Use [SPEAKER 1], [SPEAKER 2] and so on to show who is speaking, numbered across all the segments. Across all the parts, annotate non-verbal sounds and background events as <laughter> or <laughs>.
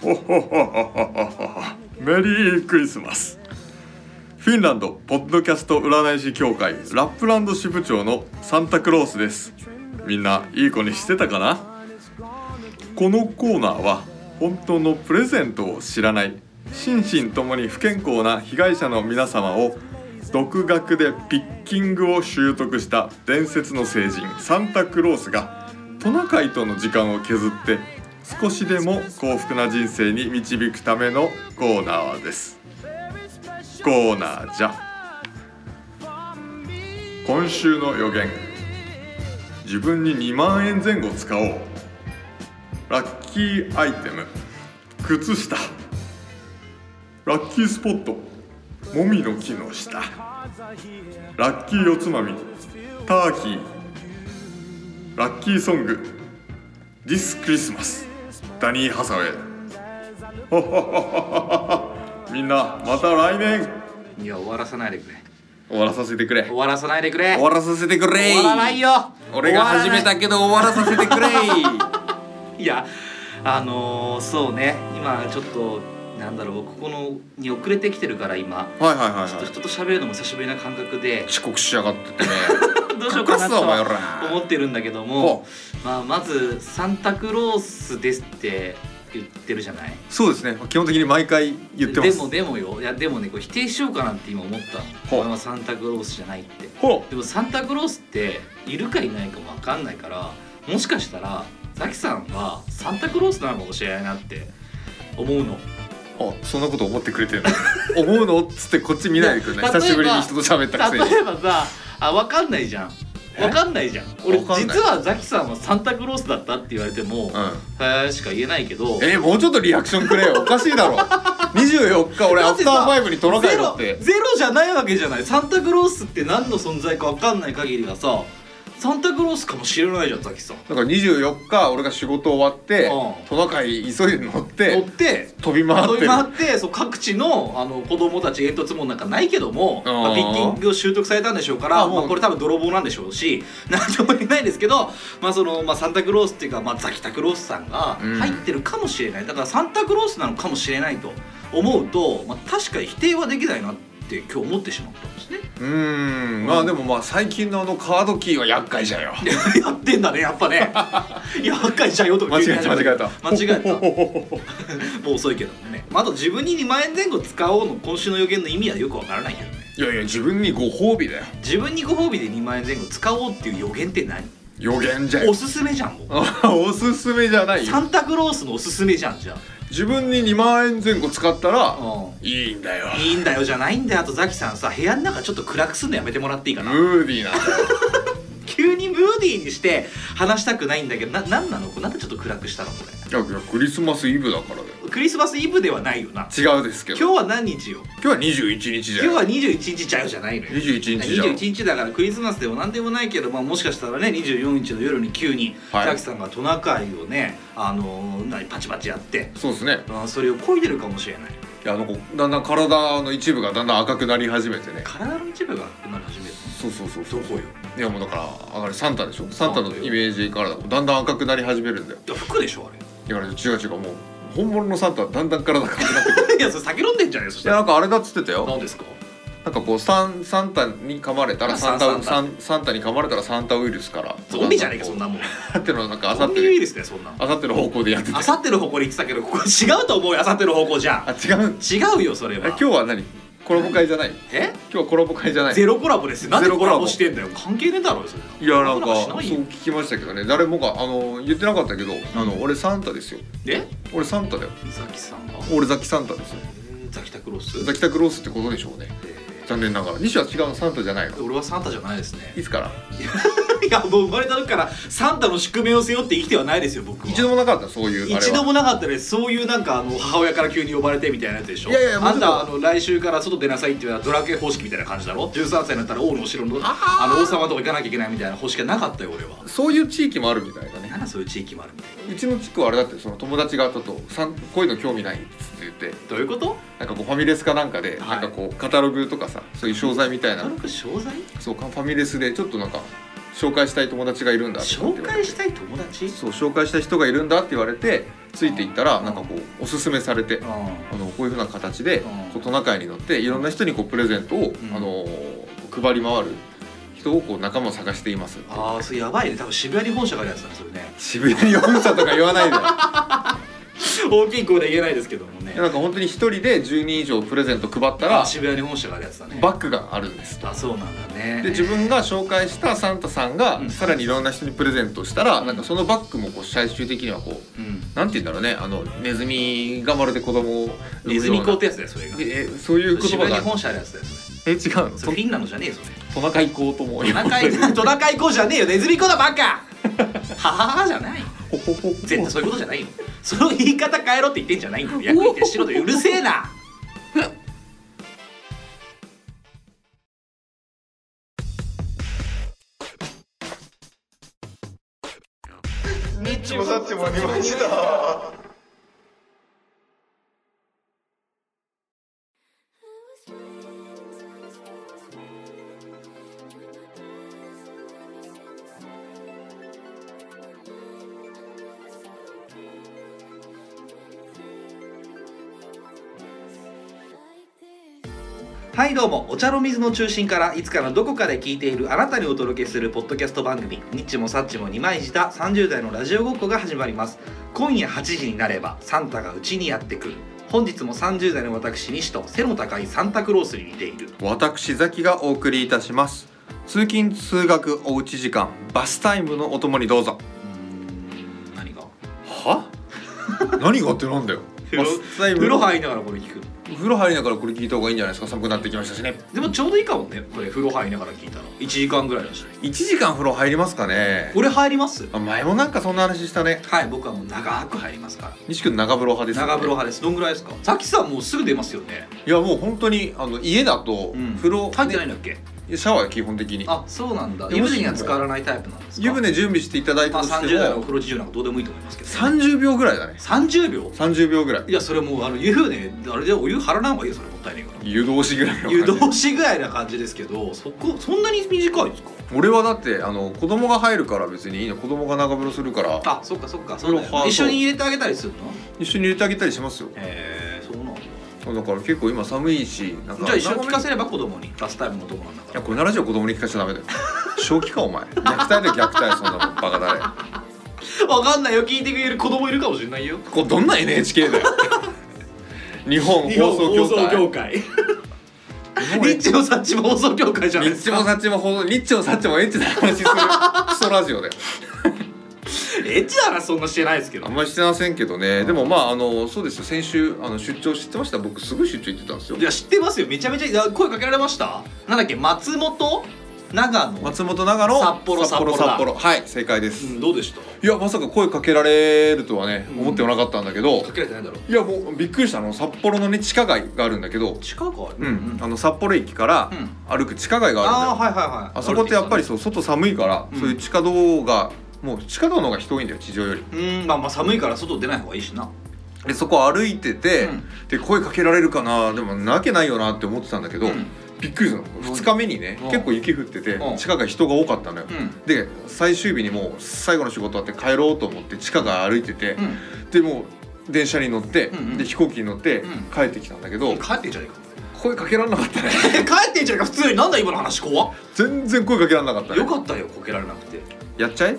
[SPEAKER 1] ほほほほほほほ <laughs> メリークリスマスフィンランドポッドキャスト占い師協会ラップランド支部長のサンタクロースですみんないい子にしてたかなこのコーナーは本当のプレゼントを知らない心身ともに不健康な被害者の皆様を独学でピッキングを習得した伝説の聖人サンタクロースがトナカイとの時間を削って少しでも幸福な人生に導くためのコーナーですコーナーじゃ今週の予言自分に2万円前後使おうラッキーアイテム靴下ラッキースポットもみの木の下ラッキーおつまみターキーラッキーソング「ディスクリスマス」ダニー・ハサウェイほほほほほほみんなまた来年
[SPEAKER 2] いや終わらさないでくれ
[SPEAKER 1] 終わらさせてくれ
[SPEAKER 2] 終わらさないでくれ
[SPEAKER 3] 終わらさせてくれ
[SPEAKER 2] 終わらないよ
[SPEAKER 3] 俺が始めたけど終わらさせてくれ
[SPEAKER 2] いやあのーそうね今ちょっとなんだろうここのに遅れてきてるから今
[SPEAKER 1] はいはいはい
[SPEAKER 2] ちょ
[SPEAKER 1] は
[SPEAKER 2] っと
[SPEAKER 1] い
[SPEAKER 2] 人と喋るのも久しぶりな感覚で
[SPEAKER 3] 遅刻しやがっててね
[SPEAKER 2] どうしようかな
[SPEAKER 3] 隠すぞお前
[SPEAKER 2] と
[SPEAKER 3] ら
[SPEAKER 2] 思ってるんだけども、
[SPEAKER 3] ほう
[SPEAKER 2] まあ、まず「サンタクロースです」って言ってるじゃない
[SPEAKER 1] そうですね基本的に毎回言ってま
[SPEAKER 2] ですもでもよいやでもねこれ否定しようかなって今思った
[SPEAKER 1] ほう
[SPEAKER 2] お前はサンタクロースじゃないって
[SPEAKER 1] ほ
[SPEAKER 2] でもサンタクロースっているかいないかも分かんないからもしかしたらザキさんはサンタクロースなのかもしれないなって思うの
[SPEAKER 1] うあそんなこと思ってくれてるの思うのっつってこっち見ないでくれ
[SPEAKER 2] <laughs>
[SPEAKER 1] ない
[SPEAKER 2] いや
[SPEAKER 1] 久しぶり
[SPEAKER 2] 例え
[SPEAKER 1] に人
[SPEAKER 2] ば
[SPEAKER 1] と喋ったくせに
[SPEAKER 2] 例えばさあ分かんないじゃん分かんないじゃん俺
[SPEAKER 1] わかんない
[SPEAKER 2] 実はザキさんはサンタクロースだったって言われても
[SPEAKER 1] う
[SPEAKER 2] 「
[SPEAKER 1] ん
[SPEAKER 2] へえ」しか言えないけど
[SPEAKER 1] えーもうちょっとリアクションくれよおかしい
[SPEAKER 2] <laughs>
[SPEAKER 1] だろ24日俺
[SPEAKER 2] だ
[SPEAKER 1] ア
[SPEAKER 2] って
[SPEAKER 1] フ
[SPEAKER 2] さ
[SPEAKER 1] ターファイブにトナカイ
[SPEAKER 2] ゼ
[SPEAKER 1] だ
[SPEAKER 2] ロ
[SPEAKER 1] って
[SPEAKER 2] ゼロじゃないわけじゃないサンタクロースって何の存在か分かんない限りがさサンタクロースかもしれないじゃんザキさん
[SPEAKER 1] だから24日俺が仕事終わって
[SPEAKER 2] うん
[SPEAKER 1] トナカイ急いで乗っ
[SPEAKER 2] 乗ってて
[SPEAKER 1] 飛び回っ
[SPEAKER 2] 飛
[SPEAKER 1] て
[SPEAKER 2] び
[SPEAKER 1] る
[SPEAKER 2] 回ってそう各地のあの子供たち煙突門なんかないけども、
[SPEAKER 1] うん
[SPEAKER 2] まあ、ピッキングを習得されたんでしょうから
[SPEAKER 1] あもう
[SPEAKER 2] まあ、これ多分泥棒なんでしょうし <laughs> 何とも言えないですけど、まあそのまあ、サンタクロースっていうか、まあ、ザキタクロースさんが
[SPEAKER 1] うん
[SPEAKER 2] 入ってるかもしれない、だからサンタクロースなのかもしれないと思うと、まあ、確かに否定はできないなって今日思ってしまったんですね。
[SPEAKER 1] うーんまあでもまあ最近のあのカードキーは厄介じゃよ
[SPEAKER 2] <laughs> やってんだねやっぱね。いや若いじゃんよとか
[SPEAKER 1] 間
[SPEAKER 2] 急
[SPEAKER 1] 違
[SPEAKER 2] に
[SPEAKER 1] え
[SPEAKER 2] 始
[SPEAKER 1] た
[SPEAKER 2] まる
[SPEAKER 1] 間違えた
[SPEAKER 2] 間違
[SPEAKER 1] <laughs>
[SPEAKER 2] えた。もう遅いけどね、まあ、あと自分に2万円前後使おうの今週の予言の意味はよくわからないけどね
[SPEAKER 1] いやいや自分にご褒美だよ
[SPEAKER 2] 自分にご褒美で2万円前後使おうっていう予言って何
[SPEAKER 1] 予言じゃ
[SPEAKER 2] お
[SPEAKER 1] よ
[SPEAKER 2] すすめじゃんもう
[SPEAKER 1] おすすめじゃないよ
[SPEAKER 2] サンタクロースのおすすめじゃんじゃ
[SPEAKER 1] 自分に2万円前後使ったら
[SPEAKER 2] あ、う
[SPEAKER 1] いいんだよ
[SPEAKER 2] ん、いいんだよじゃないんだよあとザキさんさ部屋の中ちょっと暗くすんのやめてもらっていいか
[SPEAKER 1] ム
[SPEAKER 2] な
[SPEAKER 1] ーディーなんだよ
[SPEAKER 2] 急にムーディーにして話したくないんだけどななんなのなんでちょっと暗くしたのこ
[SPEAKER 1] い <laughs> やいやクリスマスイブだからだ
[SPEAKER 2] れクリスマスイブではないよな
[SPEAKER 1] よ違うですけど
[SPEAKER 2] 今日は何日よ
[SPEAKER 1] 今日は21日じゃ
[SPEAKER 2] 今日
[SPEAKER 1] よ
[SPEAKER 2] は21日ちゃうじゃないのよ
[SPEAKER 1] 21日じゃん
[SPEAKER 2] 21日だからクリスマスでも何でもないけど、まあ、もしかしたらね24日の夜に急に
[SPEAKER 1] はい
[SPEAKER 2] ザキさんがトナカイをね、あのー、何パチパチやって、
[SPEAKER 1] そうですね
[SPEAKER 2] うんそれを漕いでるかもしれない
[SPEAKER 1] いやあのこうだんだん体の一部がだんだん赤くなり始めてね
[SPEAKER 2] 体の一部が赤くなり始める
[SPEAKER 1] そうそうそうそう
[SPEAKER 2] どこよ
[SPEAKER 1] いやもうだからあれサンタでしょサンタのイメージからだだんだん赤くなり始めるんだよ
[SPEAKER 2] いや服でしょあれ
[SPEAKER 1] だから違う違うもう本物のサンタはだんだん体が赤くなってくる
[SPEAKER 2] いやそれ <laughs> 酒飲んでんじゃねえそし
[SPEAKER 1] い
[SPEAKER 2] た
[SPEAKER 1] や
[SPEAKER 2] ら
[SPEAKER 1] なんかあれだっつってたよ
[SPEAKER 2] 何ですか
[SPEAKER 1] なんかこうサンサンタに噛まれたら
[SPEAKER 2] あ
[SPEAKER 1] サンタ
[SPEAKER 2] サンサ
[SPEAKER 1] サ
[SPEAKER 2] ン
[SPEAKER 1] ンサンタに噛まれたらサンタウイルスから
[SPEAKER 2] ゾンビじゃねえかそんなもん
[SPEAKER 1] あさってのなんかあさっ
[SPEAKER 2] ゾンビウイ
[SPEAKER 1] て
[SPEAKER 2] ルスだよそんな
[SPEAKER 1] あさっての方向でやってて
[SPEAKER 2] あさっての方向に行ってたけどここ違うと思うよあさっての方向じゃん
[SPEAKER 1] あ違う
[SPEAKER 2] 違うよそれ
[SPEAKER 1] あ
[SPEAKER 2] は
[SPEAKER 1] 今日は何コラボ会じゃない
[SPEAKER 2] え
[SPEAKER 1] 今日はコラボ会じゃない
[SPEAKER 2] ゼロコラボですよなんで
[SPEAKER 1] ゼロ
[SPEAKER 2] コ
[SPEAKER 1] コラボ
[SPEAKER 2] ラボしてんだよ関係ねえだろよそれ
[SPEAKER 1] いやなん
[SPEAKER 2] コ
[SPEAKER 1] か
[SPEAKER 2] ラボし
[SPEAKER 1] そう
[SPEAKER 2] ないよ
[SPEAKER 1] 聞きましたけどね誰もがあの言ってなかったけど、あの俺サンタですよ
[SPEAKER 2] え
[SPEAKER 1] 俺サンタだよ
[SPEAKER 2] ザキさんが
[SPEAKER 1] 俺ザキサンタですよ
[SPEAKER 2] ザキタクロス
[SPEAKER 1] ザキタクロースってことでしょうね残念ながら西は違うのサンタじゃないの
[SPEAKER 2] 俺はサンタじゃないですね
[SPEAKER 1] いつから
[SPEAKER 2] <laughs> いやもう生まれた時からサンタの宿命を背負って生きてはないですよ僕は
[SPEAKER 1] 一度もなかったそういうあれは
[SPEAKER 2] 一度もなかったですそういうなんかあの母親から急に呼ばれてみたいなやつでしょ
[SPEAKER 1] いやいやもう
[SPEAKER 2] あ
[SPEAKER 1] ちょ
[SPEAKER 2] ん
[SPEAKER 1] っと
[SPEAKER 2] たあの来週から外出なさいっていうのはドラクエ方式みたいな感じだろ13歳になったら王のお城のあの王様とか行かなきゃいけないみたいな方式がなかったよ俺は
[SPEAKER 1] そういう地域もあるみたいだね
[SPEAKER 2] なんだそういう地域もあるみたいな
[SPEAKER 1] うちの地区はあれだってその友達がちょっとサンこういうの興味ないっつって言って
[SPEAKER 2] どういうこと
[SPEAKER 1] なんかこうファミレスかなんかで、
[SPEAKER 2] はい
[SPEAKER 1] なんかこうカタログとかさそういう商材みたいな
[SPEAKER 2] 軽く商材
[SPEAKER 1] そうかファミレスでちょっとなんか紹介したい友達がいるんだって言われ
[SPEAKER 2] 紹
[SPEAKER 1] て
[SPEAKER 2] 介したい友達
[SPEAKER 1] そう紹介した人がいるんだって言われてついていったら
[SPEAKER 2] うん
[SPEAKER 1] なんかこうおすすめされて
[SPEAKER 2] うん
[SPEAKER 1] あのこういうふうな形で
[SPEAKER 2] うん
[SPEAKER 1] こうトナカイに乗っていろんな人にこうプレゼントを、
[SPEAKER 2] ん
[SPEAKER 1] あのー配り回る人をこう仲間を探しています
[SPEAKER 2] ああそれやばいね多分渋谷に本社があるやつなんですよね
[SPEAKER 1] 渋谷に本社とか言わ
[SPEAKER 2] <laughs>
[SPEAKER 1] ないでい
[SPEAKER 2] 大きい声で言えないですけどもね
[SPEAKER 1] やなんか本当に一人で10人以上プレゼント配った
[SPEAKER 2] あ
[SPEAKER 1] ら
[SPEAKER 2] 渋谷に本社があるやつだね
[SPEAKER 1] バッグがあるんです
[SPEAKER 2] あそうなんだね
[SPEAKER 1] で自分が紹介したサンタさんが
[SPEAKER 2] うん
[SPEAKER 1] さらにいろんな人にプレゼントしたらなんかそのバッグもこう最終的にはこう
[SPEAKER 2] うん
[SPEAKER 1] なんて言うんだろうねあのネズミがまるで子供を
[SPEAKER 2] ネズミ講ってやつだよそれが
[SPEAKER 1] ええそういう言
[SPEAKER 2] 渋
[SPEAKER 1] 葉
[SPEAKER 2] 谷に
[SPEAKER 1] が
[SPEAKER 2] 本社あるやつだよそれ
[SPEAKER 1] え違うの
[SPEAKER 2] それフィンランドじゃねえぞそれ
[SPEAKER 1] トナカイ行とも
[SPEAKER 2] トナカイ <laughs> トナカイ講じゃねえよネズミ講だ <laughs> バカははははじゃない
[SPEAKER 1] ほほほ
[SPEAKER 2] 絶対そういうことじゃないよその言い方変えろって言ってんじゃないんだよ役に徹しろとうるせえなはいどうもお茶の水の中心からいつかのどこかで聞いているあなたにお届けするポッドキャスト番組「ニッチもサッチも二枚舌30代のラジオごっこ」が始まります今夜8時になればサンタがうちにやってくる本日も30代の私西と背の高いサンタクロースに似ている
[SPEAKER 1] 私ザキがお送りいたします通勤通学おうち時間バスタイムのお供にどうぞ
[SPEAKER 2] 何が
[SPEAKER 1] は何がってなんだよ
[SPEAKER 2] 風呂
[SPEAKER 1] バスタイム
[SPEAKER 2] 風呂入りながらこれ聞く
[SPEAKER 1] 風呂入りながらこれ聞いた方がいいんじゃないですか寒くなってきましたしね
[SPEAKER 2] でもちょうどいいかもねこれ風呂入りながら聞いたら1時間ぐらいだし
[SPEAKER 1] 1時間風呂入りますかね
[SPEAKER 2] 俺入ります
[SPEAKER 1] あ前もなんかそんな話したね
[SPEAKER 2] はい僕はもう長く入りますから
[SPEAKER 1] 西君長風呂派ですよね
[SPEAKER 2] 長風呂派ですどんぐらいですかザキさんもうすぐ出ますよね
[SPEAKER 1] いやもう本当にあの家だと
[SPEAKER 2] うん
[SPEAKER 1] 風呂、
[SPEAKER 2] 入ってないんだっけ
[SPEAKER 1] シャワーが基本的に
[SPEAKER 2] あそうなんだ
[SPEAKER 1] で
[SPEAKER 2] 湯船には使わないタイプなんですか
[SPEAKER 1] 湯船準備していただい
[SPEAKER 2] ま
[SPEAKER 1] た
[SPEAKER 2] あ
[SPEAKER 1] として
[SPEAKER 2] 30代のお
[SPEAKER 1] も
[SPEAKER 2] 風呂事情なんかどうでもいいと思いますけど
[SPEAKER 1] 30秒ぐらいだね
[SPEAKER 2] 30秒
[SPEAKER 1] 30秒ぐらい
[SPEAKER 2] いやそれもうあの湯船あれでお湯張らない方がいいよそれもったいないから
[SPEAKER 1] 湯通しぐらいの
[SPEAKER 2] 湯
[SPEAKER 1] 感じ
[SPEAKER 2] 通しぐらいな感じですけどそこそんなに短いですか
[SPEAKER 1] 俺はだってあの子供が入るから別にいいの子供が長風呂するから
[SPEAKER 2] あそっかそっかそう
[SPEAKER 1] 風
[SPEAKER 2] だよ
[SPEAKER 1] 呂
[SPEAKER 2] ね
[SPEAKER 1] ハード
[SPEAKER 2] 一緒に入れてあげたりするの
[SPEAKER 1] 一緒に入れてあげたりしますよ
[SPEAKER 2] へえそうなんだ
[SPEAKER 1] だから結構今寒いしなんか
[SPEAKER 2] じゃあ一緒に聞か
[SPEAKER 1] い
[SPEAKER 2] せれば子供にラスタイムのとこなんだか
[SPEAKER 1] や
[SPEAKER 2] ら
[SPEAKER 1] これならじゃ子供に聞かせちゃダメだよ正気かお前虐待だよ虐待そんなのバカだれ
[SPEAKER 2] わかんないよ聞いてくれる子供いるかもしれないよ
[SPEAKER 1] これどんな NHK だよ日本放送協会
[SPEAKER 2] 会
[SPEAKER 1] 日本
[SPEAKER 2] リッチもサッチも放送協会じゃない
[SPEAKER 1] ニ
[SPEAKER 2] で
[SPEAKER 1] ッチ
[SPEAKER 2] す
[SPEAKER 1] も
[SPEAKER 2] か
[SPEAKER 1] サッチもほどニッチもサッチもエッチな話するクソラジオだよ
[SPEAKER 2] エッチならそんなしてないですけど
[SPEAKER 1] あんまりしてませんけどねでもまああのそうですよ先週あの出張知ってました僕すぐ出張行ってたんですよ
[SPEAKER 2] いや知ってますよめちゃめちゃいや声かけられましたなんだっけ松本長野、
[SPEAKER 1] 松本長野
[SPEAKER 2] 札幌
[SPEAKER 1] 札幌
[SPEAKER 2] 札幌だ
[SPEAKER 1] 札幌はい正解で
[SPEAKER 2] う
[SPEAKER 1] す、
[SPEAKER 2] ん、どうでしたか
[SPEAKER 1] いやまさか声かけられるとはね
[SPEAKER 2] うん
[SPEAKER 1] 思ってもなかったんだけど、
[SPEAKER 2] けられてないだろう
[SPEAKER 1] いやもうびっくりしたあの札幌のね地下街があるんだけど
[SPEAKER 2] 近くある
[SPEAKER 1] うん、あ
[SPEAKER 2] あ
[SPEAKER 1] の札幌駅から
[SPEAKER 2] うん
[SPEAKER 1] 歩く地下街があるんだよ
[SPEAKER 2] あーはいはいはい
[SPEAKER 1] あそこってやっぱり
[SPEAKER 2] う
[SPEAKER 1] そう外寒いから、
[SPEAKER 2] うん
[SPEAKER 1] そういう地下道がもう地下道の方が人多いんだよ地上より
[SPEAKER 2] うんまあまあ寒いから外出ない方がいいしな
[SPEAKER 1] でそこ歩いてて、
[SPEAKER 2] うん
[SPEAKER 1] で声かけられるかなでもなわけないよなって思ってたんだけど、
[SPEAKER 2] うん
[SPEAKER 1] びっくりしたの2日目にね
[SPEAKER 2] うん
[SPEAKER 1] 結構雪降ってて
[SPEAKER 2] うん
[SPEAKER 1] 地下街人が多かったのよ
[SPEAKER 2] うん
[SPEAKER 1] で最終日にもう最後の仕事終わって帰ろうと思って地下街歩いてて
[SPEAKER 2] うん
[SPEAKER 1] でもう電車に乗って
[SPEAKER 2] うんうん
[SPEAKER 1] で飛行機に乗って
[SPEAKER 2] うん
[SPEAKER 1] 帰ってきたんだけど
[SPEAKER 2] 帰ってんじゃねえか
[SPEAKER 1] 声かけられなかったね
[SPEAKER 2] <laughs> 帰ってんじゃねえか普通になんだ今の話怖っ
[SPEAKER 1] 全然声かけられなかった
[SPEAKER 2] よ
[SPEAKER 1] ね
[SPEAKER 2] かったよこけられなくて
[SPEAKER 1] やっちゃえ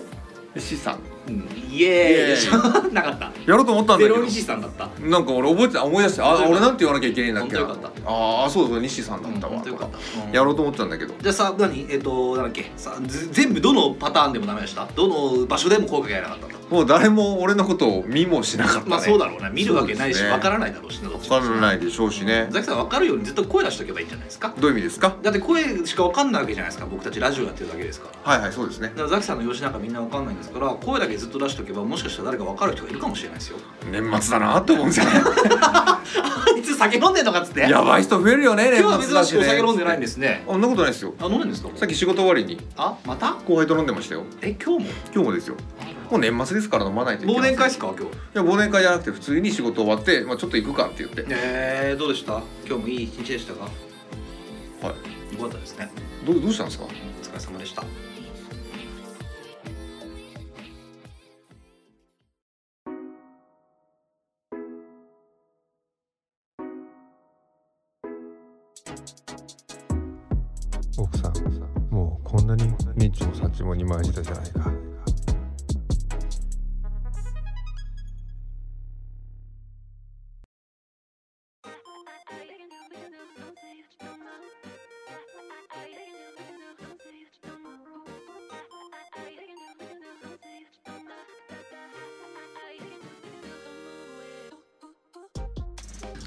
[SPEAKER 1] 西さん
[SPEAKER 2] うんイエーイ
[SPEAKER 1] イエ
[SPEAKER 2] <laughs> なかった
[SPEAKER 1] やろうと思ったんだ
[SPEAKER 2] ゼ
[SPEAKER 1] け
[SPEAKER 2] ロ
[SPEAKER 1] ど
[SPEAKER 2] 西さんだった
[SPEAKER 1] なんか俺覚えてた思い出してあ
[SPEAKER 2] 本当よかった
[SPEAKER 1] 俺なんて言わなきゃいけないんだっけな
[SPEAKER 2] 本当よかっ
[SPEAKER 1] ああそうそう西さんだった
[SPEAKER 2] うん
[SPEAKER 1] わ
[SPEAKER 2] 本当
[SPEAKER 1] と
[SPEAKER 2] よか
[SPEAKER 1] か
[SPEAKER 2] ったうん
[SPEAKER 1] やろうと思ってたんだけど
[SPEAKER 2] じゃあさ何えっ、となんだっけさぜ全部どのパターンでもダメでしたどの場所でも声かけられなかったんだ
[SPEAKER 1] もう誰も俺のことを見もしなかったね
[SPEAKER 2] まあそうだろうな見るわけないし
[SPEAKER 1] そうですね
[SPEAKER 2] わ、からないだろうしなどっち
[SPEAKER 1] 分からないでしょうしね
[SPEAKER 2] ザキさんわかるようにずっと声出しておけばいいんじゃないですか
[SPEAKER 1] どういう意味ですか
[SPEAKER 2] だって声しかわかんないわけじゃないですか僕たちラジオやってるだけですから
[SPEAKER 1] は
[SPEAKER 2] だ
[SPEAKER 1] いはいそうですね
[SPEAKER 2] からザキさんの様子なんかみんなわかんないんですから声だけずっと出しておけばもしかしたら誰かわかる人がいるかもしれないですよ <laughs>
[SPEAKER 1] 年末だなって思うんですよね
[SPEAKER 2] あいつ酒飲んでんのかっつって
[SPEAKER 1] <laughs> やばい人増えるよね年
[SPEAKER 2] 今日
[SPEAKER 1] 末だ
[SPEAKER 2] は珍
[SPEAKER 1] しね
[SPEAKER 2] しくお酒飲んでないんですね
[SPEAKER 1] あそんなことないですよ
[SPEAKER 2] あ飲んでんですかもう
[SPEAKER 1] さっき仕事終わりに
[SPEAKER 2] あまた
[SPEAKER 1] 後輩と飲んでましたよ
[SPEAKER 2] え今日も
[SPEAKER 1] 今日もですよもう年末ですから飲まないといけ
[SPEAKER 2] 忘
[SPEAKER 1] ない
[SPEAKER 2] 年会ですか今日
[SPEAKER 1] いや忘年会じゃなくて普通に仕事終わって、まあ、ちょっと行くかって言って、
[SPEAKER 2] えー、どうでした今日もいい一日でしたか
[SPEAKER 1] は
[SPEAKER 2] よかったですね
[SPEAKER 1] いどうどうしたんですか
[SPEAKER 2] お疲れ様でした
[SPEAKER 4] 奥さんもうこんなにニッチもサッチも二枚舌じゃないか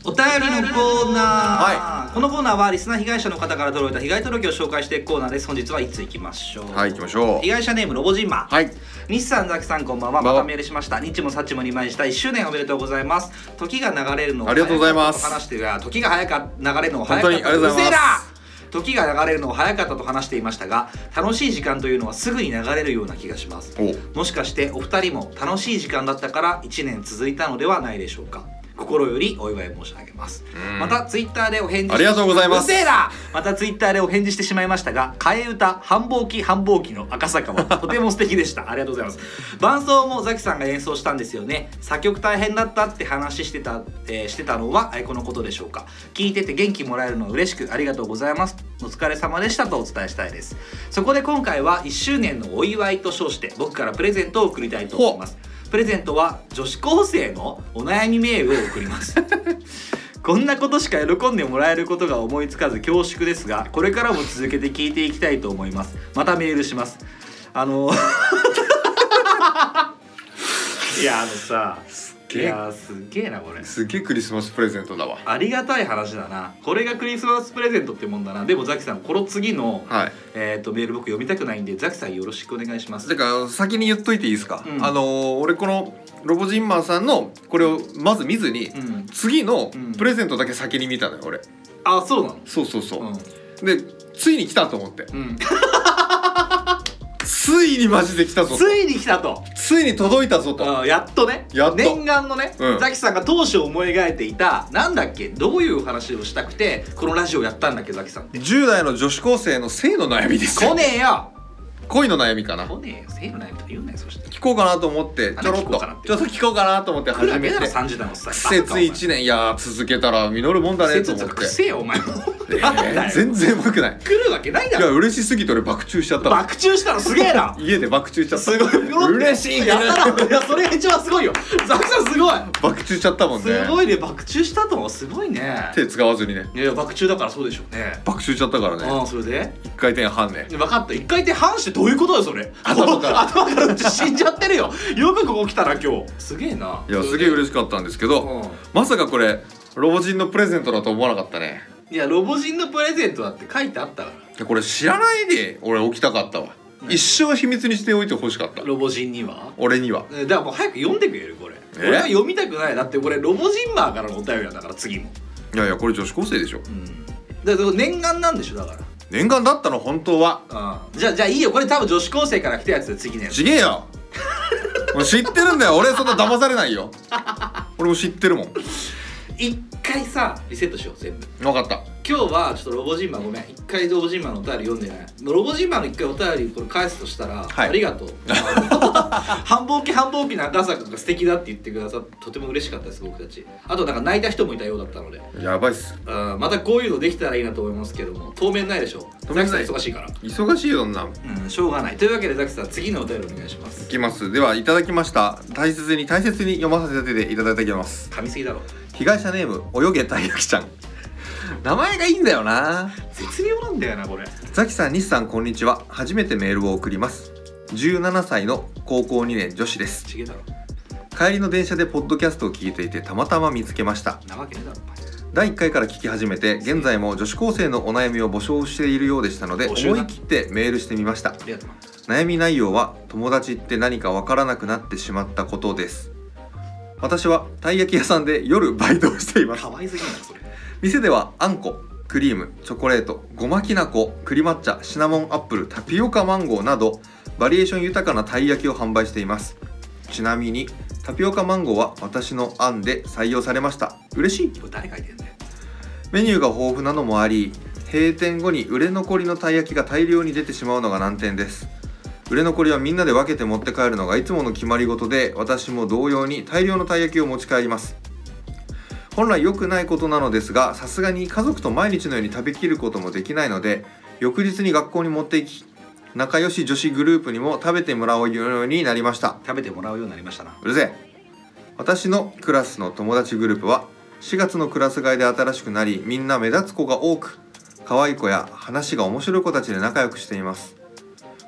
[SPEAKER 2] お便りのコーナー、
[SPEAKER 1] は
[SPEAKER 2] このコーナーはリスナー被害者の方から届いた被害届を紹介していくコーナーです本日はいつ行きましょう
[SPEAKER 1] はい行きましょう
[SPEAKER 2] 被害者ネームロボジンマ
[SPEAKER 1] はい
[SPEAKER 2] 西さんザキさんこんばんは
[SPEAKER 1] こんば
[SPEAKER 2] ま
[SPEAKER 1] んは
[SPEAKER 2] たメールしました日もサッチも2枚した1周年おめでとうございます時が流れるのを
[SPEAKER 1] ありがとうございます
[SPEAKER 2] 早かったと話していや時が早か流れるのを早か
[SPEAKER 1] 本当
[SPEAKER 2] った
[SPEAKER 1] にありがとうございます
[SPEAKER 2] るせえな時が流れるのを早かったと話していましたが楽しい時間というのはすぐに流れるような気がします
[SPEAKER 1] お
[SPEAKER 2] もしかしてお二人も楽しい時間だったから1年続いたのではないでしょうか心よりお祝い申し上げます、
[SPEAKER 1] ん
[SPEAKER 2] またツイッターでお返事
[SPEAKER 1] ありがとうございます
[SPEAKER 2] うるせえなまたツイッターでお返事してしまいましたが替え歌繁忙期繁忙期の赤坂 <laughs> はとても素敵でしたありがとうございます伴奏もザキさんが演奏したんですよね作曲大変だったって話してた、えーしてたのはえーこのことでしょうか聞いてて元気もらえるの嬉しくありがとうございますお疲れ様でしたとお伝えしたいですそこで今回は1周年のお祝いと称して僕からプレゼントを贈りたいと思いますプレゼントは女子高生のお悩みメールを送りますこんなことしか喜んでもらえることが思いつかず恐縮ですがこれからも続けて聞いていきたいと思いますまたメールしますあのいやあのさ
[SPEAKER 1] げえ
[SPEAKER 2] いやすっげえなこれ
[SPEAKER 1] すっげえクリスマスプレゼントだわ
[SPEAKER 2] ありがたい話だなこれがクリスマスプレゼントってもんだなでもザキさんこの次の、
[SPEAKER 1] はい
[SPEAKER 2] えー、とメール僕読みたくないんでザキさんよろしくお願いします
[SPEAKER 1] だから先に言っといていいですか、
[SPEAKER 2] うん
[SPEAKER 1] あのー俺このロボジンマンさんのこれをまず見ずに、
[SPEAKER 2] うん
[SPEAKER 1] 次の
[SPEAKER 2] うん
[SPEAKER 1] プレゼントだけ先に見たのよ俺
[SPEAKER 2] あそうなの
[SPEAKER 1] そうそうそうう、
[SPEAKER 2] ん
[SPEAKER 1] でついに来たと思って
[SPEAKER 2] うん、
[SPEAKER 1] ついにマジで来たぞと
[SPEAKER 2] ついに来たと
[SPEAKER 1] ついに届いたぞと
[SPEAKER 2] あやっとね
[SPEAKER 1] やっと
[SPEAKER 2] 念願のね、
[SPEAKER 1] うん
[SPEAKER 2] ザキさんが当初思い描いていたなんだっけどういう話をしたくてこのラジオやったんだっけザキさんって
[SPEAKER 1] 10代の女子高生の性の悩みです
[SPEAKER 2] 来
[SPEAKER 1] よ
[SPEAKER 2] ねえよ
[SPEAKER 1] 恋の悩みかな
[SPEAKER 2] 来ねえよせーのないとか言うなよそして
[SPEAKER 1] 聞こうかなと思って
[SPEAKER 2] あ
[SPEAKER 1] ちょろっ
[SPEAKER 2] 聞こう
[SPEAKER 1] と
[SPEAKER 2] かなって
[SPEAKER 1] ちょっと聞こうかなと思って
[SPEAKER 2] 来る
[SPEAKER 1] 始
[SPEAKER 2] わけ
[SPEAKER 1] め
[SPEAKER 2] だろ
[SPEAKER 1] て
[SPEAKER 2] 30代のおっさん
[SPEAKER 1] 苦節1年いやー続けたら実るもんだねと
[SPEAKER 2] と
[SPEAKER 1] 思っ
[SPEAKER 2] く
[SPEAKER 1] て
[SPEAKER 2] せえよお前もなんだ
[SPEAKER 1] <laughs>
[SPEAKER 2] よ
[SPEAKER 1] 全然うまくない
[SPEAKER 2] 来るわ <laughs> けないだ
[SPEAKER 1] いや
[SPEAKER 2] ろ
[SPEAKER 1] 嬉しすぎて俺爆中しちゃったわ
[SPEAKER 2] 爆注したのすげえな
[SPEAKER 1] 家で爆中しちゃった
[SPEAKER 2] すごいピョロって
[SPEAKER 1] 嬉しい
[SPEAKER 2] やったないやそれが一番すごいよザキさんすごい
[SPEAKER 1] 爆中しちゃったもんね
[SPEAKER 2] すごいね爆注したともすごいね
[SPEAKER 1] 手使わずにね
[SPEAKER 2] いやいや爆注だからそうでしょうね
[SPEAKER 1] 爆中しちゃったからね
[SPEAKER 2] ああそれで
[SPEAKER 1] 一回転半ね
[SPEAKER 2] 分かった一回転半してどういうことだよそれ
[SPEAKER 1] 頭から
[SPEAKER 2] <laughs> 頭からうち死んじゃってるよよくここ来たな今日すげえない
[SPEAKER 1] やすげえ嬉しかったんですけど
[SPEAKER 2] う
[SPEAKER 1] まさかこれロボ人のプレゼントだと思わなかったね
[SPEAKER 2] んいやロボ人のプレゼントだって書いてあったか
[SPEAKER 1] いやこれ知らないで俺起きたかったわ
[SPEAKER 2] 何
[SPEAKER 1] 一生秘密にしておいてほしかった
[SPEAKER 2] らロボ人には
[SPEAKER 1] 俺には
[SPEAKER 2] えだからもう早く読んでくれるこれ
[SPEAKER 1] え
[SPEAKER 2] 俺は読みたくないだってこれロボジンマーからのお便りなんだから次も
[SPEAKER 1] いやいやこれ女子高生でしょ
[SPEAKER 2] うんだから念願なんでしょだから
[SPEAKER 1] 念願だったの本当は
[SPEAKER 2] うんじゃあじゃあいいよこれ多分女子高生から来たやつで次ね
[SPEAKER 1] ちげえよもう知ってるんだよ俺そんな騙されないよ俺も知ってるもん
[SPEAKER 2] 一回さリセットしよう全部
[SPEAKER 1] 分かった
[SPEAKER 2] 今日はちょっとロボジンマごめん一回ロボジンマのお便り読んでないロボジンマの一回お便りこれ返すとしたら、
[SPEAKER 1] はい
[SPEAKER 2] ありがとう <laughs> 繁忙期繁忙期の赤坂が素敵だって言ってくださってとても嬉しかったです僕たちあとなんか泣いた人もいたようだったので
[SPEAKER 1] やばいっす
[SPEAKER 2] あーまたこういうのできたらいいなと思いますけども当面ないでしょ
[SPEAKER 1] 当
[SPEAKER 2] ザ
[SPEAKER 1] 面
[SPEAKER 2] キさん
[SPEAKER 1] ない
[SPEAKER 2] 忙しいから
[SPEAKER 1] 忙しいよそんなん
[SPEAKER 2] うんしょうがないというわけでザキさん次のお便りお願いしま
[SPEAKER 1] い
[SPEAKER 2] す
[SPEAKER 1] きますではいただきました大切に大切に読ませていただいていきます
[SPEAKER 2] 噛みすぎだろ
[SPEAKER 1] 被害者ネーム泳げたいゆきちゃん名前がいいんだよな
[SPEAKER 2] 絶妙なんだよなこれ
[SPEAKER 1] ザキさん西さんこんにちは初めてメールを送ります17歳の高校2年女子です
[SPEAKER 2] ちげえだろ
[SPEAKER 1] 帰りの電車でポッドキャストを聞いていてたまたま見つけました
[SPEAKER 2] なわけねえだろお前
[SPEAKER 1] 第1回から聞き始めて現在も女子高生のお悩みを募集しているようでしたので
[SPEAKER 2] 募
[SPEAKER 1] 思
[SPEAKER 2] 集ない
[SPEAKER 1] 切ってメールしてみました
[SPEAKER 2] ありがとうな
[SPEAKER 1] 悩み内容は友達って何かわからなくなってしまったことです私はたい焼き屋さんで夜バイトをしています
[SPEAKER 2] かわいすぎるなそれ
[SPEAKER 1] 店ではあんこクリームチョコレートごまきなこ栗抹茶シナモンアップルタピオカマンゴーなどバリエーション豊かなたい焼きを販売していますちなみにタピオカマンゴーは私の案で採用されました嬉しい
[SPEAKER 2] これ誰書いてんだよ
[SPEAKER 1] メニューが豊富なのもあり閉店後に売れ残りのたい焼きが大量に出てしまうのが難点です売れ残りはみんなで分けて持って帰るのがいつもの決まり事で私も同様に大量のたい焼きを持ち帰ります本来良くないことなのですがさすがに家族と毎日のように食べきることもできないので翌日に学校に持っていき仲良し女子グループにも食べてもらうようになりました
[SPEAKER 2] 食べてもらうようになりましたな
[SPEAKER 1] うるせえ私のクラスの友達グループは4月のクラス替えで新しくなりみんな目立つ子が多く可愛い子や話が面白い子たちで仲良くしています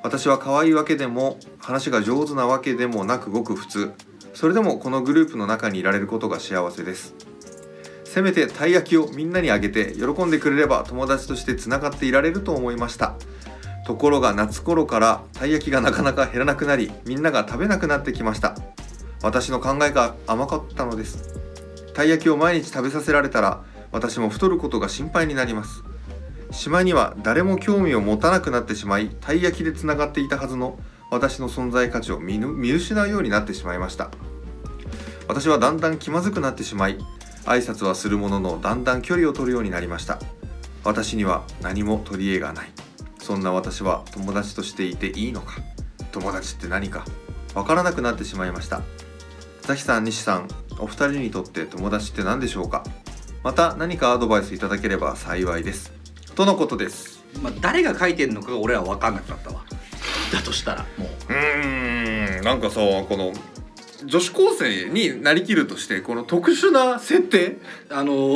[SPEAKER 1] 私は可愛いわけでも話が上手なわけでもなくごく普通それでもこのグループの中にいられることが幸せですせめてたい焼きをみんなにあげて喜んでくれれば友達としてつながっていられると思いましたところが夏頃からたい焼きがなかなか減らなくなりみんなが食べなくなってきました私の考えが甘かったのですたい焼きを毎日食べさせられたら私も太ることが心配になりますしまいには誰も興味を持たなくなってしまいたい焼きでつながっていたはずの私の存在価値を見ぬ見失うようになってしまいました私はだんだん気まずくなってしまい挨拶はするもののだんだん距離を取るようになりました私には何も取り柄がないそんな私は友達としていていいのか友達って何かわからなくなってしまいましたザヒさん西さんお二人にとって友達って何でしょうかまた何かアドバイスいただければ幸いですとのことです
[SPEAKER 2] まあ、誰が書いてんのかが俺は分かんなくなったわだとしたらも
[SPEAKER 1] う
[SPEAKER 2] う
[SPEAKER 1] ーんなんかさこの女子高生になりきるとしてこの特殊な設 <laughs> 定
[SPEAKER 2] あの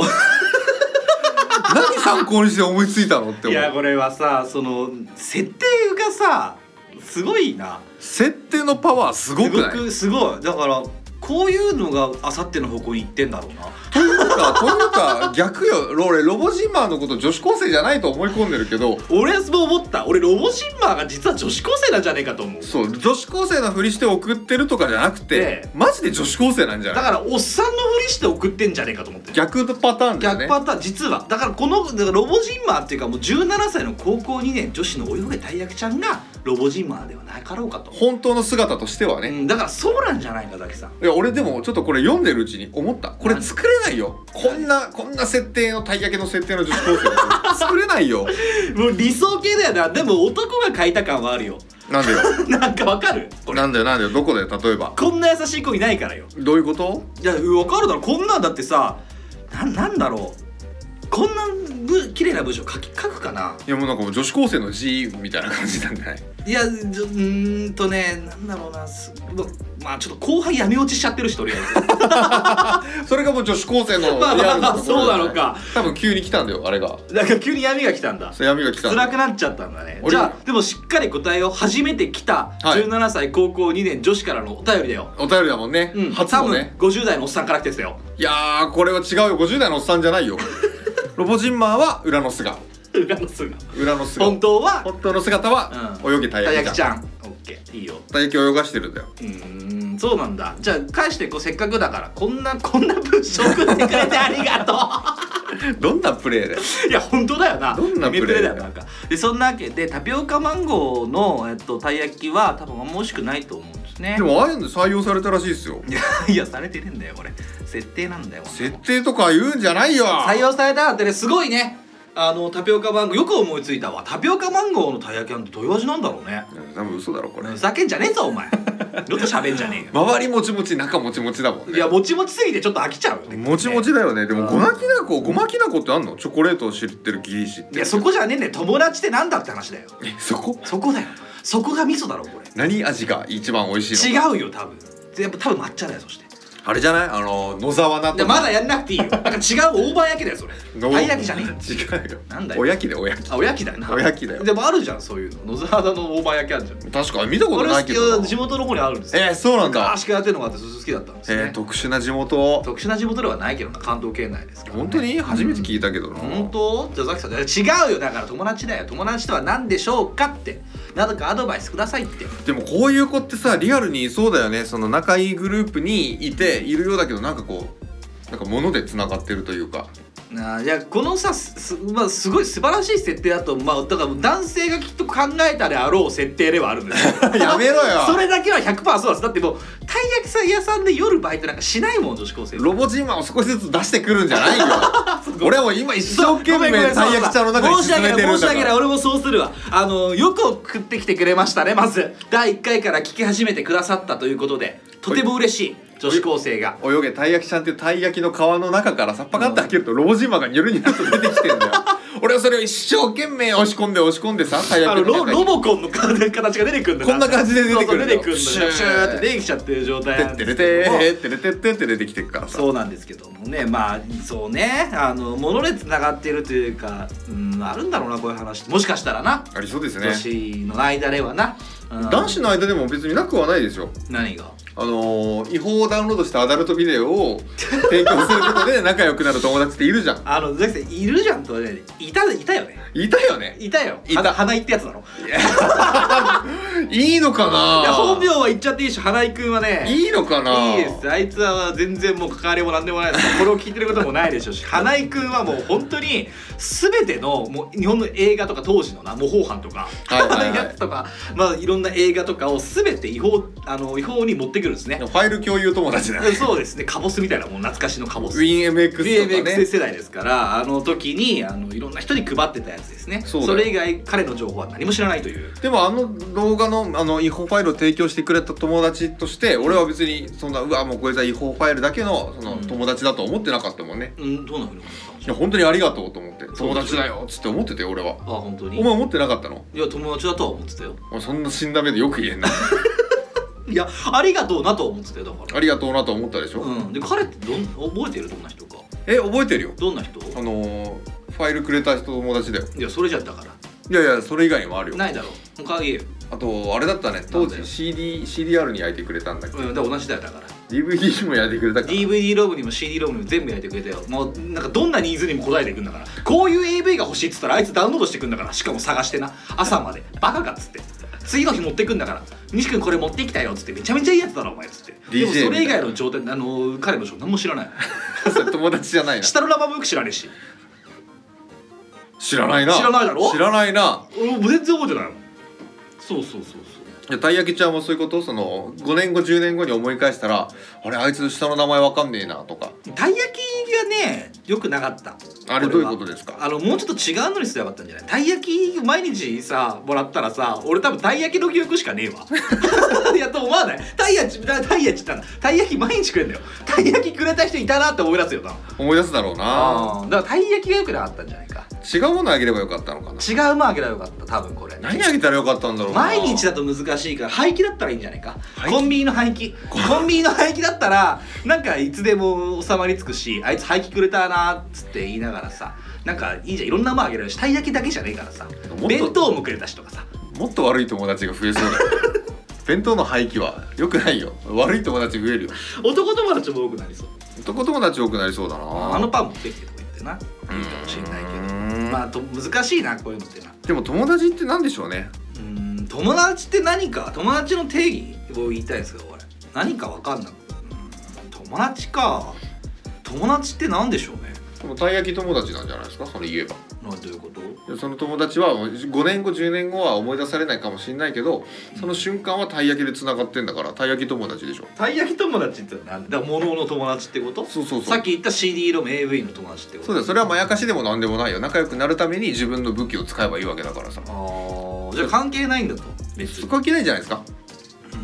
[SPEAKER 1] 何参考にして思いついたのって
[SPEAKER 2] い
[SPEAKER 1] 思
[SPEAKER 2] や
[SPEAKER 1] う
[SPEAKER 2] これはさその設定がさすごいな
[SPEAKER 1] 設定のパワーすごくない
[SPEAKER 2] すごいだからこういうのがあさっての方向に行ってんだろうな
[SPEAKER 1] というかというか逆よ俺ロボジンマーのこと女子高生じゃないと思い込んでるけど
[SPEAKER 2] 俺はそう思った俺ロボシンマーが実は女子高生なんじゃねえかと思う
[SPEAKER 1] そう女子高生のふりして送ってるとかじゃなくて、
[SPEAKER 2] ええ
[SPEAKER 1] マジで女子高生なんじゃ
[SPEAKER 2] だ
[SPEAKER 1] ない
[SPEAKER 2] からおっさんのふりして送ってんじゃねえかと思ってる
[SPEAKER 1] 逆パターンだよね
[SPEAKER 2] 逆パターン実はだからこのだからロボジンマーっていうかもう17歳の高校2年女子の泳げたいやきちゃんがロボジンマーではなかろうかと、
[SPEAKER 1] 本当の姿としては
[SPEAKER 2] う
[SPEAKER 1] ね、
[SPEAKER 2] ん、だからそうなんじゃないかザキさん
[SPEAKER 1] いや俺でもちょっとこれ読んでるうちに思ったこれ作れないよこんなこんな設定のたい焼けの設定の女子高生作れない
[SPEAKER 2] <laughs>
[SPEAKER 1] よ
[SPEAKER 2] もう理想系だよなでも男が書いた感はあるよ
[SPEAKER 1] なんでよ
[SPEAKER 2] <laughs> なんかわかるこれ
[SPEAKER 1] なんだよなんだよどこだよ例えば
[SPEAKER 2] こんな優しい子いないからよ
[SPEAKER 1] どういうこと
[SPEAKER 2] いやわかるだろこんなんだってさなんなんだろうこんなぶ綺麗な文章書き書くかない
[SPEAKER 1] やもうなんかもう女子高生の G みたいな感じなんじゃない
[SPEAKER 2] いやじょうーんとねなんだろうなすまあちょっと後輩闇落ちしちゃってるしとりあえず
[SPEAKER 1] それがもう女子高生の
[SPEAKER 2] <laughs> まあ
[SPEAKER 1] リアル
[SPEAKER 2] まあ
[SPEAKER 1] な
[SPEAKER 2] まあ
[SPEAKER 1] ところじゃい
[SPEAKER 2] そうなのか
[SPEAKER 1] 多分急に来たんだよあれが
[SPEAKER 2] <laughs> なんか急に闇が来たんだ
[SPEAKER 1] そう闇が来たんだ
[SPEAKER 2] <laughs> 辛くなっちゃったんだね
[SPEAKER 1] 俺
[SPEAKER 2] じゃあでもしっかり答えを初めて来た
[SPEAKER 1] はい
[SPEAKER 2] 17歳高校2年女子からのお便りだよ、
[SPEAKER 1] お便りだもんね、
[SPEAKER 2] うん、
[SPEAKER 1] 初のね
[SPEAKER 2] 多分50代のおっさんから来てたよ
[SPEAKER 1] いやーこれは違うよ50代のおっさんじゃ
[SPEAKER 2] <laughs>
[SPEAKER 1] ないよロボジンマーは裏の素顔
[SPEAKER 2] 裏のすが
[SPEAKER 1] 裏の素顔
[SPEAKER 2] <laughs> 本当は
[SPEAKER 1] 本当の姿は
[SPEAKER 2] うん
[SPEAKER 1] 泳げた
[SPEAKER 2] た
[SPEAKER 1] い
[SPEAKER 2] や
[SPEAKER 1] 焼
[SPEAKER 2] き
[SPEAKER 1] き
[SPEAKER 2] ち
[SPEAKER 1] ちゃん
[SPEAKER 2] ゃんオッケーいいよ
[SPEAKER 1] たい焼きを泳がしてるんだよ
[SPEAKER 2] うーんそうなんだじゃあ返してこうせっかくだからこんな <laughs> こんな文章送ってくれてありがと
[SPEAKER 1] <laughs> どんなプレーだよ
[SPEAKER 2] ういや本当だよな
[SPEAKER 1] どんなプレー
[SPEAKER 2] 夢だよなんかでそんなわけでタピオカマンゴーの、えっと、たい焼きは多分あんま美味しくないと思うんですね
[SPEAKER 1] でもああいうの採用されたらしいですよ
[SPEAKER 2] いや <laughs> いやされてねえんだよこれ設定なんだよ
[SPEAKER 1] 設定とか言うんじゃないよ
[SPEAKER 2] 採用されたらってねすごいねあのタピオカマンゴーよく思いついたわタピオカマンゴーのたい焼きなんてどういう味なんだろうね
[SPEAKER 1] 多分嘘だろこれ
[SPEAKER 2] ふざけんじゃねえぞお前二度と喋んじゃねえよ
[SPEAKER 1] 周りもちもち中もちもちだもんね
[SPEAKER 2] いやもちもちすぎてちょっと飽きちゃうよね
[SPEAKER 1] もちもちだよねでも
[SPEAKER 2] うん
[SPEAKER 1] ごまきなこごまきなこってあんのチョコレートを知ってるギリシっ
[SPEAKER 2] い
[SPEAKER 1] て
[SPEAKER 2] やそこじゃねえんだよ友達ってなんだって話だよ
[SPEAKER 1] えそこ
[SPEAKER 2] そこだよそこが味噌だろこれ
[SPEAKER 1] 何味が一番美味しいの
[SPEAKER 2] 違うよ多分やっぱ多分抹茶だよそして
[SPEAKER 1] あれじゃないあの野沢菜
[SPEAKER 2] で
[SPEAKER 1] とか
[SPEAKER 2] まだやんなくていいよなんか違う大判焼きだよそれ
[SPEAKER 1] の
[SPEAKER 2] たい焼きじゃねえよ
[SPEAKER 1] 違うよ
[SPEAKER 2] なんだよ
[SPEAKER 1] おやきでおやき
[SPEAKER 2] あおやきだよな
[SPEAKER 1] おやきだよ
[SPEAKER 2] でもあるじゃんそういうの野沢菜の大判焼きあるじゃん
[SPEAKER 1] 確かに見たこと
[SPEAKER 2] 俺
[SPEAKER 1] ない
[SPEAKER 2] 好
[SPEAKER 1] け
[SPEAKER 2] き
[SPEAKER 1] ど
[SPEAKER 2] は
[SPEAKER 1] な
[SPEAKER 2] 地元の方にあるんですよ
[SPEAKER 1] えー、そうなんだ
[SPEAKER 2] 昔からやってるのがあってそれ好きだったんです
[SPEAKER 1] え
[SPEAKER 2] ね、
[SPEAKER 1] ー、特殊な地元
[SPEAKER 2] 特殊な地元ではないけどな関東圏内ですから、ね、
[SPEAKER 1] 本当に初めて聞いたけどな、
[SPEAKER 2] 本当じゃあザキさんいや違うよだから友達だよ友達とは何でしょうかって何かアドバイスくださいって
[SPEAKER 1] でもこういう子ってさリアルにいそうだよねその仲いいグループにいているようだけどなんかこうなんか物でつながってるというか
[SPEAKER 2] なあいやこのさす,、まあ、すごい素晴らしい設定だと、まあ、だから男性がきっと考えたであろう設定ではあるんですよ
[SPEAKER 1] <laughs> やめろよ
[SPEAKER 2] それだけは100%そうですだってもうたい焼きさん屋さんで夜バイトなんかしないもん女子高生
[SPEAKER 1] ロボジンマンを少しずつ出してくるんじゃ
[SPEAKER 2] <laughs>
[SPEAKER 1] ないよ俺はもう今一生懸
[SPEAKER 2] ごめんごめ
[SPEAKER 1] 命
[SPEAKER 2] ん
[SPEAKER 1] たい焼きちゃんの中に
[SPEAKER 2] 申し
[SPEAKER 1] 沈
[SPEAKER 2] 訳
[SPEAKER 1] め
[SPEAKER 2] な
[SPEAKER 1] て
[SPEAKER 2] い
[SPEAKER 1] る
[SPEAKER 2] 申
[SPEAKER 1] ん
[SPEAKER 2] し
[SPEAKER 1] だ
[SPEAKER 2] 訳
[SPEAKER 1] か
[SPEAKER 2] ない
[SPEAKER 1] ら
[SPEAKER 2] 俺もそうするわあのよく送ってきてくれましたねまず第1回から聞き始めてくださったということでとても嬉しい女子高生が
[SPEAKER 1] 泳げたい焼きちゃんっていうたい焼きの皮の中からさっぱかって開けるとロージンマがニョルニョルと出てきて
[SPEAKER 2] <laughs>
[SPEAKER 1] んだよ俺はそれを一生懸命押し込んで押し込んでさたい
[SPEAKER 2] あ
[SPEAKER 1] 焼
[SPEAKER 2] の
[SPEAKER 1] きの
[SPEAKER 2] ロ
[SPEAKER 1] 中
[SPEAKER 2] ロ
[SPEAKER 1] に
[SPEAKER 2] ボコンの形が出てくるんだ
[SPEAKER 1] こんな感じで出てくる
[SPEAKER 2] そうそう
[SPEAKER 1] の
[SPEAKER 2] 出てくるんだシ
[SPEAKER 5] シ
[SPEAKER 2] ュ
[SPEAKER 5] ュ
[SPEAKER 2] ー
[SPEAKER 5] ー
[SPEAKER 2] って出てきちゃってる状態
[SPEAKER 1] て
[SPEAKER 2] な
[SPEAKER 1] っ
[SPEAKER 2] ん
[SPEAKER 1] て
[SPEAKER 2] です
[SPEAKER 1] れて
[SPEAKER 2] けども
[SPEAKER 1] ーってれてってって出てきてるからさ
[SPEAKER 2] そうなんですけどもねまあそうねあの物でつながってるというか、うん、あるんだろうなこういう話もしかしたらな、
[SPEAKER 1] ありそうですね
[SPEAKER 2] 女子の間ではな、うん
[SPEAKER 1] 男子の間でも別になくはないですよ
[SPEAKER 2] 何が
[SPEAKER 1] あのー違法ダウンロードしたアダルトビデオを提供することで仲良くなる友達っているじゃん
[SPEAKER 2] あのザキさんいるじゃんとはねいたいたよね
[SPEAKER 1] いたよね
[SPEAKER 2] いたよ
[SPEAKER 1] いた
[SPEAKER 2] は花井ってやつだろ
[SPEAKER 1] いいのか
[SPEAKER 2] いや本名
[SPEAKER 1] な
[SPEAKER 2] は言っちゃっていいし花井くんはね
[SPEAKER 1] いいのかない
[SPEAKER 2] いですあいつは全然もう関わりも何でもないですこ <laughs> れを聞いてることもないでしょうし花井くんはもう本当に全てのもう日本の映画とか当時のな模倣犯とか、
[SPEAKER 1] はいはいはい
[SPEAKER 2] やつとか、まあ、いろんな映画とかを全て違法あの違法に持ってくるんですね
[SPEAKER 1] ファイル共有友達だね
[SPEAKER 2] そうですねカボスみたいなもん懐かしのカボス
[SPEAKER 1] WinMX とか
[SPEAKER 2] BMX
[SPEAKER 1] ね
[SPEAKER 2] 世代ですからあの時にあのいろんな人に配ってたやつですね
[SPEAKER 1] そうだよ
[SPEAKER 2] れ以外彼の情報は何も知らないという
[SPEAKER 1] でもあの動画のあの違法ファイルを提供してくれた友達として俺は別にそんなうわもうこれじゃ違法ファイルだけのその
[SPEAKER 2] うん
[SPEAKER 1] 友達だと思ってなかったもんね、
[SPEAKER 2] うんどんなふうに思ったんで
[SPEAKER 1] い
[SPEAKER 2] しょ
[SPEAKER 1] や
[SPEAKER 2] う
[SPEAKER 1] 本当にありがとうと思って
[SPEAKER 2] そう
[SPEAKER 1] 友
[SPEAKER 2] です
[SPEAKER 1] 達だよっつって思ってて俺は
[SPEAKER 2] あ本当に
[SPEAKER 1] お前思ってなかったの
[SPEAKER 2] いや友達だとは思ってたよ
[SPEAKER 1] お前そんな死んだ目でよく言えんな
[SPEAKER 2] いやありがとうなとは思ってたよだから
[SPEAKER 1] ありがとうなと思ったでしょ、
[SPEAKER 2] うん、で彼ってどん覚えてるどんな人か
[SPEAKER 1] え覚えてるよ
[SPEAKER 2] どんな人
[SPEAKER 1] あのー、ファイルくれた人友達だよ
[SPEAKER 2] いやそれじゃだから
[SPEAKER 1] いやいやそれ以外にもあるよ
[SPEAKER 2] ないだろう他あげよ
[SPEAKER 1] あとあれだったね当
[SPEAKER 2] なんだ
[SPEAKER 1] 時
[SPEAKER 2] よ
[SPEAKER 1] CD CDR に焼いてくれたんだっけ
[SPEAKER 2] う、うん、だから同じだよだから
[SPEAKER 1] DVD にも焼いてくれたから
[SPEAKER 2] DVD ロムにも CD ロムにも全部やってくれたよもうなんかどんなニーズにも応えていくんだからこういう AV が欲しいっつったらあいつダウンロードしてくんだからしかも探してな朝までバカかっつって次の日持ってくんだから西君これ持ってきたよっつってめちゃめちゃいいやつだろお前っつってでも
[SPEAKER 1] DJ
[SPEAKER 2] それ以外の状態あの彼の人何も知らない
[SPEAKER 1] それ友達じゃないな
[SPEAKER 2] 下のラバーもよく知らねえし
[SPEAKER 1] 知らないな
[SPEAKER 2] 知らないだろ
[SPEAKER 1] 知らないな
[SPEAKER 2] 俺も全然覚えてないもんそうそうそうそう
[SPEAKER 1] いやたい焼きちゃんはそういうことその5年後10年後に思い返したらあれあいつの下の名前わかんねえなとか
[SPEAKER 2] たい焼きがね良くなかった
[SPEAKER 1] あれどういうことですか
[SPEAKER 2] あのもうちょっと違うのにすればよかったんじゃないたい焼き毎日さもらったらさ俺多分たい焼きの記憶しかねえわ <laughs> いやと思わないたい焼きだたい焼きってなんだたい焼き毎日くれんだよたい焼きくれた人いたなって思い出すよな
[SPEAKER 1] 思い出すだろうな
[SPEAKER 2] あだからたい焼きが良くなかったんじゃないか
[SPEAKER 1] 違うものあげればよかったのかな
[SPEAKER 2] 違うまあげればよかった多分これ
[SPEAKER 1] 何あげたらよかったんだろうな
[SPEAKER 2] 毎日だと難しいから廃棄だったらいいんじゃないか
[SPEAKER 1] 廃棄
[SPEAKER 2] コンビニの
[SPEAKER 1] <laughs>
[SPEAKER 2] 廃棄コンビニの廃棄だったらなんかいつでも収まりつくしあいつ廃棄くれたなっつって言いながらさなんかいいじゃんいろんなもんあげられるしたい焼きだけじゃねえからさ
[SPEAKER 1] もっと
[SPEAKER 2] 弁当もくれたしとかさ
[SPEAKER 1] もっと悪い友達が増えそうだ
[SPEAKER 2] <laughs>
[SPEAKER 1] よ弁当の廃棄はよくないよ悪い友達増えるよ
[SPEAKER 2] 男友達も多くなりそう
[SPEAKER 1] 男友達多くなりそうだな
[SPEAKER 2] あのパン持ってきてとか言ってな言うかもしれないけどまあと難しいなこういうのってな
[SPEAKER 1] でも友達って何でしょうね
[SPEAKER 2] うーん友達って何か友達の定義を言いたいですよ俺何か分かんなくうん友達か友達って何でしょうね
[SPEAKER 1] でもたい焼き友達なんじゃないですかそれ言えば
[SPEAKER 2] などういうこと
[SPEAKER 1] いやその友達はもう5年後10年後は思い出されないかもしれないけどその瞬間はたい焼きでつながってんだからたい焼き友達でしょ
[SPEAKER 2] たい焼き友達って何だ物の友達ってこと
[SPEAKER 1] そうそうそう
[SPEAKER 2] さっき言った CD ロム AV の友達ってこと
[SPEAKER 1] そうだよそれはまやかしでも何でもないよ仲良くなるために自分の武器を使えばいいわけだからさ
[SPEAKER 2] あーじゃあ関係ないんだと別
[SPEAKER 1] そ
[SPEAKER 2] に
[SPEAKER 1] こは嫌いじゃないですか
[SPEAKER 2] う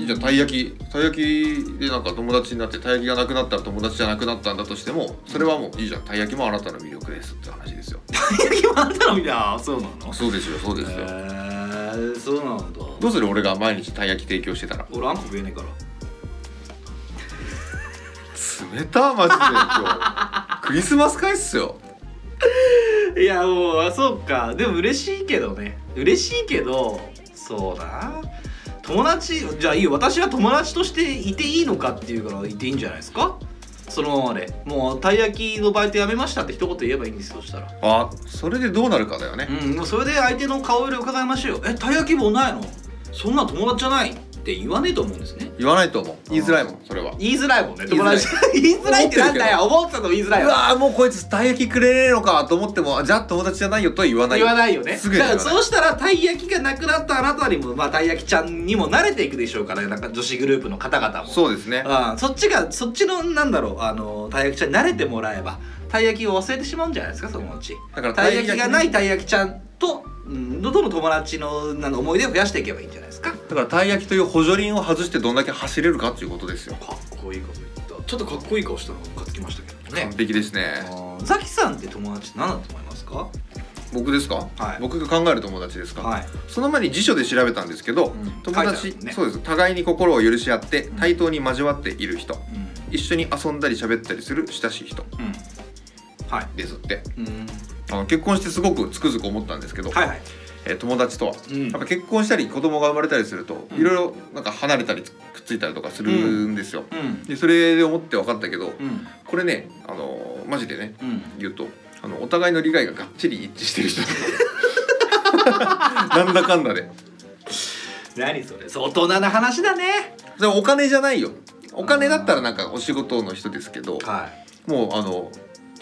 [SPEAKER 2] ーん
[SPEAKER 1] じゃあ <laughs> たい焼きたい焼きでなんか友達になってたい焼きがなくなったら友達じゃなくなったんだとしてもそれはもういいじゃんたい焼きもあなたの魅力ですって話ですよ
[SPEAKER 2] たい焼きもあんたのみたいそうなの
[SPEAKER 1] そうですよそうです
[SPEAKER 2] へ
[SPEAKER 1] よ
[SPEAKER 2] ーそうなんだ
[SPEAKER 1] どうする俺が毎日たい焼き提供してたら
[SPEAKER 2] 俺あんこ食えねえから
[SPEAKER 1] 冷たマジで今日
[SPEAKER 2] <laughs>
[SPEAKER 1] クリスマス会っすよ
[SPEAKER 2] いやもうあそうかでも嬉しいけどね嬉しいけどそうだな友達じゃあいいよ私は友達としていていいのかっていうからいていいんじゃないですかそのままでもうたい焼きのバイトやめましたって一言言えばいいんですよそしたら
[SPEAKER 1] あそれでどうなるかだよね
[SPEAKER 2] うんもうそれで相手の顔色伺いましょうよえたい焼きもないのそんな友達じゃないって言わねえと思うんですね
[SPEAKER 1] 言わないと思う言いづらいもんそれは
[SPEAKER 2] 言いづらいもんね
[SPEAKER 1] 言い
[SPEAKER 2] 友
[SPEAKER 1] づらい
[SPEAKER 2] 達 <laughs> 言いづらいってなんだよ思ってたの言いづらいわ
[SPEAKER 1] ーもうこいつたい焼きくれねえのかと思ってもあじゃあ友達じゃないよとは言わ
[SPEAKER 2] 言わないよね
[SPEAKER 1] すぐに
[SPEAKER 2] だ
[SPEAKER 1] 言
[SPEAKER 2] か
[SPEAKER 1] わ
[SPEAKER 2] ら
[SPEAKER 1] ない
[SPEAKER 2] そうしたらたい焼きがなくなったあなたにもまあたい焼きちゃんにも慣れていくでしょうからなんか女子グループの方々も
[SPEAKER 1] そうですね
[SPEAKER 2] ああそっちがそっちのなんだろうあのたい焼きちゃんに慣れてもらえばたい焼きを忘れてしまうんじゃないですかそのうち
[SPEAKER 1] だから
[SPEAKER 2] たい焼きがないいたい焼きちゃんとうん、どんどん友達のなんか思い出を増やしていけばいいんじゃないですかか
[SPEAKER 1] だからたい焼きという補助輪を外してどんだけ走れるかっていうことですよ
[SPEAKER 2] っこいいこと言ったちょっとかっこいい顔したのがムカつきましたけどね
[SPEAKER 1] 完璧ですね
[SPEAKER 2] あーザキさんって友達何だと思いますか
[SPEAKER 1] 僕ですか、
[SPEAKER 2] はい
[SPEAKER 1] 僕が考える友達ですか、
[SPEAKER 2] はい
[SPEAKER 1] その前に辞書で調べたんですけど、
[SPEAKER 2] うん
[SPEAKER 1] 友達、
[SPEAKER 2] 書いてあるもんね
[SPEAKER 1] そうです互いに心を許し合って
[SPEAKER 2] うん
[SPEAKER 1] 対等に交わっている人、
[SPEAKER 2] う
[SPEAKER 1] 一緒に遊んだり喋ったりする親しい人
[SPEAKER 2] ん、うん、はい
[SPEAKER 1] ですって
[SPEAKER 2] うん
[SPEAKER 1] あの結婚してすごくつくづく思ったんですけど、
[SPEAKER 2] はいはい
[SPEAKER 1] えー友達とは、
[SPEAKER 2] うん
[SPEAKER 1] やっぱ結婚したり子供が生まれたりすると、
[SPEAKER 2] うん
[SPEAKER 1] いろいろなんか離れたりくっついたりとかするんですよ、
[SPEAKER 2] うん
[SPEAKER 1] でそれで思って分かったけど、
[SPEAKER 2] うん
[SPEAKER 1] これねあのーマジでね
[SPEAKER 2] うん
[SPEAKER 1] 言うとあのお互いの理解ががっちり一致してる人なんだかんだで
[SPEAKER 2] 何それそう大人な話だね
[SPEAKER 1] でもお金じゃないよお金だったらなんかお仕事の人ですけど
[SPEAKER 2] はい
[SPEAKER 1] もうあの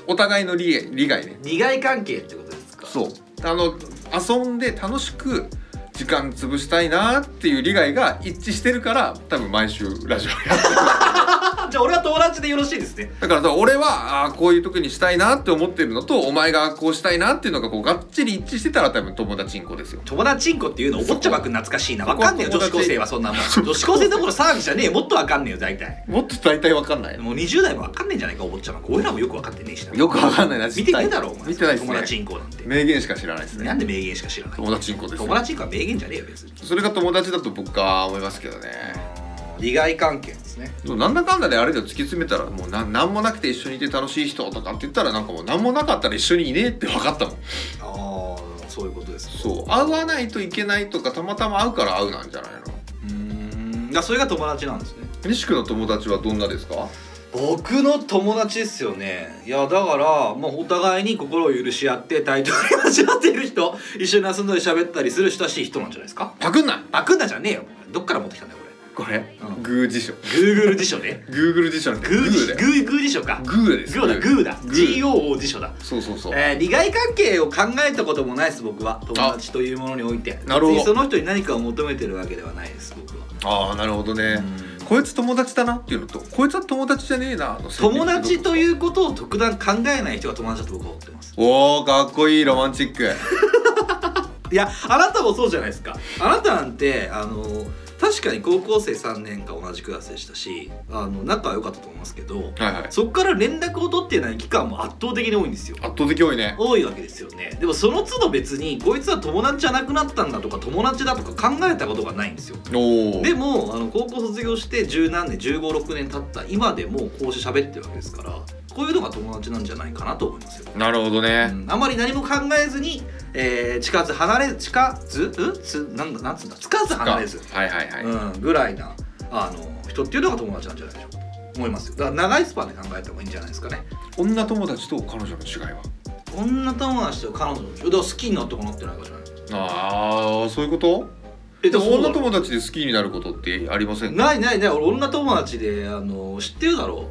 [SPEAKER 1] お互いの利利害ね
[SPEAKER 2] 利害関係ってことですか
[SPEAKER 1] そうあの遊んで楽しく時間潰したいなっていう利害が一致してるから多分毎週ラジオやってる
[SPEAKER 2] あじゃあ俺は友達でよろしいですね
[SPEAKER 1] だからさ俺はああこういう時にしたいなって思ってるのとお前がこうしたいなっていうのがこうがっちり一致してたら多分友達んこですよ
[SPEAKER 2] 友達んこっていうのお坊ちゃまくん懐かしいなわかんねえよ
[SPEAKER 1] そ
[SPEAKER 2] 女
[SPEAKER 1] こは友
[SPEAKER 2] 子
[SPEAKER 1] 達
[SPEAKER 2] 高生 <laughs> はそんなもん女子高生どころ騒ぎじゃねえよもっとわかんねえよ大体
[SPEAKER 1] もっと大体わかんない
[SPEAKER 2] もう20代もわかんねえんじゃないかお坊ちゃま俺らもよくわかってねえしな
[SPEAKER 1] よくわかんないな
[SPEAKER 2] 見てねえだろお前
[SPEAKER 1] 見てないですね
[SPEAKER 2] 友達んこなんて
[SPEAKER 1] 名言しか知らないです
[SPEAKER 2] な
[SPEAKER 1] ね
[SPEAKER 2] んで名言しか知らない
[SPEAKER 1] 友達んこですよ
[SPEAKER 2] 友達んこは名言じゃねえよ別に
[SPEAKER 1] それが友達だと僕は思いますけどね
[SPEAKER 2] 利害関係ですね
[SPEAKER 1] でもなんだかんだであれだよ突き詰めたらもうな何もなくて一緒にいて楽しい人とかって言ったらなんかもう何もなかったら一緒にいねえって分かったもん
[SPEAKER 2] ああそういうことです
[SPEAKER 1] そう会わないといけないとかたまたま会うから会うなんじゃないの
[SPEAKER 2] うーんだそれが友達なんですね
[SPEAKER 1] 西区の友達はどんなですか
[SPEAKER 2] 僕の友達ですよねいやだからもうお互いに心を許し合って対等に交わっている人一緒に遊んだり喋ったりする親しい人なんじゃないですか
[SPEAKER 1] パクんな
[SPEAKER 2] バクンダじゃねえよどっから持ってきたんだよこ
[SPEAKER 1] これ、
[SPEAKER 2] うん
[SPEAKER 1] グー辞書
[SPEAKER 2] れ Google 辞書ね
[SPEAKER 1] Google 辞書なん
[SPEAKER 2] グ
[SPEAKER 1] て
[SPEAKER 2] ー
[SPEAKER 1] だ
[SPEAKER 2] 辞グ
[SPEAKER 1] よ
[SPEAKER 2] ーグー辞書か
[SPEAKER 1] グーです
[SPEAKER 2] グーだグーだ
[SPEAKER 1] グ
[SPEAKER 2] GOO 辞書だ
[SPEAKER 1] そうそうそう、
[SPEAKER 2] えー利害関係を考えたこともないです僕は友達というものにおいて
[SPEAKER 1] なるほど
[SPEAKER 2] 別にその人に何かを求めてるわけではないです僕は
[SPEAKER 1] ああなるほどね、こいつ友達だなっていうのとこいつは友達じゃねえなの
[SPEAKER 2] 友達といううことを特段考えない人が友達だと僕は思ってます
[SPEAKER 1] おおかっこいいロマンチ
[SPEAKER 2] <laughs>
[SPEAKER 1] ック
[SPEAKER 2] いやあなたもそうじゃないですかあなたなんてあの確かに高校生3年間同じクラスでしたしあの仲は良かったと思いますけど
[SPEAKER 1] はいはい
[SPEAKER 2] そこから連絡を取ってない期間も圧倒的に多いんですよ
[SPEAKER 1] 圧倒的多いね
[SPEAKER 2] 多いわけですよねでもその都度別にこいつは友達じゃなくなったんだとか友達だとか考えたことがないんですよ
[SPEAKER 1] おお
[SPEAKER 2] でもあの高校卒業して十何年1 5 6年経った今でもこうして喋ってるわけですからこういうのが友達なんじゃないかなと思いますよ
[SPEAKER 1] なるほどね、
[SPEAKER 2] うんあまり何も考えずに、えー、近づ離れ近づんつなんだなんつうんだつかず
[SPEAKER 1] が
[SPEAKER 2] 離れず、
[SPEAKER 1] はいはいはい、
[SPEAKER 2] うん、ぐらいなあの人っていうのが友達なんじゃないでしょうかと思いますよだから長いスパンで考えた方がいいんじゃないですかね
[SPEAKER 1] 女友達と彼女の違いは
[SPEAKER 2] 女友達と彼女のだから好きになったかなってないかじゃない
[SPEAKER 1] ああそういうこと
[SPEAKER 2] え
[SPEAKER 1] でも女
[SPEAKER 2] 達
[SPEAKER 1] 友達で好きになることってありませんか
[SPEAKER 2] ないないない俺女友達であの知ってるだろ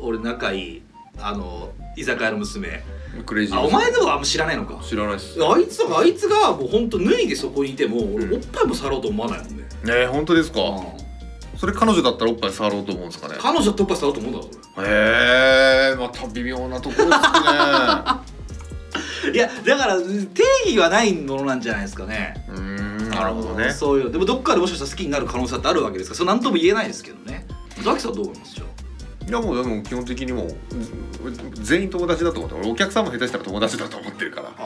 [SPEAKER 2] う俺仲いいあの居酒屋の娘
[SPEAKER 1] クレイジー
[SPEAKER 2] あお前でもあんま知らないのか
[SPEAKER 1] 知らないっす
[SPEAKER 2] あいつがあいつがもうほんと脱いでそこにいても俺
[SPEAKER 1] うん
[SPEAKER 2] おっぱいも触ろうと思わないもんね、
[SPEAKER 1] ねえ本当ですか
[SPEAKER 2] うん
[SPEAKER 1] それ彼女だったらおっぱい触ろうと思うんですかね
[SPEAKER 2] 彼女突破したろうと思うんだろ
[SPEAKER 1] へえまた微妙なところで
[SPEAKER 2] <laughs> いやだから定義はないものなんじゃないですかね
[SPEAKER 1] すねうーんなるほど
[SPEAKER 2] あの
[SPEAKER 1] ね
[SPEAKER 2] そういうでもどっかでもしかしたら好きになる可能性だってあるわけですからそれ何とも言えないですけどねザキさんはどう思いますじゃ
[SPEAKER 1] いやもうでも基本的にもううん全員友達だと思って俺お客さんも下手したら友達だと思ってるから
[SPEAKER 2] ああ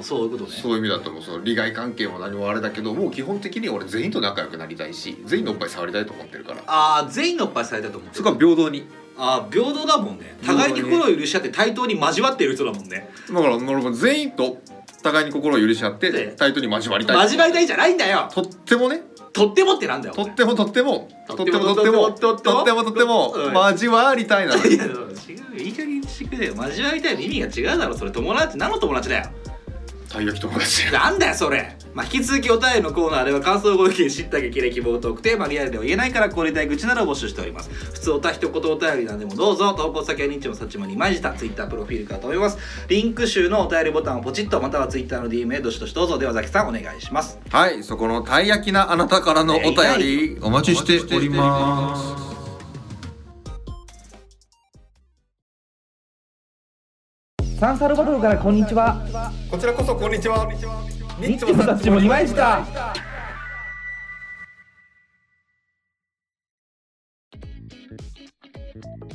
[SPEAKER 2] あそういうことね
[SPEAKER 1] そういう意味だともうその利害関係も何もあれだけどもう基本的に俺全員と仲良くなりたいし全員のおっぱい触りたいと思ってるから
[SPEAKER 2] ああ全員のおっぱいされたと思う
[SPEAKER 1] そこは平等に
[SPEAKER 2] ああ平等だもんね互いに心を許し合って対等に交わっている人だもんね
[SPEAKER 1] だから俺も全員と互いに心を許し合っ
[SPEAKER 2] で
[SPEAKER 1] て対等に交わりたい
[SPEAKER 2] 交わりたいじゃないんだよ
[SPEAKER 1] とってもね
[SPEAKER 2] とってもってなんだよお
[SPEAKER 1] と
[SPEAKER 2] 前
[SPEAKER 1] ってもとってもとってもとってもと
[SPEAKER 2] とっ
[SPEAKER 1] ってて
[SPEAKER 2] も
[SPEAKER 1] もとって
[SPEAKER 2] とっ
[SPEAKER 1] て
[SPEAKER 2] も
[SPEAKER 1] も交わりたいなの
[SPEAKER 2] <laughs> いや違うよいい加減にしてくれよ交わりたいの意味が違うだろそれ友達何の友達だよ
[SPEAKER 1] たい焼き友達
[SPEAKER 2] なんだよそれ、まあ、引き続きお便りのコーナーでは感想ご意見知った激励希望トークテーマリアルでは言えないからこれたい愚痴などを募集しております普通おた一言お便りなんでもどうぞ投稿先は日もさちもに毎日た Twitter プロフィールからと思いますリンク集のお便りボタンをポチッとまたは Twitter の DM へどしどしどうぞではザキさんお願いします
[SPEAKER 1] はいそこのたい焼きなあなたからのお便りお待ちしております
[SPEAKER 2] サンサルバドルからこんにちは
[SPEAKER 1] こちらこそこんにちはニッチもサッチも2枚した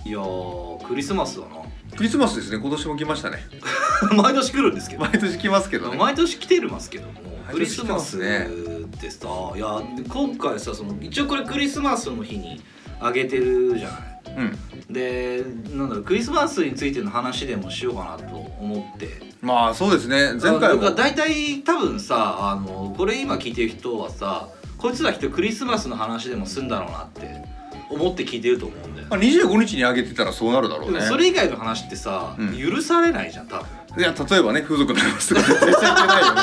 [SPEAKER 2] いやークリスマスだな <laughs>
[SPEAKER 1] クリスマスですね今年も来ましたね <laughs>
[SPEAKER 2] 毎年来るんですけど
[SPEAKER 1] 毎年来ますけどね
[SPEAKER 2] 毎年来てるますけどもクリ
[SPEAKER 1] 毎年
[SPEAKER 2] ス
[SPEAKER 1] 来て
[SPEAKER 2] マ
[SPEAKER 1] ま
[SPEAKER 2] ス
[SPEAKER 1] すね
[SPEAKER 2] ってさいや今回さその一応これクリスマスの日にあげてるじゃない
[SPEAKER 1] うん
[SPEAKER 2] でなんだろうクリスマスについての話でもしようかなと思って
[SPEAKER 1] まあそうですね前回
[SPEAKER 2] あの
[SPEAKER 1] も
[SPEAKER 2] だから大体多分さあのこれ今聞いてる人はさこいつら人クリスマスの話でも済んだろうなって思って聞いてると思うんだよ、
[SPEAKER 1] まあ25日にあげてたらそうなるだろう
[SPEAKER 2] でも
[SPEAKER 1] ね
[SPEAKER 2] それ以外の話ってさ、
[SPEAKER 1] うん
[SPEAKER 2] 許されないじゃん多分
[SPEAKER 1] いや例えばね風俗の話とか絶対しちゃいけないよ
[SPEAKER 2] <laughs>
[SPEAKER 1] ね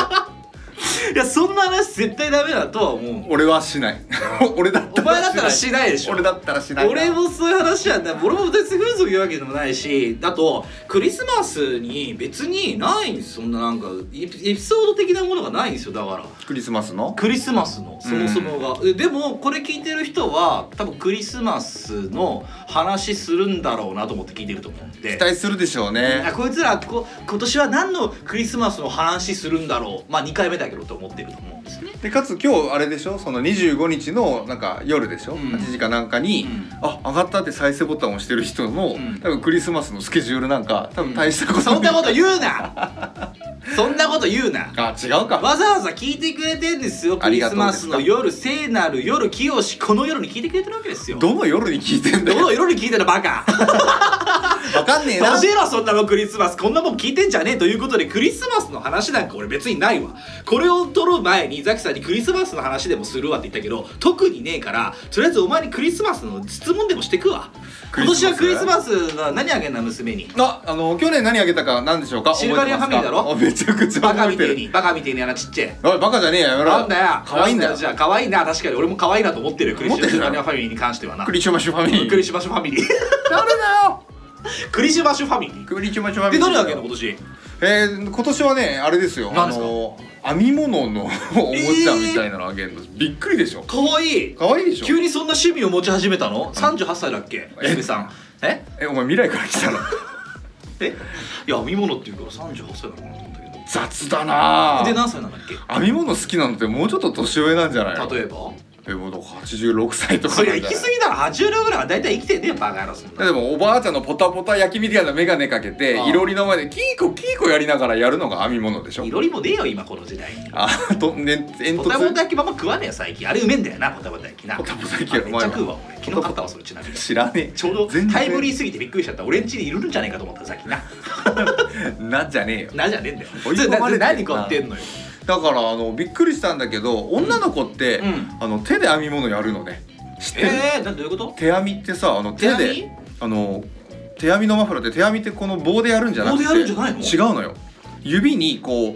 [SPEAKER 2] いやそんな話絶対ダメだとは思
[SPEAKER 1] <laughs>
[SPEAKER 2] う
[SPEAKER 1] 俺はしない俺だった
[SPEAKER 2] お前だったら
[SPEAKER 1] し
[SPEAKER 2] しないでしょ
[SPEAKER 1] 俺だったらしない
[SPEAKER 2] 俺もそういう話なんだ俺も別に風俗言うわけでもないしだとクリスマスに別にないんですそんななんかエピエピソード的なものがないんですよだから
[SPEAKER 1] クリスマスの
[SPEAKER 2] クリスマスのそもそもが、えでもこれ聞いてる人は多分クリスマスの話するんだろうなと思って聞いてると思うんで
[SPEAKER 1] 期待するでしょう
[SPEAKER 2] あ
[SPEAKER 1] ね
[SPEAKER 2] こいつらこ今年は何のクリスマスの話するんだろうまあ2回目だけどと思ってると思うんですね、
[SPEAKER 1] でかつ今日あれでしょその25日のなんか夜でしょ、
[SPEAKER 2] うん
[SPEAKER 1] 8時かなんかに、あ上がったって再生ボタンを押してる人の、
[SPEAKER 2] うん
[SPEAKER 1] 多分クリスマスのスケジュールなんか多分大したこと
[SPEAKER 2] そんなこと
[SPEAKER 1] 言
[SPEAKER 2] 言うな <laughs> そんなこと言うな
[SPEAKER 1] あ違うか
[SPEAKER 2] わざわざ聞いてくれてんですよク
[SPEAKER 1] あ
[SPEAKER 2] リ
[SPEAKER 1] りが
[SPEAKER 2] ス
[SPEAKER 1] とうで
[SPEAKER 2] マス
[SPEAKER 1] す
[SPEAKER 2] の
[SPEAKER 1] か
[SPEAKER 2] 夜聖なる夜清しこの夜に聞いてくれてるわけですよ
[SPEAKER 1] どの夜に聞いてんだ
[SPEAKER 2] ど
[SPEAKER 1] よ
[SPEAKER 2] の夜に聞いてるバカ
[SPEAKER 1] わかんねえな
[SPEAKER 2] 教えろそんなもんクリスマスこんなもん聞いてんじゃねえということでクリスマスの話なんか俺別にないわこれを撮る前にザキさんにクリスマスの話でもするわって言ったけど特にねえからとりあえずお前にクリスマスの質問でもしてくわ
[SPEAKER 1] ク
[SPEAKER 2] 今
[SPEAKER 1] リス
[SPEAKER 2] 年
[SPEAKER 1] マス
[SPEAKER 2] はクリスマスが何あげんな娘に
[SPEAKER 1] あ、あの去年何あげたか何でしょうか
[SPEAKER 2] シルバニアファミリーだろ
[SPEAKER 1] 覚えてますかあめちゃくちゃ
[SPEAKER 2] バカ
[SPEAKER 1] 覚え
[SPEAKER 2] みてえ
[SPEAKER 1] てる
[SPEAKER 2] にバカみてえにあのちっちゃい
[SPEAKER 1] おいバカじゃねえよやめろ
[SPEAKER 2] なんだよ
[SPEAKER 1] 可愛いんだよ
[SPEAKER 2] じゃあ可愛いな確かに俺も可愛いなと思ってるよクリス
[SPEAKER 1] 思ってる
[SPEAKER 2] マ
[SPEAKER 1] よ
[SPEAKER 2] スファミリーに関してはな
[SPEAKER 1] クリシュマシュファミリー
[SPEAKER 2] クリシュマシュファミリー
[SPEAKER 1] 誰だよ
[SPEAKER 2] <laughs> クリシュマシュファミリー
[SPEAKER 1] クリシュマシュファミ
[SPEAKER 2] で
[SPEAKER 1] リー
[SPEAKER 2] 何あげんの今年
[SPEAKER 1] えー、今年はねあれですよ
[SPEAKER 2] 何ですか
[SPEAKER 1] あの編み物
[SPEAKER 2] <laughs>
[SPEAKER 1] のおもちゃみたいなのあげるの、びっくりでしょ
[SPEAKER 2] 可愛い
[SPEAKER 1] 可愛いでしょ
[SPEAKER 2] 急にそんな趣味を持ち始めたの38歳だっけ
[SPEAKER 1] え
[SPEAKER 2] エさんえ
[SPEAKER 1] えお前未来から来た
[SPEAKER 2] <laughs>
[SPEAKER 1] の
[SPEAKER 2] えいや編み物っていうから38歳なのかなと思ったけど
[SPEAKER 1] 雑だな
[SPEAKER 2] で
[SPEAKER 1] ぁ
[SPEAKER 2] 何歳なんだっけ
[SPEAKER 1] 編み物好きなのってもうちょっと年上なんじゃないの
[SPEAKER 2] 例えば
[SPEAKER 1] えもう86歳とか
[SPEAKER 2] そり
[SPEAKER 1] な
[SPEAKER 2] ゃ
[SPEAKER 1] ん
[SPEAKER 2] 行
[SPEAKER 1] じゃない
[SPEAKER 2] き過ぎだろ80両ぐらいは大体生きてんねえバカ野郎そんな
[SPEAKER 1] でもおばあちゃんのポタポタ焼きみたいな眼鏡かけて
[SPEAKER 2] ああ
[SPEAKER 1] いろりの前でキーコキーコやりながらやるのが編み物でしょ
[SPEAKER 2] いろりもねえよ今この時代に
[SPEAKER 1] あとね煙
[SPEAKER 2] ポタポタ
[SPEAKER 1] 突
[SPEAKER 2] 焼きばんま食わねえよ最近あれうめえんだよなポタポタ焼きな
[SPEAKER 1] ポタポタ焼き
[SPEAKER 2] あ
[SPEAKER 1] は
[SPEAKER 2] れ
[SPEAKER 1] う
[SPEAKER 2] めっ
[SPEAKER 1] まい
[SPEAKER 2] ちゃ
[SPEAKER 1] わ
[SPEAKER 2] 食うわ俺昨日買ったわそれちなみに
[SPEAKER 1] 知らねえ
[SPEAKER 2] ちょうど
[SPEAKER 1] 全然
[SPEAKER 2] タイムリーすぎてびっくりしちゃった俺ん家にいるんじゃないかと思ったさっきな
[SPEAKER 1] <laughs> なんじゃねえよ
[SPEAKER 2] なじゃねえんだよ
[SPEAKER 1] 追い込まれてんな
[SPEAKER 2] な何買ってんのよ
[SPEAKER 1] だからあのびっくりしたんだけど女の子って、
[SPEAKER 2] うん
[SPEAKER 1] あの手で編み物やるのね知ってる、
[SPEAKER 2] えー、なんどういうこと
[SPEAKER 1] 手編みってさあの手
[SPEAKER 2] 手
[SPEAKER 1] で
[SPEAKER 2] 編み
[SPEAKER 1] あの手編みのマフラーって手編みってこの棒でやるんじゃなくて
[SPEAKER 2] 棒でやるんじゃないの
[SPEAKER 1] 違うのよ指にこう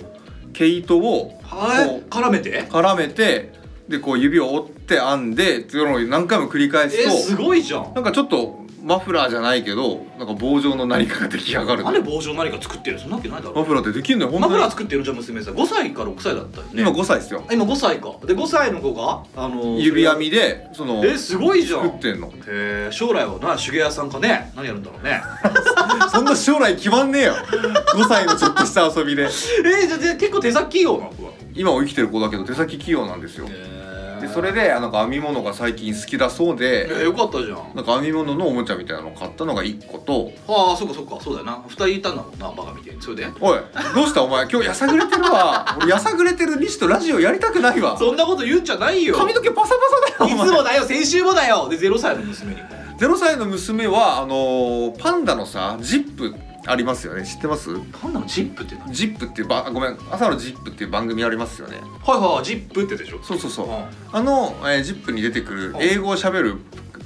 [SPEAKER 1] 毛糸を
[SPEAKER 2] はい
[SPEAKER 1] こう
[SPEAKER 2] 絡めて
[SPEAKER 1] 絡めてでこう指を折って編んでっていうのを何回も繰り返
[SPEAKER 2] えー、
[SPEAKER 1] す
[SPEAKER 2] す
[SPEAKER 1] と
[SPEAKER 2] ごいじゃん
[SPEAKER 1] なんかちょっとマフラーじゃないけどなんか棒状の何かが出来上がる
[SPEAKER 2] な
[SPEAKER 1] の
[SPEAKER 2] んで棒状の何か作ってるそんなわけないだ
[SPEAKER 1] マ
[SPEAKER 2] ろ
[SPEAKER 1] フラーってできるのよ本
[SPEAKER 2] マ
[SPEAKER 1] 当に
[SPEAKER 2] フラー作ってるじゃん娘さん5歳か6歳だったよね
[SPEAKER 1] 今5歳ですよ
[SPEAKER 2] 今5歳かで5歳の子があのー
[SPEAKER 1] 指編みでその
[SPEAKER 2] それえすごいじゃん
[SPEAKER 1] 作ってんの
[SPEAKER 2] へえ将来はな手芸屋さんかね何やるんだろ
[SPEAKER 1] <laughs>
[SPEAKER 2] うね
[SPEAKER 1] そんな将来決まんねえよ5歳のちょっとした遊びで
[SPEAKER 2] えー、じゃあじゃあ結構手先器用な子は
[SPEAKER 1] 今を生きてる子だけど手先器用なんですよ
[SPEAKER 2] へ
[SPEAKER 1] でそれであなんか編み物が最近好きだそう
[SPEAKER 2] え
[SPEAKER 1] で
[SPEAKER 2] ー、よかったじゃん
[SPEAKER 1] なんか編み物のおもちゃみたいなのを買ったのが1個と
[SPEAKER 2] ああそっかそっかそうだよな2人いたんだもんなバカみたいにそれで
[SPEAKER 1] おいどうしたお前今日やさぐれてるわ俺やさぐれてる西とラジオやりたくないわ
[SPEAKER 2] <laughs> そんなこと言うんじゃないよ
[SPEAKER 1] 髪の毛パサパ
[SPEAKER 2] い
[SPEAKER 1] サだよお
[SPEAKER 2] つ
[SPEAKER 1] 前
[SPEAKER 2] もだよ先週もだよで0歳の娘に
[SPEAKER 1] 0歳の娘はあのーパンダのさジップありますよね知ってます
[SPEAKER 2] パンダのジップって何はい
[SPEAKER 1] ジップっていうばごめん朝のジップっていう番組ありますよね
[SPEAKER 2] はいジップってでしょ
[SPEAKER 1] そうそうそう
[SPEAKER 2] うん
[SPEAKER 1] あの、えー、ジップに出てくる
[SPEAKER 2] うん
[SPEAKER 1] 英語をしゃべる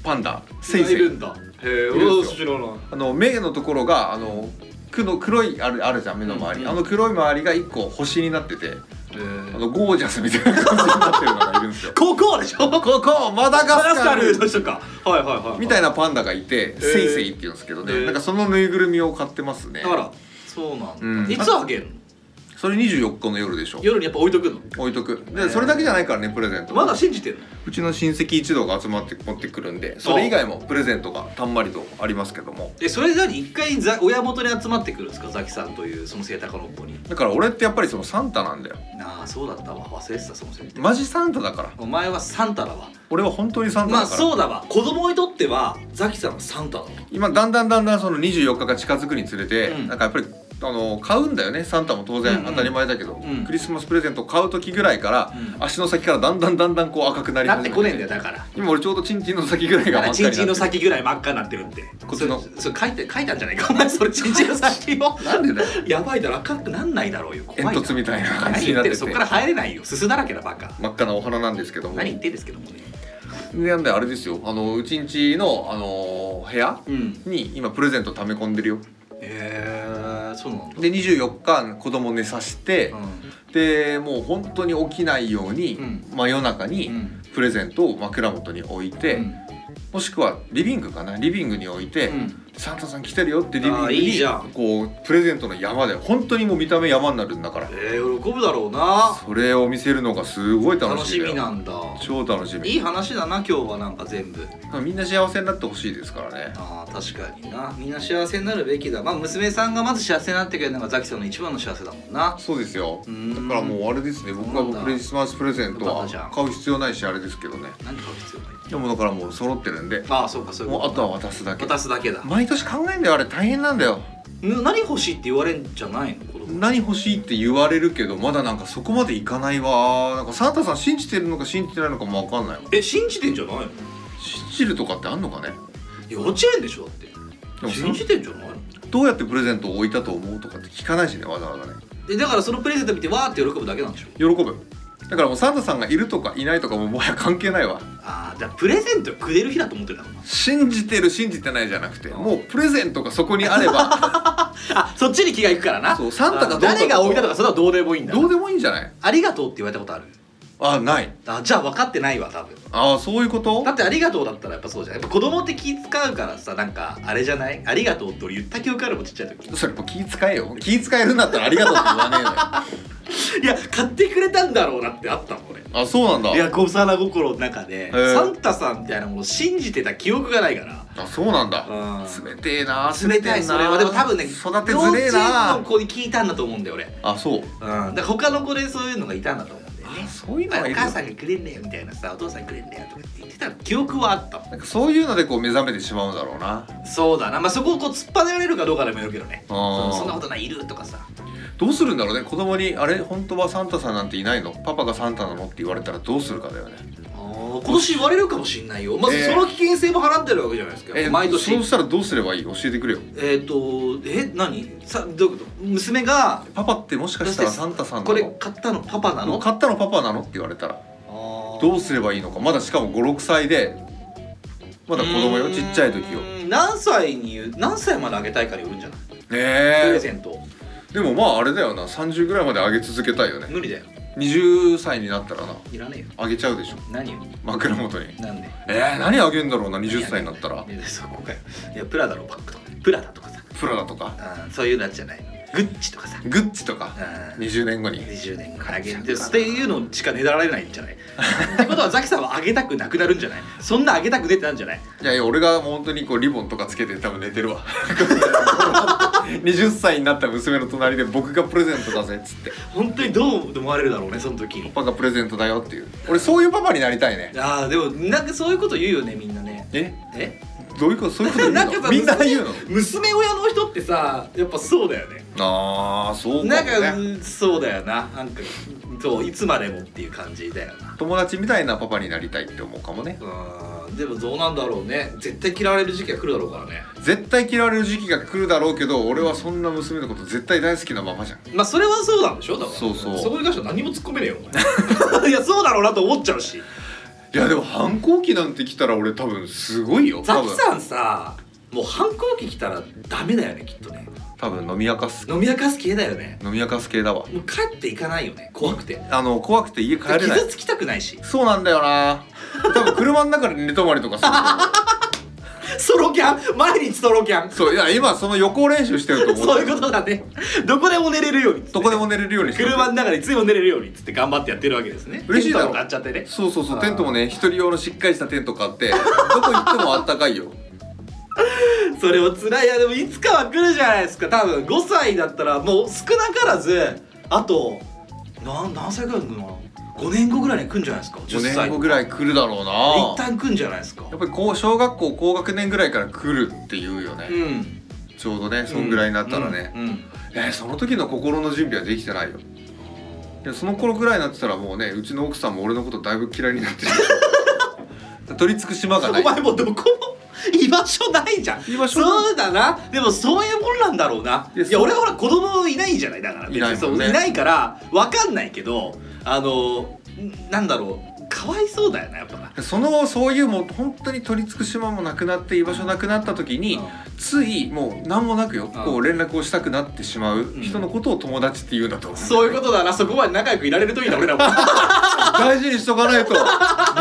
[SPEAKER 1] パンダセイ
[SPEAKER 2] い
[SPEAKER 1] セ
[SPEAKER 2] る
[SPEAKER 1] イ
[SPEAKER 2] んだへえ
[SPEAKER 1] るんですよ
[SPEAKER 2] 俺は知らない
[SPEAKER 1] あの目のところがあのくの黒いあるあるじゃん目の周り、
[SPEAKER 2] うん
[SPEAKER 1] あの黒い周りが一個星になってて
[SPEAKER 2] え
[SPEAKER 1] あ
[SPEAKER 2] ー
[SPEAKER 1] のゴージャスみたいな感じになってるのがいるん
[SPEAKER 2] <laughs>
[SPEAKER 1] ですよ
[SPEAKER 2] 高校でしょマ
[SPEAKER 1] ここマダガス
[SPEAKER 2] ダス
[SPEAKER 1] カ
[SPEAKER 2] カ
[SPEAKER 1] ル
[SPEAKER 2] ルの人かはいはいはい
[SPEAKER 1] みた
[SPEAKER 2] い
[SPEAKER 1] いなパンダがいて、
[SPEAKER 2] ー
[SPEAKER 1] セイセイって言うんですけどね、
[SPEAKER 2] えー
[SPEAKER 1] なんかそのぬいぐるみを買ってますね
[SPEAKER 2] だからそうなんだ、
[SPEAKER 1] うん
[SPEAKER 2] いつあげんの
[SPEAKER 1] それ24日の夜でしょ
[SPEAKER 2] 夜にやっぱ置いとくの
[SPEAKER 1] 置いとくでそれだけじゃないからねプレゼント
[SPEAKER 2] まだ信じてんの
[SPEAKER 1] うちの親戚一同が集まって持ってくるんでそれ以外もプレゼントがたんまりとありますけども
[SPEAKER 2] えそれじゃあ一回ざ親元に集まってくるんですかザキさんというその聖高のっぽに
[SPEAKER 1] だから俺ってやっぱりそのサンタなんだよ
[SPEAKER 2] ああそうだったわ忘れてたその設定
[SPEAKER 1] マジサンタだから
[SPEAKER 2] お前はサンタだわ
[SPEAKER 1] 俺は本当にサンタだ
[SPEAKER 2] ま
[SPEAKER 1] か
[SPEAKER 2] あ
[SPEAKER 1] ら、
[SPEAKER 2] そうだわ子供にとってはザキさんはサンタだわ
[SPEAKER 1] 今だんだんだんだんその24日が近づくにつれて、
[SPEAKER 2] うん
[SPEAKER 1] なんかやっぱりあの買うんだよねサンタも当
[SPEAKER 2] うんう
[SPEAKER 1] 然
[SPEAKER 2] ん
[SPEAKER 1] 当たり前だけど、
[SPEAKER 2] うん
[SPEAKER 1] クリスマスプレゼント買う時ぐらいから、
[SPEAKER 2] うん
[SPEAKER 1] 足の先からだんだんだんだんこう赤くなり
[SPEAKER 2] な
[SPEAKER 1] 始
[SPEAKER 2] っ
[SPEAKER 1] め
[SPEAKER 2] てこねえんだよだから
[SPEAKER 1] 今俺ちょうどチンチンの先ぐらいが
[SPEAKER 2] だか
[SPEAKER 1] 真
[SPEAKER 2] ら
[SPEAKER 1] っ
[SPEAKER 2] チ
[SPEAKER 1] 赤
[SPEAKER 2] ン
[SPEAKER 1] になって
[SPEAKER 2] チンの
[SPEAKER 1] る
[SPEAKER 2] 先ぐらい真っ赤になってるって
[SPEAKER 1] こっちの
[SPEAKER 2] それそれ書いて書いたんじゃないかお <laughs> 前それチンチンの先を
[SPEAKER 1] なんでだよ
[SPEAKER 2] やばいだろ赤くなんないだろうよ怖いな
[SPEAKER 1] 煙突みたいな感じ
[SPEAKER 2] 何
[SPEAKER 1] に
[SPEAKER 2] 言
[SPEAKER 1] な
[SPEAKER 2] っ
[SPEAKER 1] っててて
[SPEAKER 2] るそこから入れないよすすだらけだバカ
[SPEAKER 1] 真っ赤なお花なんですけども
[SPEAKER 2] 何言ってんですけどもね
[SPEAKER 1] なんであれですよあのうちんちの、あの部屋
[SPEAKER 2] うん
[SPEAKER 1] に今プレゼント溜め込んでるよ
[SPEAKER 2] えー、そうなんだ
[SPEAKER 1] で24日子供寝さして、
[SPEAKER 2] う
[SPEAKER 1] でもう本当に起きないように、
[SPEAKER 2] うん
[SPEAKER 1] 真夜中に、
[SPEAKER 2] ん
[SPEAKER 1] プレゼントを枕元に置いて、もしくはリビングかなリビングに置いて、
[SPEAKER 2] うん
[SPEAKER 1] サンタさん来てるよってリビン
[SPEAKER 2] あ
[SPEAKER 1] グ
[SPEAKER 2] ー
[SPEAKER 1] に
[SPEAKER 2] いいじゃん
[SPEAKER 1] こうプレゼントの山で本当にもう見た目山になるんだから
[SPEAKER 2] えー、喜ぶだろうな
[SPEAKER 1] それを見せるのがすごい楽
[SPEAKER 2] 楽
[SPEAKER 1] し
[SPEAKER 2] し
[SPEAKER 1] みだ
[SPEAKER 2] み
[SPEAKER 1] よ
[SPEAKER 2] なんだ
[SPEAKER 1] 超楽しみ
[SPEAKER 2] いい話だな今日はなんか全部
[SPEAKER 1] みんな幸せになってほしいですからね
[SPEAKER 2] あー確かになみんな幸せになるべきだまあ娘さんがまず幸せになってくれるのがザキさんの一番の幸せだもんな
[SPEAKER 1] そうですよ
[SPEAKER 2] う
[SPEAKER 1] だ
[SPEAKER 2] ーん
[SPEAKER 1] からもうあれですね僕
[SPEAKER 2] そうなん
[SPEAKER 1] は
[SPEAKER 2] だ
[SPEAKER 1] クリスマスプレゼント
[SPEAKER 2] よかっ
[SPEAKER 1] は
[SPEAKER 2] たじゃん
[SPEAKER 1] 買う必要ないしあれですけどね
[SPEAKER 2] 何買う必要ない
[SPEAKER 1] でもだからもう揃ってるんで
[SPEAKER 2] ああそうかそういう
[SPEAKER 1] も
[SPEAKER 2] こ
[SPEAKER 1] うあ
[SPEAKER 2] と
[SPEAKER 1] とは渡すだけ
[SPEAKER 2] 渡すだけだ
[SPEAKER 1] 毎年考えんだよあれ大変なんだよ
[SPEAKER 2] ぬ何欲しいって言われんじゃないの子供
[SPEAKER 1] 何欲しいって言われるけどまだなんかそこまでいかないわなんかサンタさん信じてるのか信じてないのかも分かんないわ
[SPEAKER 2] え信じてんじゃないの
[SPEAKER 1] 信じるとかってあんのかね
[SPEAKER 2] 幼稚園でしょだって
[SPEAKER 1] でもそ
[SPEAKER 2] 信じてんじゃないの
[SPEAKER 1] どうやってプレゼントを置いたと思うとかって聞かないしねわざわざね
[SPEAKER 2] えだからそのプレゼント見てわーって喜ぶだけなんでしょ
[SPEAKER 1] 喜ぶだからもうサンタさんがいるとかいないとかももはや関係ないわ
[SPEAKER 2] ああだからプレゼントくれる日だと思ってたの
[SPEAKER 1] 信じてる信じてないじゃなくてもうプレゼントがそこにあれ
[SPEAKER 2] <laughs>
[SPEAKER 1] ば
[SPEAKER 2] あそっちに気がいくからな
[SPEAKER 1] そうサンタがどうかとか
[SPEAKER 2] あ誰が置いたとかそれはどうでもいいんだ
[SPEAKER 1] どうでもいいんじゃない
[SPEAKER 2] ありがとうって言われたことある
[SPEAKER 1] あない
[SPEAKER 2] あじゃあ分かってないわ多分
[SPEAKER 1] ああそういうこと
[SPEAKER 2] だってありがとうだったらやっぱそうじゃないやっぱ子供って気使うからさなんかあれじゃないありがとうって俺言った記憶あるもんちっちゃい <laughs> 時
[SPEAKER 1] それもう気遣えよ気遣えるんだったらありがとうって言わねえのよ
[SPEAKER 2] いや買ってくれたんだろうなってあったもん俺
[SPEAKER 1] あそうなんだ
[SPEAKER 2] いや小皿心の中で
[SPEAKER 1] ー
[SPEAKER 2] サンタさんみたいなものを信じてた記憶がないから
[SPEAKER 1] あそうなんだ
[SPEAKER 2] うん
[SPEAKER 1] 冷てえな
[SPEAKER 2] 冷たいそれはでも多分ね
[SPEAKER 1] 育てずれえ
[SPEAKER 2] 幼稚園
[SPEAKER 1] な
[SPEAKER 2] の子に聞いたんだと思うんだよ俺、うん、
[SPEAKER 1] あそう
[SPEAKER 2] だから他の子でそういうのがいたんだと思うんだよね
[SPEAKER 1] そういうの
[SPEAKER 2] お
[SPEAKER 1] がいる
[SPEAKER 2] 母さんがくれんだよみたいなさお父さんくれんだよとかって言ってた記憶はあったも
[SPEAKER 1] なんかそういうのでこう目覚めてしまうんだろうなん
[SPEAKER 2] そうだなまあそこをこう突っ張ねられるかどうかでもよるけどね
[SPEAKER 1] あー
[SPEAKER 2] そそんなことないいるとかさ
[SPEAKER 1] どうするんだろうね子供に「あれ本当はサンタさんなんていないのパパがサンタなの?」って言われたらどうするかだよね
[SPEAKER 2] 今年言われるかもしんないよまず
[SPEAKER 1] えー
[SPEAKER 2] その危険性も払ってるわけじゃないですか、毎年
[SPEAKER 1] そうしたらどうすればいい教えてくれよ
[SPEAKER 2] えっ、とえ何さどういうこと娘が
[SPEAKER 1] パパってもしかしたらサンタさんな
[SPEAKER 2] これ
[SPEAKER 1] の
[SPEAKER 2] 買ったのパパなの
[SPEAKER 1] 買ったのパパなのって言われたら
[SPEAKER 2] ど
[SPEAKER 1] どうすればいいのかまだしかも56歳でまだ子供よちっちゃい時よ
[SPEAKER 2] 何歳に言う何歳まであげたいかによるんじゃない、プレ
[SPEAKER 1] ね
[SPEAKER 2] ゼント
[SPEAKER 1] えでもまああれだよな30ぐらいまで上げ続けたいよね
[SPEAKER 2] 無理だよ
[SPEAKER 1] 20歳になったらない
[SPEAKER 2] らねえよ
[SPEAKER 1] あげちゃうでしょ
[SPEAKER 2] 何よ
[SPEAKER 1] 枕元に
[SPEAKER 2] なんで
[SPEAKER 1] えー、何あげるんだろうな20歳になったら
[SPEAKER 2] いやそこかよいやプラダのバッグとかプラダとかさ
[SPEAKER 1] プラダとか
[SPEAKER 2] うんそういうのじゃないのグッチとかさ
[SPEAKER 1] グッチとか
[SPEAKER 2] うん
[SPEAKER 1] 20年後に
[SPEAKER 2] 20年からあげるっていうのしかねだられないんじゃないってことはザキさんはあげたくなくなるんじゃないそんなあげたくねってなんじゃない
[SPEAKER 1] いやいや俺がもう本当にこうリボンとかつけて多分寝てるわ <laughs> 20歳になった娘の隣で僕がプレゼントだぜっつって
[SPEAKER 2] 本当にどう思われるだろうねその時
[SPEAKER 1] パパがプレゼントだよっていう俺そういうパパになりたいね
[SPEAKER 2] ああでもなんかそういうこと言うよねみんなね
[SPEAKER 1] え
[SPEAKER 2] え
[SPEAKER 1] どういうことそういうこと言う
[SPEAKER 2] なんか
[SPEAKER 1] の
[SPEAKER 2] さ
[SPEAKER 1] みんな言うの
[SPEAKER 2] 娘親の人ってさやっぱそうだよね
[SPEAKER 1] ああそう
[SPEAKER 2] な
[SPEAKER 1] か
[SPEAKER 2] ん
[SPEAKER 1] も
[SPEAKER 2] か、
[SPEAKER 1] ね
[SPEAKER 2] うんそうだよななんかそういつまでもっていう感じだよな
[SPEAKER 1] 友達みたいなパパになりたいって思うかもね
[SPEAKER 2] うんでもどうなんだろうね絶対嫌われる時期が来るだろうからね
[SPEAKER 1] 絶対嫌われる時期が来るだろうけど俺はそんな娘のこと絶対大好きなままじゃん
[SPEAKER 2] まあそれはそうなんでしょだから
[SPEAKER 1] そうそう
[SPEAKER 2] そこに関しては何も突っ込めねえよ
[SPEAKER 1] <laughs>
[SPEAKER 2] お前いやそうだろうなと思っちゃうし
[SPEAKER 1] いやでも反抗期なんて来たら俺多分すごいよ
[SPEAKER 2] ザ
[SPEAKER 1] 多
[SPEAKER 2] キ
[SPEAKER 1] 分
[SPEAKER 2] さんさもう反抗期来たらダメだよねきっとね
[SPEAKER 1] 多分飲み明かす
[SPEAKER 2] 飲み明かす系だよね
[SPEAKER 1] 飲み明かす系だわ
[SPEAKER 2] もう帰っていかないよね怖くて
[SPEAKER 1] あの怖くて家帰れない
[SPEAKER 2] 傷つきたくないし
[SPEAKER 1] そうなんだよな多分車の中で寝泊まりとかすると思
[SPEAKER 2] ソロキャン毎日ソロキャン <laughs>
[SPEAKER 1] そういや今その予行練習してると思う
[SPEAKER 2] そういうことだねどこでも寝れるように
[SPEAKER 1] どこでも寝れるようにしてる
[SPEAKER 2] 車の中でいつでも寝れるようにっつって頑張ってやってるわけですね
[SPEAKER 1] 嬉しいだろ
[SPEAKER 2] テントも買っちゃってね
[SPEAKER 1] そうそうそ
[SPEAKER 2] あ
[SPEAKER 1] う
[SPEAKER 2] ー
[SPEAKER 1] テントもね一人用のしっかりしたテント買ってどこ行ってもあったかい
[SPEAKER 2] <laughs>
[SPEAKER 1] よ
[SPEAKER 2] それも辛いいやでもいつかは来るじゃないですか多分5歳だったらもう少なからずあとなん何歳ぐらい来るのかな5年後ぐらいに来るんじゃないですか
[SPEAKER 1] 5
[SPEAKER 2] 10歳
[SPEAKER 1] 年後ぐらい来るだろうな
[SPEAKER 2] 一旦来るんじゃないですか
[SPEAKER 1] やっぱりこう小学校高学年ぐらいから来るっていうよね、
[SPEAKER 2] うん
[SPEAKER 1] ちょうどねそんぐらいになったらね、
[SPEAKER 2] うんうん
[SPEAKER 1] えーその時の心の準備はできてないよいやその頃ぐらいになってたらもうねうちの奥さんも俺のことだいぶ嫌いになってる取り付く島がない
[SPEAKER 2] お前もうどこも居場所ないじゃん
[SPEAKER 1] 居場所ない
[SPEAKER 2] そうだなでもそういうもんなんだろうないい
[SPEAKER 1] や
[SPEAKER 2] や
[SPEAKER 1] そう
[SPEAKER 2] 俺はほら子供いないじゃないだから
[SPEAKER 1] いないもんね
[SPEAKER 2] そういないから分かんないけどあのんなんだろうかわいそうだよなやっぱな
[SPEAKER 1] そのそういうもう本当に取り付く島もなくなって居場所なくなった時に、ついもう何もなくよ
[SPEAKER 2] うん
[SPEAKER 1] こう連絡をしたくなってしまうん人のことを友達って言うんだと思う、
[SPEAKER 2] そういうことだなそこまで仲良くいられるといいな俺らも
[SPEAKER 1] 大事にしとかないと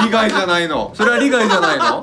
[SPEAKER 1] 利害じゃないのそれは利害じゃないの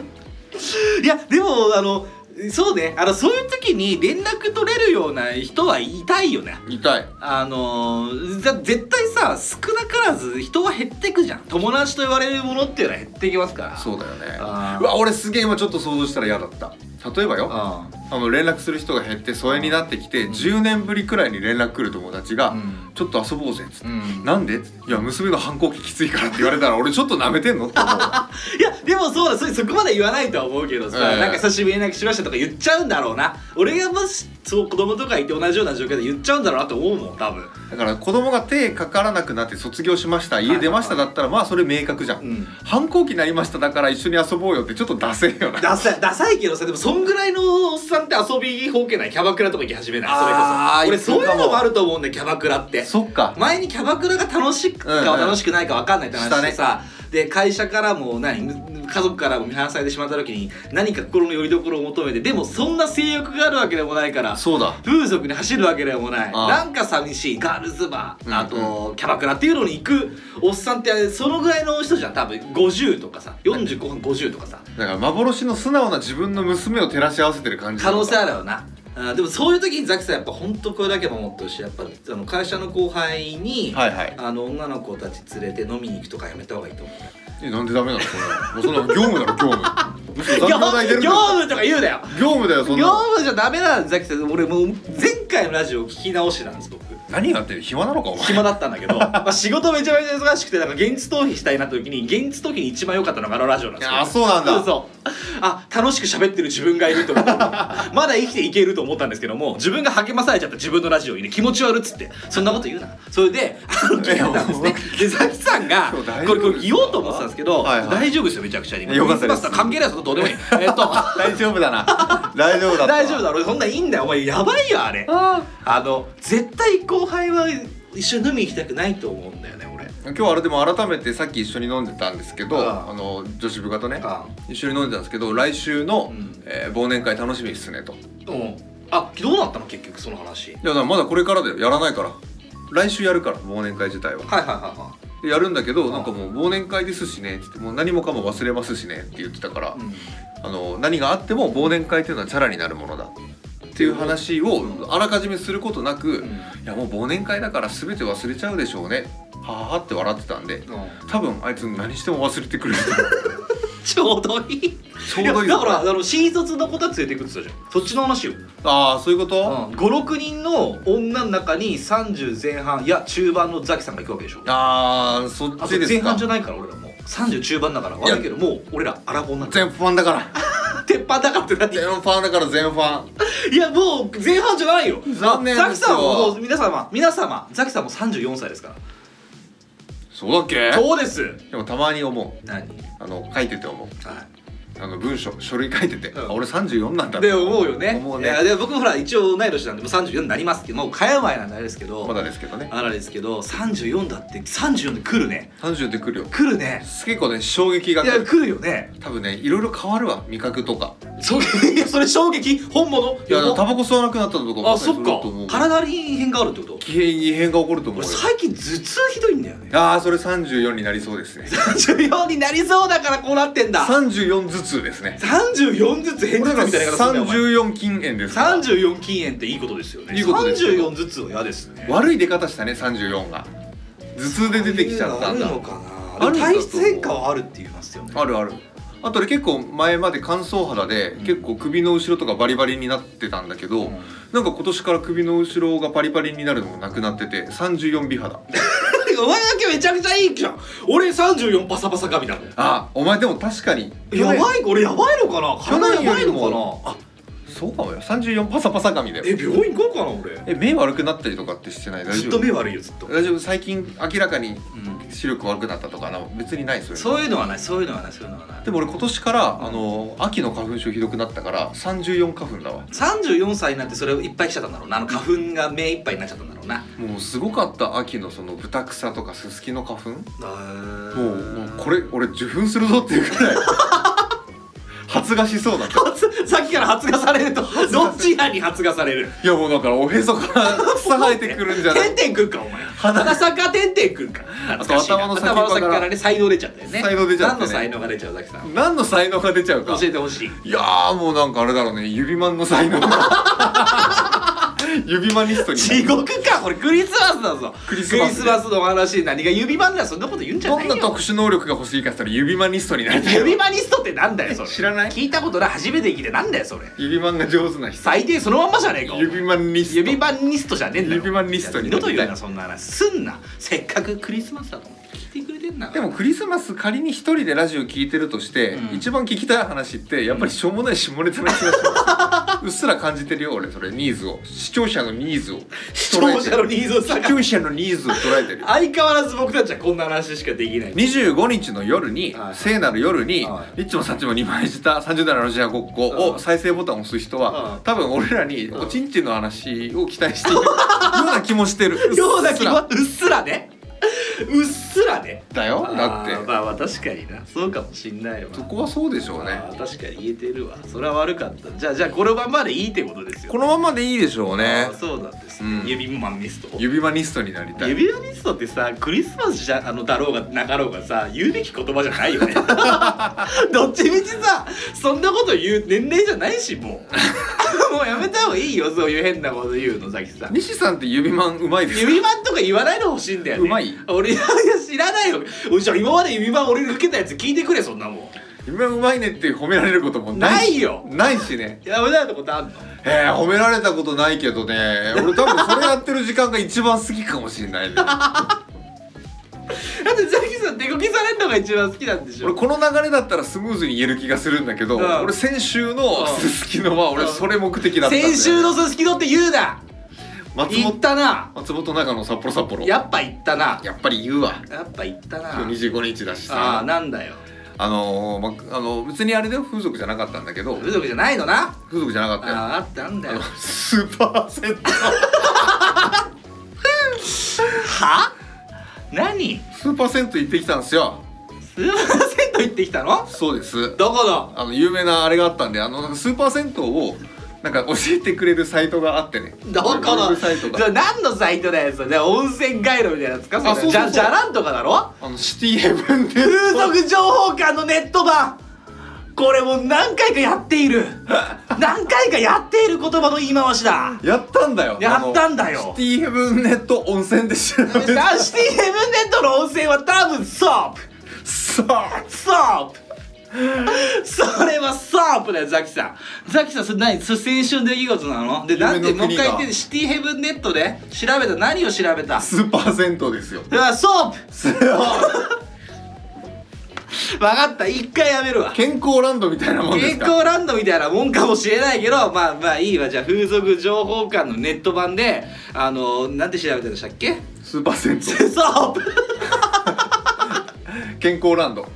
[SPEAKER 2] <laughs> いやでもあのそうねあのそういう時に連絡取れるような人はいたいよね
[SPEAKER 1] 痛い
[SPEAKER 2] あのーざ絶対さ少なからず人は減ってくじゃん友達と言われるものっていうのは減ってきますから
[SPEAKER 1] そうだよね
[SPEAKER 2] あー
[SPEAKER 1] うわ俺すげえ今ちょっと想像したら嫌だった例えばよ、
[SPEAKER 2] あ
[SPEAKER 1] あの連絡する人が減って疎遠になってきて、10年ぶりくらいに連絡来る友達が「
[SPEAKER 2] うん
[SPEAKER 1] ちょっと遊ぼうぜ」っつって。
[SPEAKER 2] うん
[SPEAKER 1] なんでいや娘の反抗期きついからって言われたら俺ちょっと舐めてんのって
[SPEAKER 2] <laughs>
[SPEAKER 1] 思うわ
[SPEAKER 2] いやでもそうだそれそこまで言わないとは思うけどさ、
[SPEAKER 1] ええ
[SPEAKER 2] なんか久しぶりに連絡しましたとか言っちゃうんだろうな俺がもしそう子供とかいて同じような状況で言っちゃうんだろうなと思うもん多分
[SPEAKER 1] だから子供が手かからなくなって卒業しました
[SPEAKER 2] はい
[SPEAKER 1] 家
[SPEAKER 2] はい
[SPEAKER 1] 出ましただったらまあそれ明確じゃん、
[SPEAKER 2] うん
[SPEAKER 1] 反抗期になりましただから一緒に遊ぼうよってちょっとダセえよな
[SPEAKER 2] ダサいダサいけどさでもそんぐらいのおっさんって遊びほうけないキャバクラとか行き始めないそれ
[SPEAKER 1] あー
[SPEAKER 2] こそ
[SPEAKER 1] 行く
[SPEAKER 2] 俺そ
[SPEAKER 1] か
[SPEAKER 2] うい
[SPEAKER 1] も
[SPEAKER 2] うのもあると思うんだよキャバクラって
[SPEAKER 1] そっか
[SPEAKER 2] 前にキャバクラが楽しく
[SPEAKER 1] うんう
[SPEAKER 2] か
[SPEAKER 1] ん
[SPEAKER 2] 楽しくないか分かんないって話
[SPEAKER 1] した
[SPEAKER 2] し
[SPEAKER 1] ね
[SPEAKER 2] てさ、で会社からも何む家族からも見放されてしまった時に何か心の拠り所を求めてでもそんな性欲があるわけでもないから
[SPEAKER 1] そうだ
[SPEAKER 2] 風俗に走るわけでもない
[SPEAKER 1] ああ
[SPEAKER 2] なんか寂しいガールズバー、
[SPEAKER 1] うん
[SPEAKER 2] あとキャバクラっていうのに行くおっさんってそのぐらいの人じゃん多分50とかさ45分50とかさ
[SPEAKER 1] だから幻の素直な自分の娘を照らし合わせてる感じ
[SPEAKER 2] 可能性あ
[SPEAKER 1] る
[SPEAKER 2] るよなあでもそういう時にザキさんやっぱ本当これだけ守ってほしいやっぱあの会社の後輩に、
[SPEAKER 1] はいはい
[SPEAKER 2] あの女の子たち連れて飲みに行くとかやめた方がいいと思う
[SPEAKER 1] えなんでダメなのそんなのもうそんなの業務だろ業務むしろ
[SPEAKER 2] 業
[SPEAKER 1] <laughs> 残業代出るんだ
[SPEAKER 2] 業
[SPEAKER 1] よ
[SPEAKER 2] 務とか言うなよ
[SPEAKER 1] 業務だよそ
[SPEAKER 2] 業
[SPEAKER 1] んなの
[SPEAKER 2] 務じゃダメなんだザキさん俺もう前回のラジオ聞き直してたんです僕
[SPEAKER 1] 何やってる暇なのかお
[SPEAKER 2] <laughs>
[SPEAKER 1] 前
[SPEAKER 2] 暇だったん
[SPEAKER 1] <laughs>
[SPEAKER 2] だけどまあ仕事めちゃめちゃ忙しくてなんか現実逃避したいなって時に現実逃避に一番良かったのがあのラジオなんですよ
[SPEAKER 1] あそうなんだ
[SPEAKER 2] そうそうあ楽しく喋ってる自分がいると思って
[SPEAKER 1] <laughs>
[SPEAKER 2] まだ生きていけると思ったんですけども自分が励まされちゃった自分のラジオに、ね、気持ち悪っつってそんなこと言うなそれであの聞いてたんですねでザキさんが
[SPEAKER 1] そう大丈
[SPEAKER 2] こ
[SPEAKER 1] 夫
[SPEAKER 2] れこれ言おうと思ってたんですけど、
[SPEAKER 1] はいはい
[SPEAKER 2] 大丈夫ですよめちゃくちゃに
[SPEAKER 1] よかったです
[SPEAKER 2] クリスマスとは関係ないぞどうでもいいえっと
[SPEAKER 1] 大丈夫だな大丈夫だった
[SPEAKER 2] 大丈夫だろそんなんいいんだよお前やばいよあれあの絶対後輩は一緒に飲み行きたくないと思うんだよね俺
[SPEAKER 1] 今日あれでも改めてさっき一緒に飲んでたんですけど
[SPEAKER 2] あ
[SPEAKER 1] あの女子部下とね
[SPEAKER 2] あ
[SPEAKER 1] 一緒に飲んでたんですけど来週の、
[SPEAKER 2] うん
[SPEAKER 1] えー忘年会楽しみっすねとい
[SPEAKER 2] うんあどうなったの結局その話はい
[SPEAKER 1] やだからまだこれからだよやらないから来週やるから忘年会自体は
[SPEAKER 2] はいはいは
[SPEAKER 1] でやるんだけど
[SPEAKER 2] あ
[SPEAKER 1] なんかもう忘年会ですしねっつってもう何もかも忘れますしねって言ってたから、
[SPEAKER 2] い、うん
[SPEAKER 1] あの何があっても忘年会っていうのはチャラになるものだっていう話をあらかじめすることなく、いやもう忘年会だから全て忘れちゃうでしょうねはははって笑ってたんで
[SPEAKER 2] うん
[SPEAKER 1] 多分あいつ何しても忘れてくる
[SPEAKER 2] <laughs> ちょうどいい
[SPEAKER 1] ちょうどいい
[SPEAKER 2] やだからあの新卒の子たち連れてくってたじゃんそっちの話よ、
[SPEAKER 1] ああそういうこと、
[SPEAKER 2] 56人の女の中に30前半いや中盤のザキさんが行くわけでしょ
[SPEAKER 1] ああそ
[SPEAKER 2] あ
[SPEAKER 1] っ
[SPEAKER 2] と
[SPEAKER 1] ちです
[SPEAKER 2] 前
[SPEAKER 1] か
[SPEAKER 2] 半じゃないから俺らもう30中盤だから悪いけどもう俺らアラフォーになってる
[SPEAKER 1] 全ファンだから
[SPEAKER 2] <laughs> 鉄板だからって何
[SPEAKER 1] 全ファンだから全ファン
[SPEAKER 2] いやもう前半じゃないよ
[SPEAKER 1] 残念ですよ
[SPEAKER 2] ザキさんももう皆様皆様ザキさんも34歳ですか
[SPEAKER 1] そうだっけ
[SPEAKER 2] らそうです
[SPEAKER 1] でもたまに思う
[SPEAKER 2] 何
[SPEAKER 1] あの書いてて思う
[SPEAKER 2] は
[SPEAKER 1] あの文章書類書いてて、
[SPEAKER 2] うん
[SPEAKER 1] あ俺34なんだ
[SPEAKER 2] いで思うよね
[SPEAKER 1] 思う
[SPEAKER 2] いや
[SPEAKER 1] ね
[SPEAKER 2] でも僕もほら一応同い年なんでもう34になりますけどもう買え前なんであれですけど、
[SPEAKER 1] まだですけどね
[SPEAKER 2] あれですけど34だって34で来るね
[SPEAKER 1] 30ってくるよ
[SPEAKER 2] 来るね
[SPEAKER 1] 結構ね衝撃が
[SPEAKER 2] い
[SPEAKER 1] 来
[SPEAKER 2] や
[SPEAKER 1] る
[SPEAKER 2] 来るよね
[SPEAKER 1] 多分ねいろいろ変わるわ味覚とか
[SPEAKER 2] そういやそれ衝撃本物
[SPEAKER 1] いやタバコ吸わなくなったのとか
[SPEAKER 2] あそっか
[SPEAKER 1] 体
[SPEAKER 2] 体に異変があるってこと
[SPEAKER 1] 異変異変が起こると思う
[SPEAKER 2] 俺
[SPEAKER 1] よ
[SPEAKER 2] 最近頭痛ひどいんだよね
[SPEAKER 1] ああそれ34になりそうですね
[SPEAKER 2] 34になりそうだからこうなってんだ
[SPEAKER 1] 34頭痛ですね
[SPEAKER 2] 34ずつ変頭痛みたいな方する
[SPEAKER 1] 34禁煙ですから
[SPEAKER 2] 34禁煙っていいことですよね
[SPEAKER 1] いいことですよ
[SPEAKER 2] 34ずつは嫌ですね
[SPEAKER 1] 悪い出方したね34が頭痛で出てきちゃったんだ
[SPEAKER 2] あるのかな
[SPEAKER 1] あるんだと思う
[SPEAKER 2] 体質変化はあるって言いますよね
[SPEAKER 1] あるあるあと俺結構前まで乾燥肌で
[SPEAKER 2] うん
[SPEAKER 1] 結構首の後ろとかバリバリになってたんだけど、
[SPEAKER 2] うん
[SPEAKER 1] なんか今年から首の後ろがパリパリになるのもなくなってて34美肌
[SPEAKER 2] お前だけめちゃくちゃいいじゃん俺34パサパサ髪だもん
[SPEAKER 1] あお前でも確かに
[SPEAKER 2] やばい俺やばいのかな体やば
[SPEAKER 1] 去年
[SPEAKER 2] いの
[SPEAKER 1] よ
[SPEAKER 2] か
[SPEAKER 1] り
[SPEAKER 2] な
[SPEAKER 1] もそうかもよ34パサパサ髪だよ
[SPEAKER 2] え病院行こうかな俺
[SPEAKER 1] え目悪くなったりとかってしてない大
[SPEAKER 2] ず
[SPEAKER 1] 丈
[SPEAKER 2] っ
[SPEAKER 1] 夫
[SPEAKER 2] と目悪いよずっと、
[SPEAKER 1] 大丈夫最近明らかに視力悪くなったとかな別にないそれ
[SPEAKER 2] そういうのはないそういうのはないそういうのはない
[SPEAKER 1] でも俺今年からあの秋の花粉症ひどくなったから34花粉だわ
[SPEAKER 2] 34歳になってそれをいっぱい来ちゃったんだろうなあの花粉が目いっぱいになっちゃったんだろうな
[SPEAKER 1] もうすごかった秋のそのブタクサとかススキの花粉も
[SPEAKER 2] も
[SPEAKER 1] うもうこれ俺受粉するぞっていうくらい <laughs> 発芽しそうだった
[SPEAKER 2] さっきから発芽されるとどっちやに発芽される
[SPEAKER 1] いやもうだからおへそから <laughs> 草生えてくるんじゃない
[SPEAKER 2] てんてんくんかお前花坂てんてんくんか懐かしいな
[SPEAKER 1] あと頭の先
[SPEAKER 2] 頭の先からね才能出ちゃったよね
[SPEAKER 1] 才能出ちゃってね
[SPEAKER 2] 何の才能が出ちゃうだけさん
[SPEAKER 1] 何の才能が出ちゃう
[SPEAKER 2] 教
[SPEAKER 1] か
[SPEAKER 2] えてほしい
[SPEAKER 1] いやーもうなんかあれだろうね指マンの才能 <laughs> が指マニストに
[SPEAKER 2] 地獄かこれクリスマスだぞ
[SPEAKER 1] クリスマス
[SPEAKER 2] の話何が指輪だそんなこと言うんじゃ
[SPEAKER 1] ど
[SPEAKER 2] ない
[SPEAKER 1] ん
[SPEAKER 2] よ
[SPEAKER 1] な特殊能力が欲しいかって言ったら指マニストになりたい
[SPEAKER 2] 指輪ニストってなんだよそれ
[SPEAKER 1] 知らない
[SPEAKER 2] 聞いたことない初めて聞いてなんだよそれ
[SPEAKER 1] 指マンが上手な人
[SPEAKER 2] 最低そのまんまじゃねえかお前
[SPEAKER 1] 指マンリスト
[SPEAKER 2] 指輪ニストじゃねえんだよ
[SPEAKER 1] 指輪ニストに
[SPEAKER 2] いや二度と言うなそんな話すんなせっかくクリスマスだと思って聞いてくれてんだか
[SPEAKER 1] で
[SPEAKER 2] ら
[SPEAKER 1] もクリスマス仮に一人でラジオ聞いてるとして、
[SPEAKER 2] うん
[SPEAKER 1] 一番聞きたい話ってやっぱりしょうもない下ネタな気がし
[SPEAKER 2] <laughs>
[SPEAKER 1] ます、うっすら感じてるよ俺それニーズを視聴者のニーズを
[SPEAKER 2] 視聴者のニーズを
[SPEAKER 1] 視聴者のニーズを捉えてるよ
[SPEAKER 2] 相変わらず僕たちはこんな話しかできない
[SPEAKER 1] 25日の夜に、
[SPEAKER 2] はい
[SPEAKER 1] 聖なる夜に、
[SPEAKER 2] は
[SPEAKER 1] ニッチもサッチも2枚した30代のロシアごっこ
[SPEAKER 2] う
[SPEAKER 1] を
[SPEAKER 2] ん
[SPEAKER 1] 再生ボタンを押す人は、
[SPEAKER 2] うん
[SPEAKER 1] 多分俺らにおちんちんの話を期待
[SPEAKER 2] <laughs>
[SPEAKER 1] しているような気もしてる
[SPEAKER 2] ような
[SPEAKER 1] うっ
[SPEAKER 2] 気
[SPEAKER 1] す
[SPEAKER 2] は
[SPEAKER 1] ら
[SPEAKER 2] うっすらねうっすらね
[SPEAKER 1] だよだっ
[SPEAKER 2] あー
[SPEAKER 1] て
[SPEAKER 2] まあまあ確かになそうかもしんないわ
[SPEAKER 1] そこはそうでしょうね
[SPEAKER 2] あー確かに言えてるわそれは悪かったじゃあじゃあこのままでいいってことですよ
[SPEAKER 1] このままでいいでしょうね
[SPEAKER 2] あーそうなんですね、
[SPEAKER 1] うん
[SPEAKER 2] 指マンミスト
[SPEAKER 1] 指輪ニストになりたい
[SPEAKER 2] 指輪リストってさクリスマスじゃあのだろうがなかろうがさ言うべき言葉じゃな
[SPEAKER 1] <laughs>
[SPEAKER 2] いよねどっちみちさそんなこと言う年齢じゃないしも
[SPEAKER 1] <laughs>
[SPEAKER 2] うもうやめた方がいいよそういう変なこと言うのさきさん
[SPEAKER 1] 西さんって指マンうまいですか
[SPEAKER 2] 指輪とか言わないの欲しいんだよね
[SPEAKER 1] うまい
[SPEAKER 2] 俺いや知らないよじゃあ今まで指輪俺に受けたやつ聞いてくれそんなもん
[SPEAKER 1] 指マンうまいねって褒められることもないし
[SPEAKER 2] ないよ
[SPEAKER 1] ないしね
[SPEAKER 2] やめたってことあんの
[SPEAKER 1] えー、褒められたことないけどね俺多分それやってる時間が一番好きかもしれないね
[SPEAKER 2] だってザキさん手こきされるのが一番好きなんでし
[SPEAKER 1] 俺
[SPEAKER 2] ょ
[SPEAKER 1] この流れだったらスムーズに言える気がするんだけど、
[SPEAKER 2] うん
[SPEAKER 1] 俺先週の
[SPEAKER 2] うん
[SPEAKER 1] すすきのは俺それ目的だったんだよね
[SPEAKER 2] 先週のすすきのって言うな
[SPEAKER 1] 松
[SPEAKER 2] 言っ
[SPEAKER 1] 本
[SPEAKER 2] たな
[SPEAKER 1] 松本中の札幌札幌
[SPEAKER 2] やっぱ言ったな
[SPEAKER 1] やっぱり言うわ
[SPEAKER 2] やっぱ言ったな
[SPEAKER 1] 今日25日だし
[SPEAKER 2] ああ
[SPEAKER 1] さ
[SPEAKER 2] なんだよ
[SPEAKER 1] あのーまあの別にあれだよ風俗じゃなかったんだけど
[SPEAKER 2] 風俗じゃないのな
[SPEAKER 1] 風俗じゃなかったよ
[SPEAKER 2] あああったんだ
[SPEAKER 1] あ
[SPEAKER 2] よ
[SPEAKER 1] のスーパー銭湯
[SPEAKER 2] は何
[SPEAKER 1] スーパー銭湯行ってきたんですよ
[SPEAKER 2] スーパー銭湯行ってきたの
[SPEAKER 1] そうです
[SPEAKER 2] どこの
[SPEAKER 1] あの有名なあれがあったんであのなんかスーパー銭湯をなんか教えてくれるサイトがあってね
[SPEAKER 2] どこ
[SPEAKER 1] ウェ
[SPEAKER 2] の
[SPEAKER 1] ブサイト
[SPEAKER 2] じゃ
[SPEAKER 1] が
[SPEAKER 2] あ何のサイトだよそれ温泉街路みたいなやつかそれ
[SPEAKER 1] あそうそうそう
[SPEAKER 2] じゃじゃらんとかだろ
[SPEAKER 1] あのシティヘブンで
[SPEAKER 2] 風俗情報館のネット版これもう何回かやっている <laughs> 何回かやっている言葉の言い回しだ
[SPEAKER 1] やったんだよ
[SPEAKER 2] やったんだよ
[SPEAKER 1] あのシティヘブンネット温泉で調べて
[SPEAKER 2] ダンシティヘブンネットの温泉は多分ソープ
[SPEAKER 1] さあ
[SPEAKER 2] ソープそれはソープだよザキさんザキさんそれ何それ先週の出来事なのでなんで
[SPEAKER 1] 夢の
[SPEAKER 2] もう
[SPEAKER 1] 国
[SPEAKER 2] 一
[SPEAKER 1] が
[SPEAKER 2] 回言ってシティヘブンネットで調べた何を調べた
[SPEAKER 1] スーパー銭湯ですよ <laughs>
[SPEAKER 2] うわソープ分かった一回やめるわ
[SPEAKER 1] 健康ランドみたいなもんですか
[SPEAKER 2] 健康ランドみたいなもんかもしれないけどまあまあいいわじゃあ風俗情報館のネット版であのなんて調べてましたっ
[SPEAKER 1] <laughs>
[SPEAKER 2] け
[SPEAKER 1] スーパー銭
[SPEAKER 2] ソープ
[SPEAKER 1] 湯健康ランド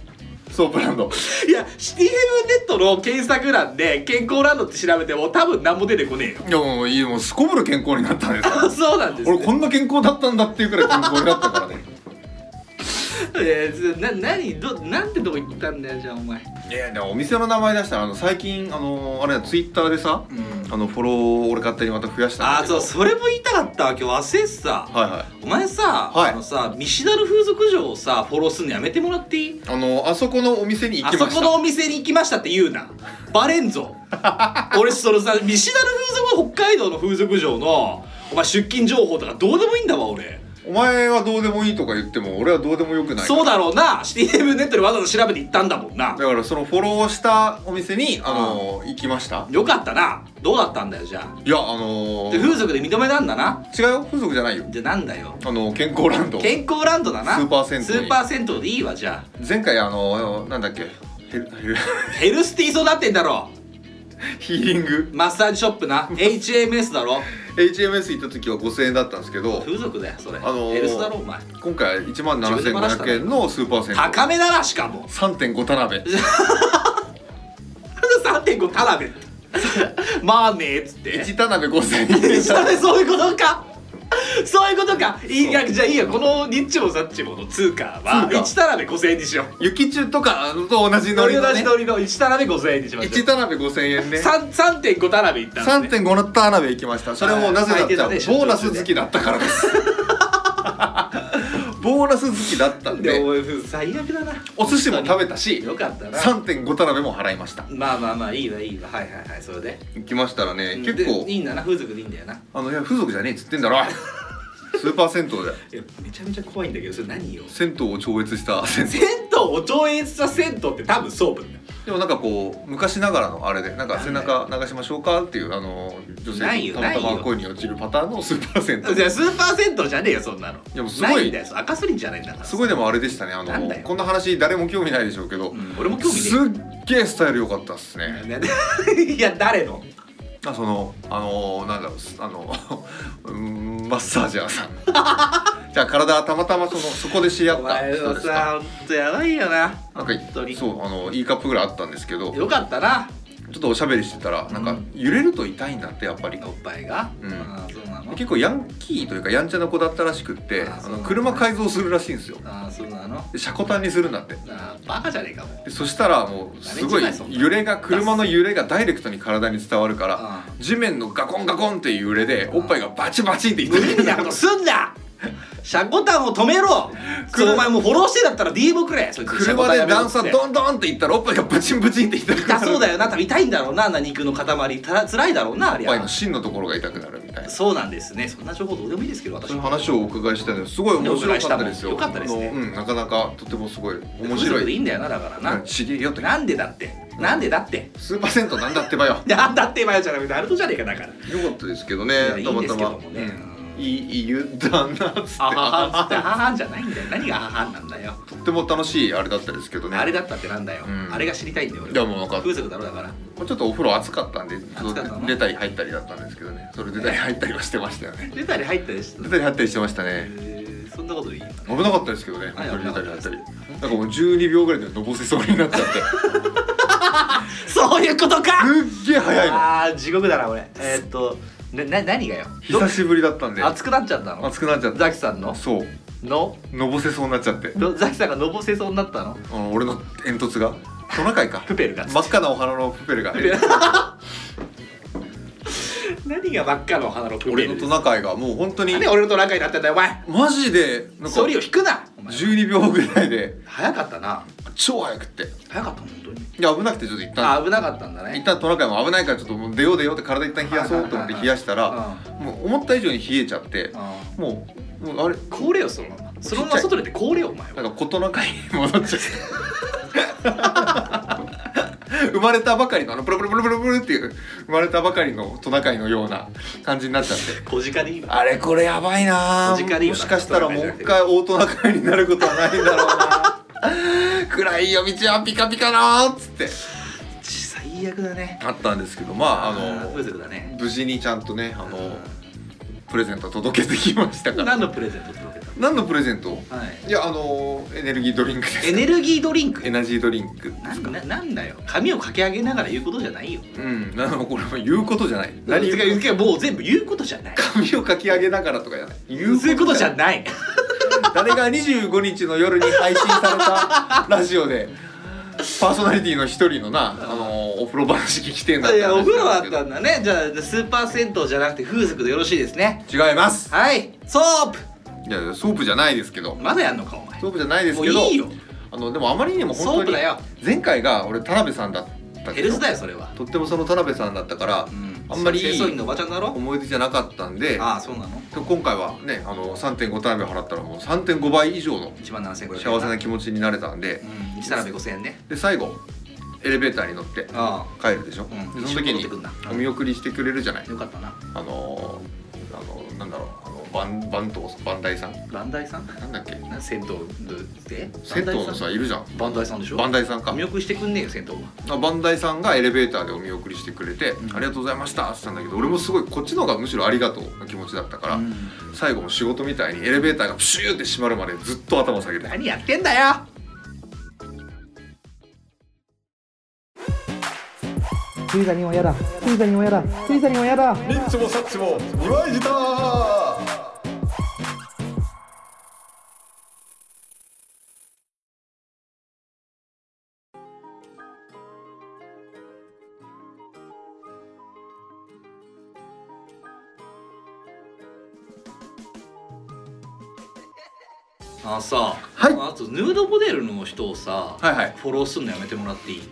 [SPEAKER 1] ソープランド
[SPEAKER 2] いや、シティヘブンネットの検索欄で健康ランドって調べても多分何も出てこねえよ。 <laughs>
[SPEAKER 1] いやもういいもうすこぶる健康になったんですよ
[SPEAKER 2] そうなんです、
[SPEAKER 1] 俺
[SPEAKER 2] ね。 <laughs>
[SPEAKER 1] こんな健康だったんだっていうくらい健康になったからね
[SPEAKER 2] えー、な何どなんてとこ行ったんだよじゃあお前
[SPEAKER 1] いやいやお店の名前出したらあの最近あのあれツイッターでさ
[SPEAKER 2] うん
[SPEAKER 1] あのフォローを俺勝手にまた増やしたんだ
[SPEAKER 2] あー
[SPEAKER 1] け
[SPEAKER 2] そ
[SPEAKER 1] ど
[SPEAKER 2] うそれも言いたかった今日忘れてた
[SPEAKER 1] はいはい
[SPEAKER 2] お前さ、
[SPEAKER 1] はい
[SPEAKER 2] あのさミシダル風俗嬢をさフォローするのやめてもらっていい
[SPEAKER 1] あのあそこのお店に行
[SPEAKER 2] あ
[SPEAKER 1] き
[SPEAKER 2] そ
[SPEAKER 1] まし
[SPEAKER 2] この
[SPEAKER 1] た
[SPEAKER 2] お店に行きましたって言うなバレん
[SPEAKER 1] <laughs>
[SPEAKER 2] ぞ俺そのさミシダル風俗北海道の風俗嬢のお前出勤情報とかどうでもいいんだわ俺
[SPEAKER 1] お前はどうでもいいとか言っても俺はどうでもよくない
[SPEAKER 2] そう
[SPEAKER 1] だ
[SPEAKER 2] だろうな CM ネットでわざわざ調べて行ったんだもんな
[SPEAKER 1] だからそのフォローしたお店にあの行きました
[SPEAKER 2] よかったなどうだったんだよじゃあ
[SPEAKER 1] いやあの
[SPEAKER 2] で風俗で認めたんだな
[SPEAKER 1] 違うよ風俗じゃないよ
[SPEAKER 2] じゃあなんだよ
[SPEAKER 1] あの健康ランド
[SPEAKER 2] 健康ランドだな
[SPEAKER 1] スーパー銭湯に
[SPEAKER 2] スーパー銭湯でいいわじゃ
[SPEAKER 1] 前回あのなんだっけヘルヘル <laughs>
[SPEAKER 2] あヘルスティーそうなってんだろ
[SPEAKER 1] ヒーリング
[SPEAKER 2] マッサージショップな HMS だろ
[SPEAKER 1] HMS 行った時は5000円だったんですけど
[SPEAKER 2] 風俗だよそれ、
[SPEAKER 1] あのー
[SPEAKER 2] ヘルスだろお前
[SPEAKER 1] 今回1万7500円のスーパー銭
[SPEAKER 2] 高めだなしかも
[SPEAKER 1] 湯3.5田辺
[SPEAKER 2] なんで3.5田辺ってまあねーっつって
[SPEAKER 1] 1田辺5000円
[SPEAKER 2] それそういうことかそういうことかいいやじゃあいいやこのニッチもサッチもの通貨は
[SPEAKER 1] 通貨
[SPEAKER 2] 1田辺5000円にしよう
[SPEAKER 1] 雪中とかと同じノ
[SPEAKER 2] 乗り
[SPEAKER 1] リ
[SPEAKER 2] 同
[SPEAKER 1] だ
[SPEAKER 2] じ
[SPEAKER 1] ね
[SPEAKER 2] 乗りの1田辺5000円にしましょ
[SPEAKER 1] 1
[SPEAKER 2] う
[SPEAKER 1] 田辺5000円ね
[SPEAKER 2] 三3.5田辺いったんですね
[SPEAKER 1] 3.5田辺行きましたそれもなぜだったらボ
[SPEAKER 2] あー相手だね
[SPEAKER 1] ーナス好きだったからです <laughs> ボーナス好きだったん
[SPEAKER 2] で
[SPEAKER 1] で
[SPEAKER 2] お前最悪だな
[SPEAKER 1] お寿司も食べたし
[SPEAKER 2] よかったな
[SPEAKER 1] 3.5田辺も払いました
[SPEAKER 2] まあまあまあいいわいいわはいはいはいそれで
[SPEAKER 1] 行きましたらね結構
[SPEAKER 2] でいいんだな風俗でいいんだよな
[SPEAKER 1] あのいや風俗じゃねえっつってんだろスーパー銭湯で
[SPEAKER 2] いやめちゃめちゃ怖いんだけどそれ何よ
[SPEAKER 1] 銭湯を超越した銭湯
[SPEAKER 2] 銭湯を超越した銭湯って多分そうぶんだよ
[SPEAKER 1] でもなんかこう昔ながらのあれでなんか背中流しましょうかっていうあの女
[SPEAKER 2] ない
[SPEAKER 1] 性
[SPEAKER 2] よ
[SPEAKER 1] がたま
[SPEAKER 2] な
[SPEAKER 1] た
[SPEAKER 2] い
[SPEAKER 1] ま
[SPEAKER 2] よ
[SPEAKER 1] 恋に落ちるパターンのスーパー銭
[SPEAKER 2] <laughs> じ
[SPEAKER 1] 湯
[SPEAKER 2] ゃあスーパー銭湯じゃねえよそんなの
[SPEAKER 1] いやもうすごい
[SPEAKER 2] ないんだよそれ赤スリンじゃないんだから
[SPEAKER 1] すごいでもあれでしたねあ
[SPEAKER 2] なん
[SPEAKER 1] の
[SPEAKER 2] だよ
[SPEAKER 1] こんな話誰も興味ないでしょうけど、
[SPEAKER 2] うん俺も興味
[SPEAKER 1] すっ
[SPEAKER 2] ね
[SPEAKER 1] げえスタイル良かったっす
[SPEAKER 2] え
[SPEAKER 1] ね、
[SPEAKER 2] ね <laughs> いや誰の
[SPEAKER 1] あそのあのなんだろうあの <laughs> うーんマッサージャー
[SPEAKER 2] <laughs>
[SPEAKER 1] さんじゃあ体はたまたまそのそこで知り合
[SPEAKER 2] お
[SPEAKER 1] った
[SPEAKER 2] 前
[SPEAKER 1] 人
[SPEAKER 2] は
[SPEAKER 1] でした
[SPEAKER 2] さほんとやばいよな
[SPEAKER 1] なんか
[SPEAKER 2] 本当に
[SPEAKER 1] そうあのいいカップぐらいあったんですけど
[SPEAKER 2] よかったな
[SPEAKER 1] ちょっとおしゃべりしてたらなん
[SPEAKER 2] う
[SPEAKER 1] か
[SPEAKER 2] ん
[SPEAKER 1] 揺れると痛いんだってやっぱり
[SPEAKER 2] おっぱいが
[SPEAKER 1] うん
[SPEAKER 2] ああそうなの
[SPEAKER 1] 結構ヤンキーというかやんちゃな子だったらしくって
[SPEAKER 2] あー
[SPEAKER 1] あ
[SPEAKER 2] そうなん
[SPEAKER 1] の
[SPEAKER 2] だ
[SPEAKER 1] 車改造するらしいんですよ
[SPEAKER 2] ああそうなのあ
[SPEAKER 1] で車庫端にするんだって
[SPEAKER 2] あバカじゃねえかもう
[SPEAKER 1] でそしたらもうすごい
[SPEAKER 2] ダメじゃないそんなの
[SPEAKER 1] 揺れが車の揺れがダイレクトに体に伝わるから
[SPEAKER 2] ああ
[SPEAKER 1] 地面のガコンガコンっていう揺れでおっぱいがバチバチって
[SPEAKER 2] 無意味な
[SPEAKER 1] 痛
[SPEAKER 2] ことすんな車庫端を止め
[SPEAKER 1] <laughs>
[SPEAKER 2] ろそうお前もうフォローしてだったら DM くれそいつに車庫
[SPEAKER 1] 車
[SPEAKER 2] 端
[SPEAKER 1] で
[SPEAKER 2] やめろ
[SPEAKER 1] 段
[SPEAKER 2] っ
[SPEAKER 1] 差
[SPEAKER 2] て
[SPEAKER 1] ドンドンっていったらおっぱいがバチンバチンって痛くな
[SPEAKER 2] 痛
[SPEAKER 1] る
[SPEAKER 2] そうだよな多分痛いんだろうなあんな肉の塊たら辛いだろうなあ
[SPEAKER 1] おっ
[SPEAKER 2] り
[SPEAKER 1] ぱいの
[SPEAKER 2] ゃ
[SPEAKER 1] 芯のところが痛くなるみたいな
[SPEAKER 2] そうなんですねそんな情報どうでもいいですけど私
[SPEAKER 1] そういう話をお伺いしたんですごい面白かったですよ
[SPEAKER 2] よかったですね
[SPEAKER 1] あのうんなかなかとてもすごい面
[SPEAKER 2] 風
[SPEAKER 1] 白
[SPEAKER 2] 俗でい
[SPEAKER 1] い
[SPEAKER 2] いんだよなだから
[SPEAKER 1] な
[SPEAKER 2] なん
[SPEAKER 1] かちげえよって
[SPEAKER 2] なんでだってなんでだって
[SPEAKER 1] スーパー銭湯なんだってばよ
[SPEAKER 2] なんだって前じゃなくてナルトじゃねえかだから
[SPEAKER 1] 良かったですけど
[SPEAKER 2] いや
[SPEAKER 1] ね、
[SPEAKER 2] い
[SPEAKER 1] た
[SPEAKER 2] いん
[SPEAKER 1] ま
[SPEAKER 2] です
[SPEAKER 1] た
[SPEAKER 2] けど
[SPEAKER 1] ま
[SPEAKER 2] もね。
[SPEAKER 1] うんいい、いい湯だなっつ
[SPEAKER 2] あはは
[SPEAKER 1] っ
[SPEAKER 2] んつってあははんじゃないんだよ何があははんなんだよ
[SPEAKER 1] て。とっても楽しいあれだったですけどね。
[SPEAKER 2] あれだったってなんだよ
[SPEAKER 1] うん
[SPEAKER 2] あれが知りたいんだよ
[SPEAKER 1] い
[SPEAKER 2] 俺
[SPEAKER 1] や
[SPEAKER 2] は
[SPEAKER 1] もうなんか、
[SPEAKER 2] 風俗だろだから
[SPEAKER 1] ちょっとお風呂暑かったんで、ちょっ
[SPEAKER 2] 暑かった
[SPEAKER 1] と
[SPEAKER 2] の
[SPEAKER 1] 出たり入ったりだったんですけどね。それ出たり入ったりはしてましたよね。
[SPEAKER 2] 出たり入ったりして
[SPEAKER 1] 出たり入ったりしてました
[SPEAKER 2] え
[SPEAKER 1] ね。
[SPEAKER 2] ーそんなことでいいの
[SPEAKER 1] 危なかったですけどね、
[SPEAKER 2] は
[SPEAKER 1] 本
[SPEAKER 2] い
[SPEAKER 1] 当に出たり入ったり
[SPEAKER 2] 危。
[SPEAKER 1] なんかもう12秒ぐらいでのぼせそうになっ
[SPEAKER 2] <laughs>
[SPEAKER 1] ちゃって、
[SPEAKER 2] そういうことか
[SPEAKER 1] すっげえ早いの。
[SPEAKER 2] あー地獄だな俺えーっとなな何がよ
[SPEAKER 1] 久しぶりだったんで、
[SPEAKER 2] 熱くなっちゃったの
[SPEAKER 1] 熱くなっちゃった。
[SPEAKER 2] ザキさんの
[SPEAKER 1] そう、
[SPEAKER 2] の
[SPEAKER 1] のぼせそうになっちゃって。
[SPEAKER 2] のザキさんがのぼせそうになったの
[SPEAKER 1] あの俺の煙突が。トナカイか。
[SPEAKER 2] プペルが
[SPEAKER 1] 真っ赤なお花のプペルが。
[SPEAKER 2] 何が真っ赤のお花のプペ
[SPEAKER 1] 俺
[SPEAKER 2] ル
[SPEAKER 1] のトナカイがもう本当に
[SPEAKER 2] 何で俺のトナカイになってんだよお前
[SPEAKER 1] マジでなんか
[SPEAKER 2] ソリを引くなお前
[SPEAKER 1] 12秒ぐらいで
[SPEAKER 2] 早かったな
[SPEAKER 1] 超早くって
[SPEAKER 2] 早かった本当に
[SPEAKER 1] いや危なくてちょっと一
[SPEAKER 2] あ
[SPEAKER 1] 旦
[SPEAKER 2] 危なかったんだね
[SPEAKER 1] 一旦トナカイも危ないからちょっともう出よう出ようって体一旦冷やそうと思って冷やしたら
[SPEAKER 2] あ
[SPEAKER 1] もう思った以上に冷えちゃってもうもうあれ
[SPEAKER 2] これよそのままそのまま外出てこれよお前は
[SPEAKER 1] なんか小トナカイに戻っちゃって生まれたばかりのあのプルプルプルプルプルっていう生まれたばかりのトナカイのような感じになっちゃって
[SPEAKER 2] 小鹿でいいわ
[SPEAKER 1] あれこれやばいな
[SPEAKER 2] お時間でいい
[SPEAKER 1] も
[SPEAKER 2] わ
[SPEAKER 1] しかしたらもう一回大人会になることはないんだろうな暗い夜道はピカピカなーっつって
[SPEAKER 2] 最悪だね
[SPEAKER 1] あったんですけどまああ
[SPEAKER 2] あー風
[SPEAKER 1] の
[SPEAKER 2] 俗だね
[SPEAKER 1] 無事にちゃんとねあのプレゼント届けてきましたから
[SPEAKER 2] 何のプレゼント届け
[SPEAKER 1] 何のプレゼント
[SPEAKER 2] たのはい
[SPEAKER 1] いやあのエネルギードリンクです
[SPEAKER 2] エネルギードリンク
[SPEAKER 1] エナジードリンク
[SPEAKER 2] なんななんだよ髪をかけ上げながら言うことじゃないよ
[SPEAKER 1] うんなのこれは言うことじゃない
[SPEAKER 2] 何
[SPEAKER 1] 何
[SPEAKER 2] が言うけどもう全部言うことじゃない
[SPEAKER 1] 髪をかき上げながらとかじゃない言
[SPEAKER 2] そういうことじゃ
[SPEAKER 1] い
[SPEAKER 2] ない
[SPEAKER 1] 誰が25日の夜に配信されたラジオでパーソナリティの一人のなあのお風呂話聞きてんだっ
[SPEAKER 2] い
[SPEAKER 1] て
[SPEAKER 2] や
[SPEAKER 1] 話
[SPEAKER 2] お風呂
[SPEAKER 1] な
[SPEAKER 2] だ
[SPEAKER 1] ん
[SPEAKER 2] っ
[SPEAKER 1] ですけど
[SPEAKER 2] たんだねじゃあスーパー銭湯じゃなくて風俗でよろしいですね
[SPEAKER 1] 違います
[SPEAKER 2] はいソープ
[SPEAKER 1] いやいやソープじゃないですけど
[SPEAKER 2] まだやんのかお前
[SPEAKER 1] ソープじゃないですけど
[SPEAKER 2] もういいよ
[SPEAKER 1] あのでもあまりにも
[SPEAKER 2] ソ
[SPEAKER 1] 本
[SPEAKER 2] ー
[SPEAKER 1] 当
[SPEAKER 2] プ
[SPEAKER 1] に
[SPEAKER 2] だよ
[SPEAKER 1] 前回が俺田辺さんだった
[SPEAKER 2] ヘ
[SPEAKER 1] け
[SPEAKER 2] ル
[SPEAKER 1] ど
[SPEAKER 2] スだよそれは、
[SPEAKER 1] とってもその田辺さんだったから
[SPEAKER 2] うん、
[SPEAKER 1] あんまりいい
[SPEAKER 2] 清掃員のおばちゃんだろ
[SPEAKER 1] 思い出じゃなかったんで
[SPEAKER 2] ああそうなの
[SPEAKER 1] 今回はねあの3.5単位払ったらもう3.5倍以上の
[SPEAKER 2] 1万7500円
[SPEAKER 1] 幸せな気持ちになれたんで
[SPEAKER 2] うん1並べ5000円ね
[SPEAKER 1] で最後エレベーターに乗って
[SPEAKER 2] あ
[SPEAKER 1] 帰るでしょ、
[SPEAKER 2] うん
[SPEAKER 1] でその時に
[SPEAKER 2] 一緒に戻ってくんだ
[SPEAKER 1] お見送りしてくれるじゃない
[SPEAKER 2] あよかったな
[SPEAKER 1] あのー、あのーなんだろうあのバンバントバンダイさん
[SPEAKER 2] バンダイさん
[SPEAKER 1] なんだっけ
[SPEAKER 2] な銭湯で
[SPEAKER 1] 銭湯のさいるじゃん
[SPEAKER 2] バンダイさんでしょ
[SPEAKER 1] バンダイさんか
[SPEAKER 2] 見送りしてくんねえよ銭湯は
[SPEAKER 1] あバンダイさんがエレベーターでお見送りしてくれて、
[SPEAKER 2] うん
[SPEAKER 1] ありがとうございましたって言ったんだけど俺もすごいこっちの方がむしろありがとうの気持ちだったから、
[SPEAKER 2] うん
[SPEAKER 1] 最後も仕事みたいにエレベーターがプシューって閉まるまでずっと頭下げて
[SPEAKER 2] 何やってんだよ
[SPEAKER 6] ニッチもサッチも二枚舌
[SPEAKER 2] あのさ、
[SPEAKER 1] はい
[SPEAKER 2] あとヌードモデルの人をさ、
[SPEAKER 1] はいはい
[SPEAKER 2] フォローするのやめてもらっていい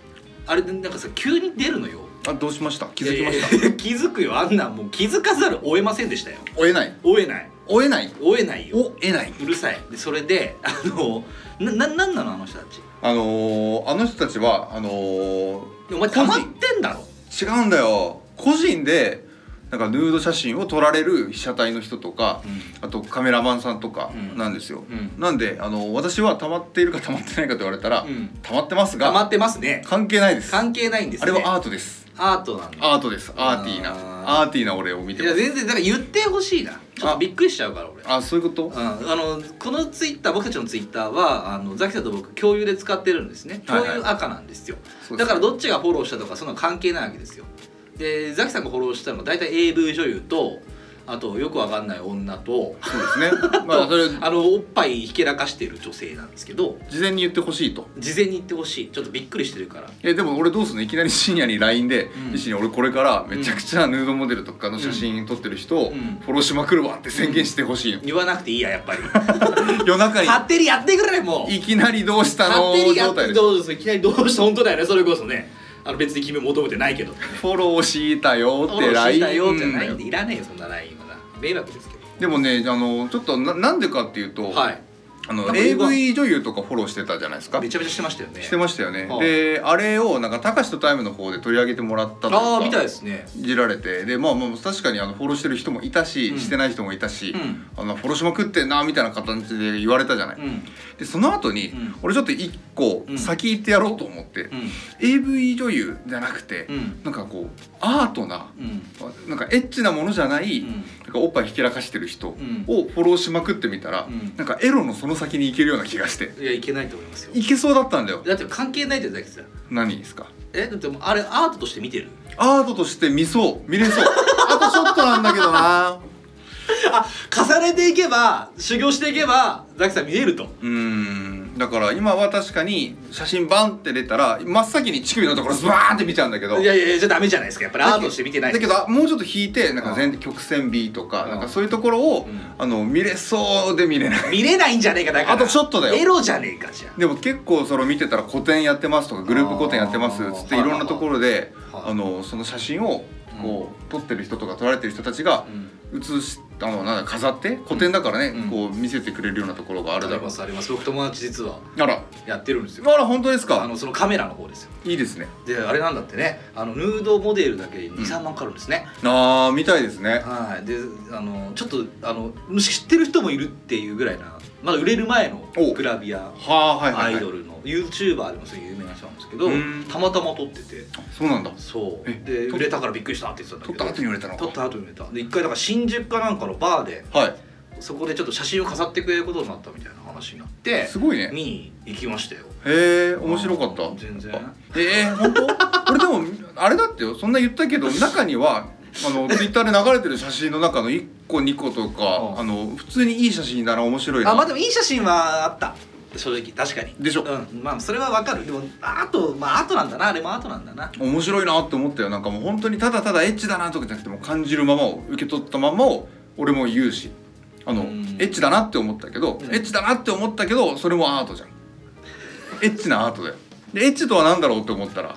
[SPEAKER 2] あれでなんかさ急に出るのよ
[SPEAKER 1] あどうしました気づきました
[SPEAKER 2] いやいや <laughs> 気づくよあんなんもう気づかざるを得ませんでしたよ
[SPEAKER 1] 追えない
[SPEAKER 2] 追えない
[SPEAKER 1] 追えない
[SPEAKER 2] 追えないよ
[SPEAKER 1] 追えないう
[SPEAKER 2] るさいでそれであのなななんなのあの人たち
[SPEAKER 1] あのー、あの人たちはあのー、
[SPEAKER 2] お前溜まってんだろ
[SPEAKER 1] 違うんだよ個人でなんかヌード写真を撮られる被写体の人とか、あとカメラマンさんとか
[SPEAKER 2] うん
[SPEAKER 1] なんですよ、
[SPEAKER 2] うん
[SPEAKER 1] なんであの私は溜まっているか溜まってないかと言われたら、
[SPEAKER 2] うん
[SPEAKER 1] 溜まってます
[SPEAKER 2] 溜ま
[SPEAKER 1] が
[SPEAKER 2] ってますね
[SPEAKER 1] 関係ないです
[SPEAKER 2] 関係ないんです
[SPEAKER 1] あ
[SPEAKER 2] ね
[SPEAKER 1] れはアートです
[SPEAKER 2] アートなんだ
[SPEAKER 1] アートですアーティーな
[SPEAKER 2] あー
[SPEAKER 1] アーティーな俺を見て
[SPEAKER 2] い
[SPEAKER 1] ま
[SPEAKER 2] や
[SPEAKER 1] す
[SPEAKER 2] 全然だから言ってほしいなちょっとびっくりしちゃうから俺
[SPEAKER 1] あそういうこと
[SPEAKER 2] うん、あのこのツイッター僕たちのツイッターはあのザキさんと僕共有で使ってるんですね
[SPEAKER 1] はい
[SPEAKER 2] 共
[SPEAKER 1] はい
[SPEAKER 2] 有赤なんですよ、
[SPEAKER 1] そうです
[SPEAKER 2] だからどっちがフォローしたとかそんなの関係ないわけですよでザキさんがフォローしたのは大体 AV 女優とあとよくわかんない女と
[SPEAKER 1] そうです
[SPEAKER 2] <laughs>
[SPEAKER 1] ねまあそれ
[SPEAKER 2] あのおっぱいひけらかしてる女性なんですけど
[SPEAKER 1] 事前に言ってほしいと
[SPEAKER 2] 事前に言ってほしいちょっとびっくりしてるから
[SPEAKER 1] えでも俺どうすんのいきなり深夜に LINE で
[SPEAKER 2] う
[SPEAKER 1] 「
[SPEAKER 2] ん
[SPEAKER 1] 石に俺これからめちゃくちゃヌードモデルとかの写真撮ってる人を
[SPEAKER 2] うん
[SPEAKER 1] フォローしまくるわ」って宣言してほしいの
[SPEAKER 2] 言わなくていいややっぱり
[SPEAKER 1] 夜中に
[SPEAKER 2] 勝手にやってくれもう
[SPEAKER 1] いきなりどうしたの
[SPEAKER 2] 勝手にや
[SPEAKER 1] 状
[SPEAKER 2] っ
[SPEAKER 1] 態
[SPEAKER 2] て
[SPEAKER 1] でしょ
[SPEAKER 2] どうぞいきなりどうした本当だよねそれこそねあの別に君求めてないけど
[SPEAKER 1] フォローしたよって
[SPEAKER 2] フォローしてた
[SPEAKER 1] LINE
[SPEAKER 2] よじゃないんでいらねえよそんなラインはな迷惑ですけど
[SPEAKER 1] でもねあのちょっとななんでかっていうと、
[SPEAKER 2] はい
[SPEAKER 1] あの
[SPEAKER 2] なんか言うわ
[SPEAKER 1] AV 女優とかフォローしてたじゃないですか
[SPEAKER 2] めちゃめちゃしてましたよね
[SPEAKER 1] してましたよね、
[SPEAKER 2] はい
[SPEAKER 1] であれをなんか「たかしとタイム」の方で取り上げてもらったというか
[SPEAKER 2] ああみたいですね
[SPEAKER 1] いじられてでまあまあ確かにあのフォローしてる人もいたし、
[SPEAKER 2] うん
[SPEAKER 1] してない人もいたし、
[SPEAKER 2] うん
[SPEAKER 1] あのフォローしまくってんなみたいな形で言われたじゃない、
[SPEAKER 2] うん
[SPEAKER 1] でその後に、
[SPEAKER 2] うん
[SPEAKER 1] 俺ちょっと一個
[SPEAKER 2] うん
[SPEAKER 1] 先行ってやろうと思って、
[SPEAKER 2] うん
[SPEAKER 1] AV 女優じゃなくて、
[SPEAKER 2] うん
[SPEAKER 1] なんかこうアートな
[SPEAKER 2] うん
[SPEAKER 1] なんかエッチなものじゃない、
[SPEAKER 2] うん
[SPEAKER 1] なんかおっぱいひけらかしてる人を
[SPEAKER 2] ん
[SPEAKER 1] フォローしまくってみたら、
[SPEAKER 2] うん
[SPEAKER 1] なんかエロのその先に行けるような気がして
[SPEAKER 2] いやいけないと思いますよ
[SPEAKER 1] いけそうだったんだよ
[SPEAKER 2] だって関係ないじゃんだけさ
[SPEAKER 1] 何ですか
[SPEAKER 2] えだってもうあれアートとして見てる
[SPEAKER 1] アートとして見そう見れ
[SPEAKER 2] <laughs>
[SPEAKER 1] そうあとちょっとなんだけどな
[SPEAKER 2] あ重ねていけば修行していけばザキさん見えると
[SPEAKER 1] うーんだから今は確かに写真バンって出たら真っ先に乳首のところズバーンって見ちゃうんだけど
[SPEAKER 2] いやいやいやじゃあダメじゃないですかやっぱりアートとして見てない
[SPEAKER 1] だけどもうちょっと引いてなんか
[SPEAKER 2] う
[SPEAKER 1] 全曲線 B とか
[SPEAKER 2] うん
[SPEAKER 1] なんかそういうところを
[SPEAKER 2] うん
[SPEAKER 1] あの見れそうで見れない <laughs>
[SPEAKER 2] 見れないんじゃねえかだから
[SPEAKER 1] あとちょっとだよ
[SPEAKER 2] エロじゃねえかじゃあ
[SPEAKER 1] でも結構その見てたら個展やってますとかグループ個展やってますっつって
[SPEAKER 2] あ
[SPEAKER 1] い
[SPEAKER 2] ー
[SPEAKER 1] ろんなところで
[SPEAKER 2] はい
[SPEAKER 1] あのその写真をこう撮ってる人とか撮られてる人たちが
[SPEAKER 2] うん
[SPEAKER 1] 写しあのなんだ飾って個展だからね
[SPEAKER 2] うん
[SPEAKER 1] こう見せてくれるようなところがあ
[SPEAKER 2] あ
[SPEAKER 1] るだ
[SPEAKER 2] り
[SPEAKER 1] ろ
[SPEAKER 2] ま
[SPEAKER 1] う
[SPEAKER 2] すあります僕友達実は
[SPEAKER 1] あら
[SPEAKER 2] やってるんです
[SPEAKER 1] あ
[SPEAKER 2] よ
[SPEAKER 1] ら本当です
[SPEAKER 2] あ
[SPEAKER 1] か
[SPEAKER 2] のそのカメラの方ですよ
[SPEAKER 1] いいですね
[SPEAKER 2] であれなんだってねあのヌードモデルだけで
[SPEAKER 1] うん
[SPEAKER 2] 23万かかるんですね、
[SPEAKER 1] あーみたいですね
[SPEAKER 2] はいであのちょっとあの知ってる人もいるっていうぐらいなまだ売れる前の
[SPEAKER 1] お
[SPEAKER 2] グラビア
[SPEAKER 1] はあはいは
[SPEAKER 2] ア
[SPEAKER 1] い
[SPEAKER 2] イ
[SPEAKER 1] はい
[SPEAKER 2] ドルの YouTuber でもそういう有名な人なんですけど
[SPEAKER 1] うん
[SPEAKER 2] たまたま撮ってて
[SPEAKER 1] そうなんだ
[SPEAKER 2] そう
[SPEAKER 1] え
[SPEAKER 2] で
[SPEAKER 1] 撮っ
[SPEAKER 2] 売れたからびっくりしたって言ってた
[SPEAKER 1] 撮
[SPEAKER 2] ん
[SPEAKER 1] っ
[SPEAKER 2] だ
[SPEAKER 1] た
[SPEAKER 2] け
[SPEAKER 1] 後
[SPEAKER 2] ど
[SPEAKER 1] に売れたの
[SPEAKER 2] 撮っ
[SPEAKER 1] か
[SPEAKER 2] た後に売れたで一回だから新宿かなんかのバーで
[SPEAKER 1] は
[SPEAKER 2] そこでちょっと写真を飾ってくれることになったみたいな話になって
[SPEAKER 1] いすごいね
[SPEAKER 2] 見に行きましたよ
[SPEAKER 1] へえ面白かった
[SPEAKER 2] 全
[SPEAKER 1] <laughs>
[SPEAKER 2] 然 <laughs>
[SPEAKER 1] あえー、本当俺でもあれだってよそんな言ったけど中にはあのツイッターで流れてる写真の中の1個2個とか
[SPEAKER 2] うん
[SPEAKER 1] あの普通にいい写真なら面白いな
[SPEAKER 2] あまあでもいい写真はあった正直確かに
[SPEAKER 1] でしょ
[SPEAKER 2] うんまあそれはわかるでもアートまあアートなんだなあれもアートなんだな
[SPEAKER 1] 面白いなって思ったよなんかもう本当にただただエッチだなとかじゃなくてもう感じるままを受け取ったままを俺も言うしあの
[SPEAKER 2] うん
[SPEAKER 1] エッチだなって思ったけど、
[SPEAKER 2] うん
[SPEAKER 1] エッチだなって思ったけどそれもアートじゃんエッチなアートだよでエッチとは何だろうって思った
[SPEAKER 2] <laughs>
[SPEAKER 1] ら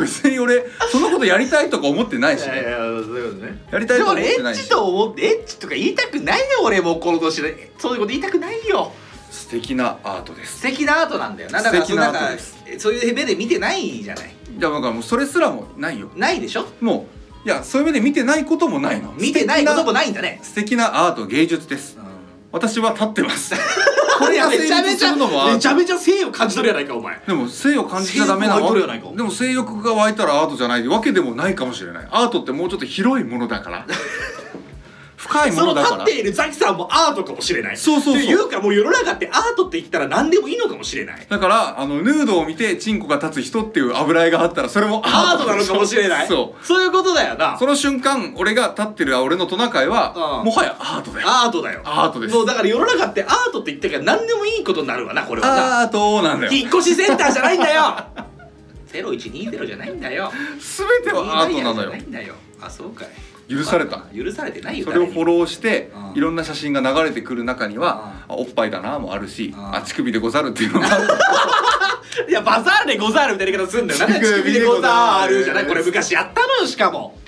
[SPEAKER 1] 別に俺そのことやりたいとか思ってないし、ね、
[SPEAKER 2] やそういうことね
[SPEAKER 1] やりたい
[SPEAKER 2] で
[SPEAKER 1] と
[SPEAKER 2] も
[SPEAKER 1] か思っ
[SPEAKER 2] 俺エ
[SPEAKER 1] てな
[SPEAKER 2] ッ
[SPEAKER 1] い
[SPEAKER 2] チ
[SPEAKER 1] し
[SPEAKER 2] と思ってエッチとか言いたくないよ俺もこの年でそういうこと言いたくないよ
[SPEAKER 1] 素敵なアートです
[SPEAKER 2] 素敵なアートなんだよなだから
[SPEAKER 1] 素敵なアート
[SPEAKER 2] そのんか
[SPEAKER 1] です
[SPEAKER 2] そういう目で見てないじゃない
[SPEAKER 1] いやだからもうそれすらもないよ
[SPEAKER 2] ないでしょ
[SPEAKER 1] もういやそういう目で見てないこともないの
[SPEAKER 2] 見てないことも
[SPEAKER 1] い
[SPEAKER 2] ないんだね
[SPEAKER 1] 素敵なアート芸術です私は立ってます
[SPEAKER 2] <laughs> これ
[SPEAKER 1] が
[SPEAKER 2] めちゃめ
[SPEAKER 1] 成立
[SPEAKER 2] ち
[SPEAKER 1] す
[SPEAKER 2] ゃ
[SPEAKER 1] るのもアート
[SPEAKER 2] めちゃめちゃ性を感じ取るやないかお前
[SPEAKER 1] でも性を感じちゃダメな
[SPEAKER 2] 性欲
[SPEAKER 1] わ
[SPEAKER 2] 湧いとるやないか
[SPEAKER 1] でも性欲が湧いたらアートじゃないわけでもないかもしれないアートってもうちょっと広いものだから
[SPEAKER 2] <laughs>
[SPEAKER 1] 深いもの
[SPEAKER 2] その
[SPEAKER 1] だ
[SPEAKER 2] 立
[SPEAKER 1] から
[SPEAKER 2] っているザキさんもアートかもしれない
[SPEAKER 1] そうそうそう
[SPEAKER 2] っていうかもう世の中ってアートって言ったら何でもいいのかもしれない
[SPEAKER 1] だからあのヌードを見てチンコが立つ人っていう油絵があったらそれも
[SPEAKER 2] アートなのかもしれない
[SPEAKER 1] そう
[SPEAKER 2] そういうことだよな
[SPEAKER 1] うその瞬間俺が立ってる俺のトナカイは
[SPEAKER 2] うん
[SPEAKER 1] もはやアートだよ
[SPEAKER 2] アートだよ
[SPEAKER 1] アートです
[SPEAKER 2] もうだから世の中ってアートって言ったから何でもいいことになるわなこれはな
[SPEAKER 1] アートなんだよ
[SPEAKER 2] 引っ越しセンターじゃないんだよ0120じゃないんだよ
[SPEAKER 1] 全てはアートなの
[SPEAKER 2] じゃない
[SPEAKER 1] よ
[SPEAKER 2] んだよあそうかい
[SPEAKER 1] 許された
[SPEAKER 2] 許されてないよ
[SPEAKER 1] それをフォローして
[SPEAKER 2] うん
[SPEAKER 1] いろんな写真が流れてくる中にはあおっぱいだなもあるし
[SPEAKER 2] うん
[SPEAKER 1] あ乳首でござるっていうのがある
[SPEAKER 2] 誰にいやバザールでござるみたいな言い方すんだよなんで
[SPEAKER 1] 乳
[SPEAKER 2] 乳
[SPEAKER 1] 首
[SPEAKER 2] 首
[SPEAKER 1] で
[SPEAKER 2] で
[SPEAKER 1] ご
[SPEAKER 2] ご
[SPEAKER 1] ざ
[SPEAKER 2] ざ
[SPEAKER 1] る
[SPEAKER 2] るじ
[SPEAKER 1] <laughs>
[SPEAKER 2] ゃないこれ昔やったのよしかも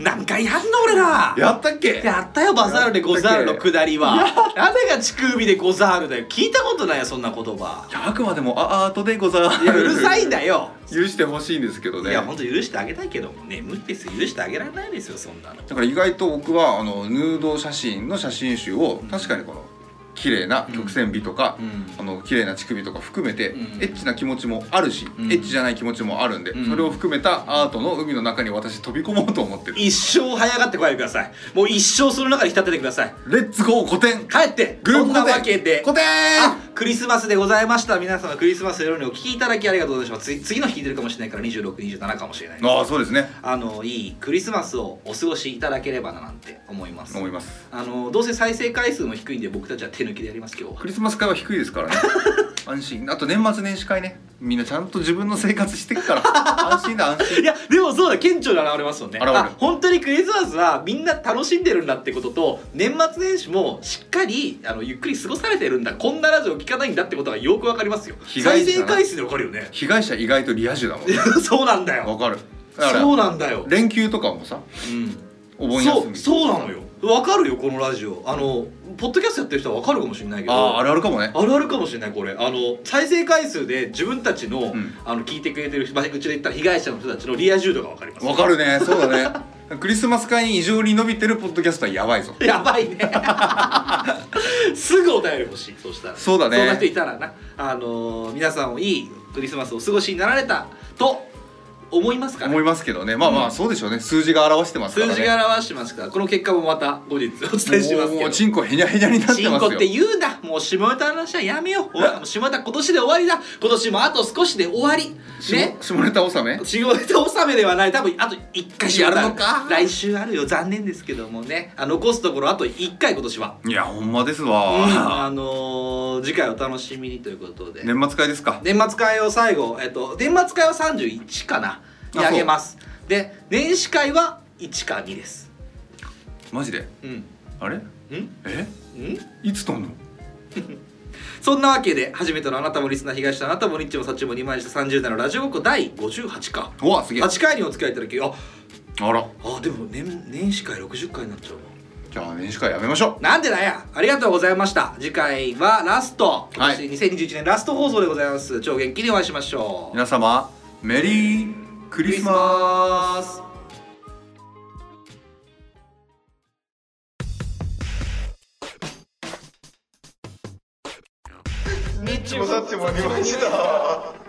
[SPEAKER 2] 何回やんの俺ら
[SPEAKER 1] やったっけ
[SPEAKER 2] やったよバザールでござるのくだりは誰が乳首でござるだよ聞いたことないよそんな言葉
[SPEAKER 1] いやあくまでもあアートでござる
[SPEAKER 2] いやうるさいんだよ
[SPEAKER 1] 許してほしいんですけど
[SPEAKER 2] い
[SPEAKER 1] ね
[SPEAKER 2] や本当許してあげたいけど眠ってす許してあげられないですよそんなの
[SPEAKER 1] だから意外と僕はあのヌード写真の写真集を
[SPEAKER 2] うん
[SPEAKER 1] 確かにこの綺麗な曲線美とか、
[SPEAKER 2] ん
[SPEAKER 1] あの綺麗な乳首とか含めて、
[SPEAKER 2] うん
[SPEAKER 1] エッチな気持ちもあるし、
[SPEAKER 2] うん
[SPEAKER 1] エッチじゃない気持ちもあるんで、
[SPEAKER 2] うん
[SPEAKER 1] それを含めたアートの海の中に私飛び込もうと思ってる、
[SPEAKER 2] 一生早がってこないでくださいもう一生その中に浸っててください
[SPEAKER 1] レッツゴー古典
[SPEAKER 2] 帰って
[SPEAKER 1] グー
[SPEAKER 2] そ
[SPEAKER 1] プ
[SPEAKER 2] ん
[SPEAKER 1] 古
[SPEAKER 2] な
[SPEAKER 1] 典
[SPEAKER 2] わけで
[SPEAKER 1] 古典
[SPEAKER 2] あクリスマスでございました皆様クリスマスの夜にお聞きいただきありがとうございますつ次の日聞いてるかもしれないから2627かもしれないです
[SPEAKER 1] ああそうですね
[SPEAKER 2] あのいいクリスマスをお過ごしいただければななんて思います
[SPEAKER 1] 思います
[SPEAKER 2] あのどうせ再生回数も低いんで僕たちは手抜きでやります今日は
[SPEAKER 1] クリスマス会は低いですからね安心あと年末年始会ねみんなちゃんと自分の生活してくから安心だ安心
[SPEAKER 2] いやでもそうだ顕著に現れますよね
[SPEAKER 1] 現れる
[SPEAKER 2] あ本当にクリスマスはみんな楽しんでるんだってことと年末年始もしっかりあのゆっくり過ごされてるんだこんなラジオ聞かないんだってことがよくわかりますよ
[SPEAKER 1] 被害
[SPEAKER 2] 再
[SPEAKER 1] 者だ
[SPEAKER 2] 生
[SPEAKER 1] な
[SPEAKER 2] 回数でわかるよね <laughs>
[SPEAKER 1] 被害者意外とリア充だもんね
[SPEAKER 2] そうなんだよ
[SPEAKER 1] わかるだから
[SPEAKER 2] そうなんだよ、
[SPEAKER 1] 連休とかもさお盆
[SPEAKER 2] そ
[SPEAKER 1] 休
[SPEAKER 2] う
[SPEAKER 1] み
[SPEAKER 2] そうなのよわかるよこのラジオあのポッドキャストやってる人はわかるかもしれないけど
[SPEAKER 1] あああるあるかもね
[SPEAKER 2] あるあるかもしれないこれあの再生回数で自分たちの,、
[SPEAKER 1] うん
[SPEAKER 2] あの聞いてくれてる人まあうちで言ったら被害者の人たちのリア充度がわかります
[SPEAKER 1] わかるねそうだねクリスマス会に異常に伸びてるポッドキャストはやばいぞ
[SPEAKER 2] <laughs> やばいねすぐお便り欲しいそうしたら
[SPEAKER 1] そうだね
[SPEAKER 2] そんな人いたらなあのー皆さんもいいクリスマスをお過ごしになられたと思いますから
[SPEAKER 1] 思いますけどねまあまあそうでしょうね数字が表してますからね
[SPEAKER 2] 数字が表してますからこの結果もまた後日お伝えしますけ
[SPEAKER 1] も
[SPEAKER 2] ど
[SPEAKER 1] うチンコへにゃへにゃになってます
[SPEAKER 2] チ
[SPEAKER 1] よ
[SPEAKER 2] ンコって言うなもう下ネタの話はやめよう俺らも下ネタ今年で終わりだ今年もあと少しで終わりね
[SPEAKER 1] ね下ネタ納め
[SPEAKER 2] 仕事納めではない多分あと1回
[SPEAKER 1] やるのか
[SPEAKER 2] 来週あるよ残念ですけどもねあ残すところあと1回今年は、
[SPEAKER 1] いやほんまです
[SPEAKER 2] うん
[SPEAKER 1] わ
[SPEAKER 2] あのー次回お楽しみにということで、
[SPEAKER 1] 年末会ですか
[SPEAKER 2] 年末会を最後えっと年末会は31かな
[SPEAKER 1] あ
[SPEAKER 2] にあげますで年始会は1か2です
[SPEAKER 1] マジで
[SPEAKER 2] うんん
[SPEAKER 1] あれえ
[SPEAKER 2] ん
[SPEAKER 1] いつとんの
[SPEAKER 2] そんなわけで初めてのあなたもリスナー東とあなたもニッチもサッチも2枚した30代のラジオごっこ第58か
[SPEAKER 1] うわすげえ
[SPEAKER 2] 8回にお付き合いいただきあ
[SPEAKER 1] あら
[SPEAKER 2] あでも年年始会60回になっちゃうわ
[SPEAKER 1] じゃあ年始会やめましょ
[SPEAKER 2] なんでだよありがとうございました次回はラスト今
[SPEAKER 1] はい
[SPEAKER 2] 年2021年ラスト放送でございます超元気にお会いしましょ
[SPEAKER 1] う
[SPEAKER 2] う
[SPEAKER 1] 皆様メリークリスマス
[SPEAKER 7] ニッチもサッチもありました。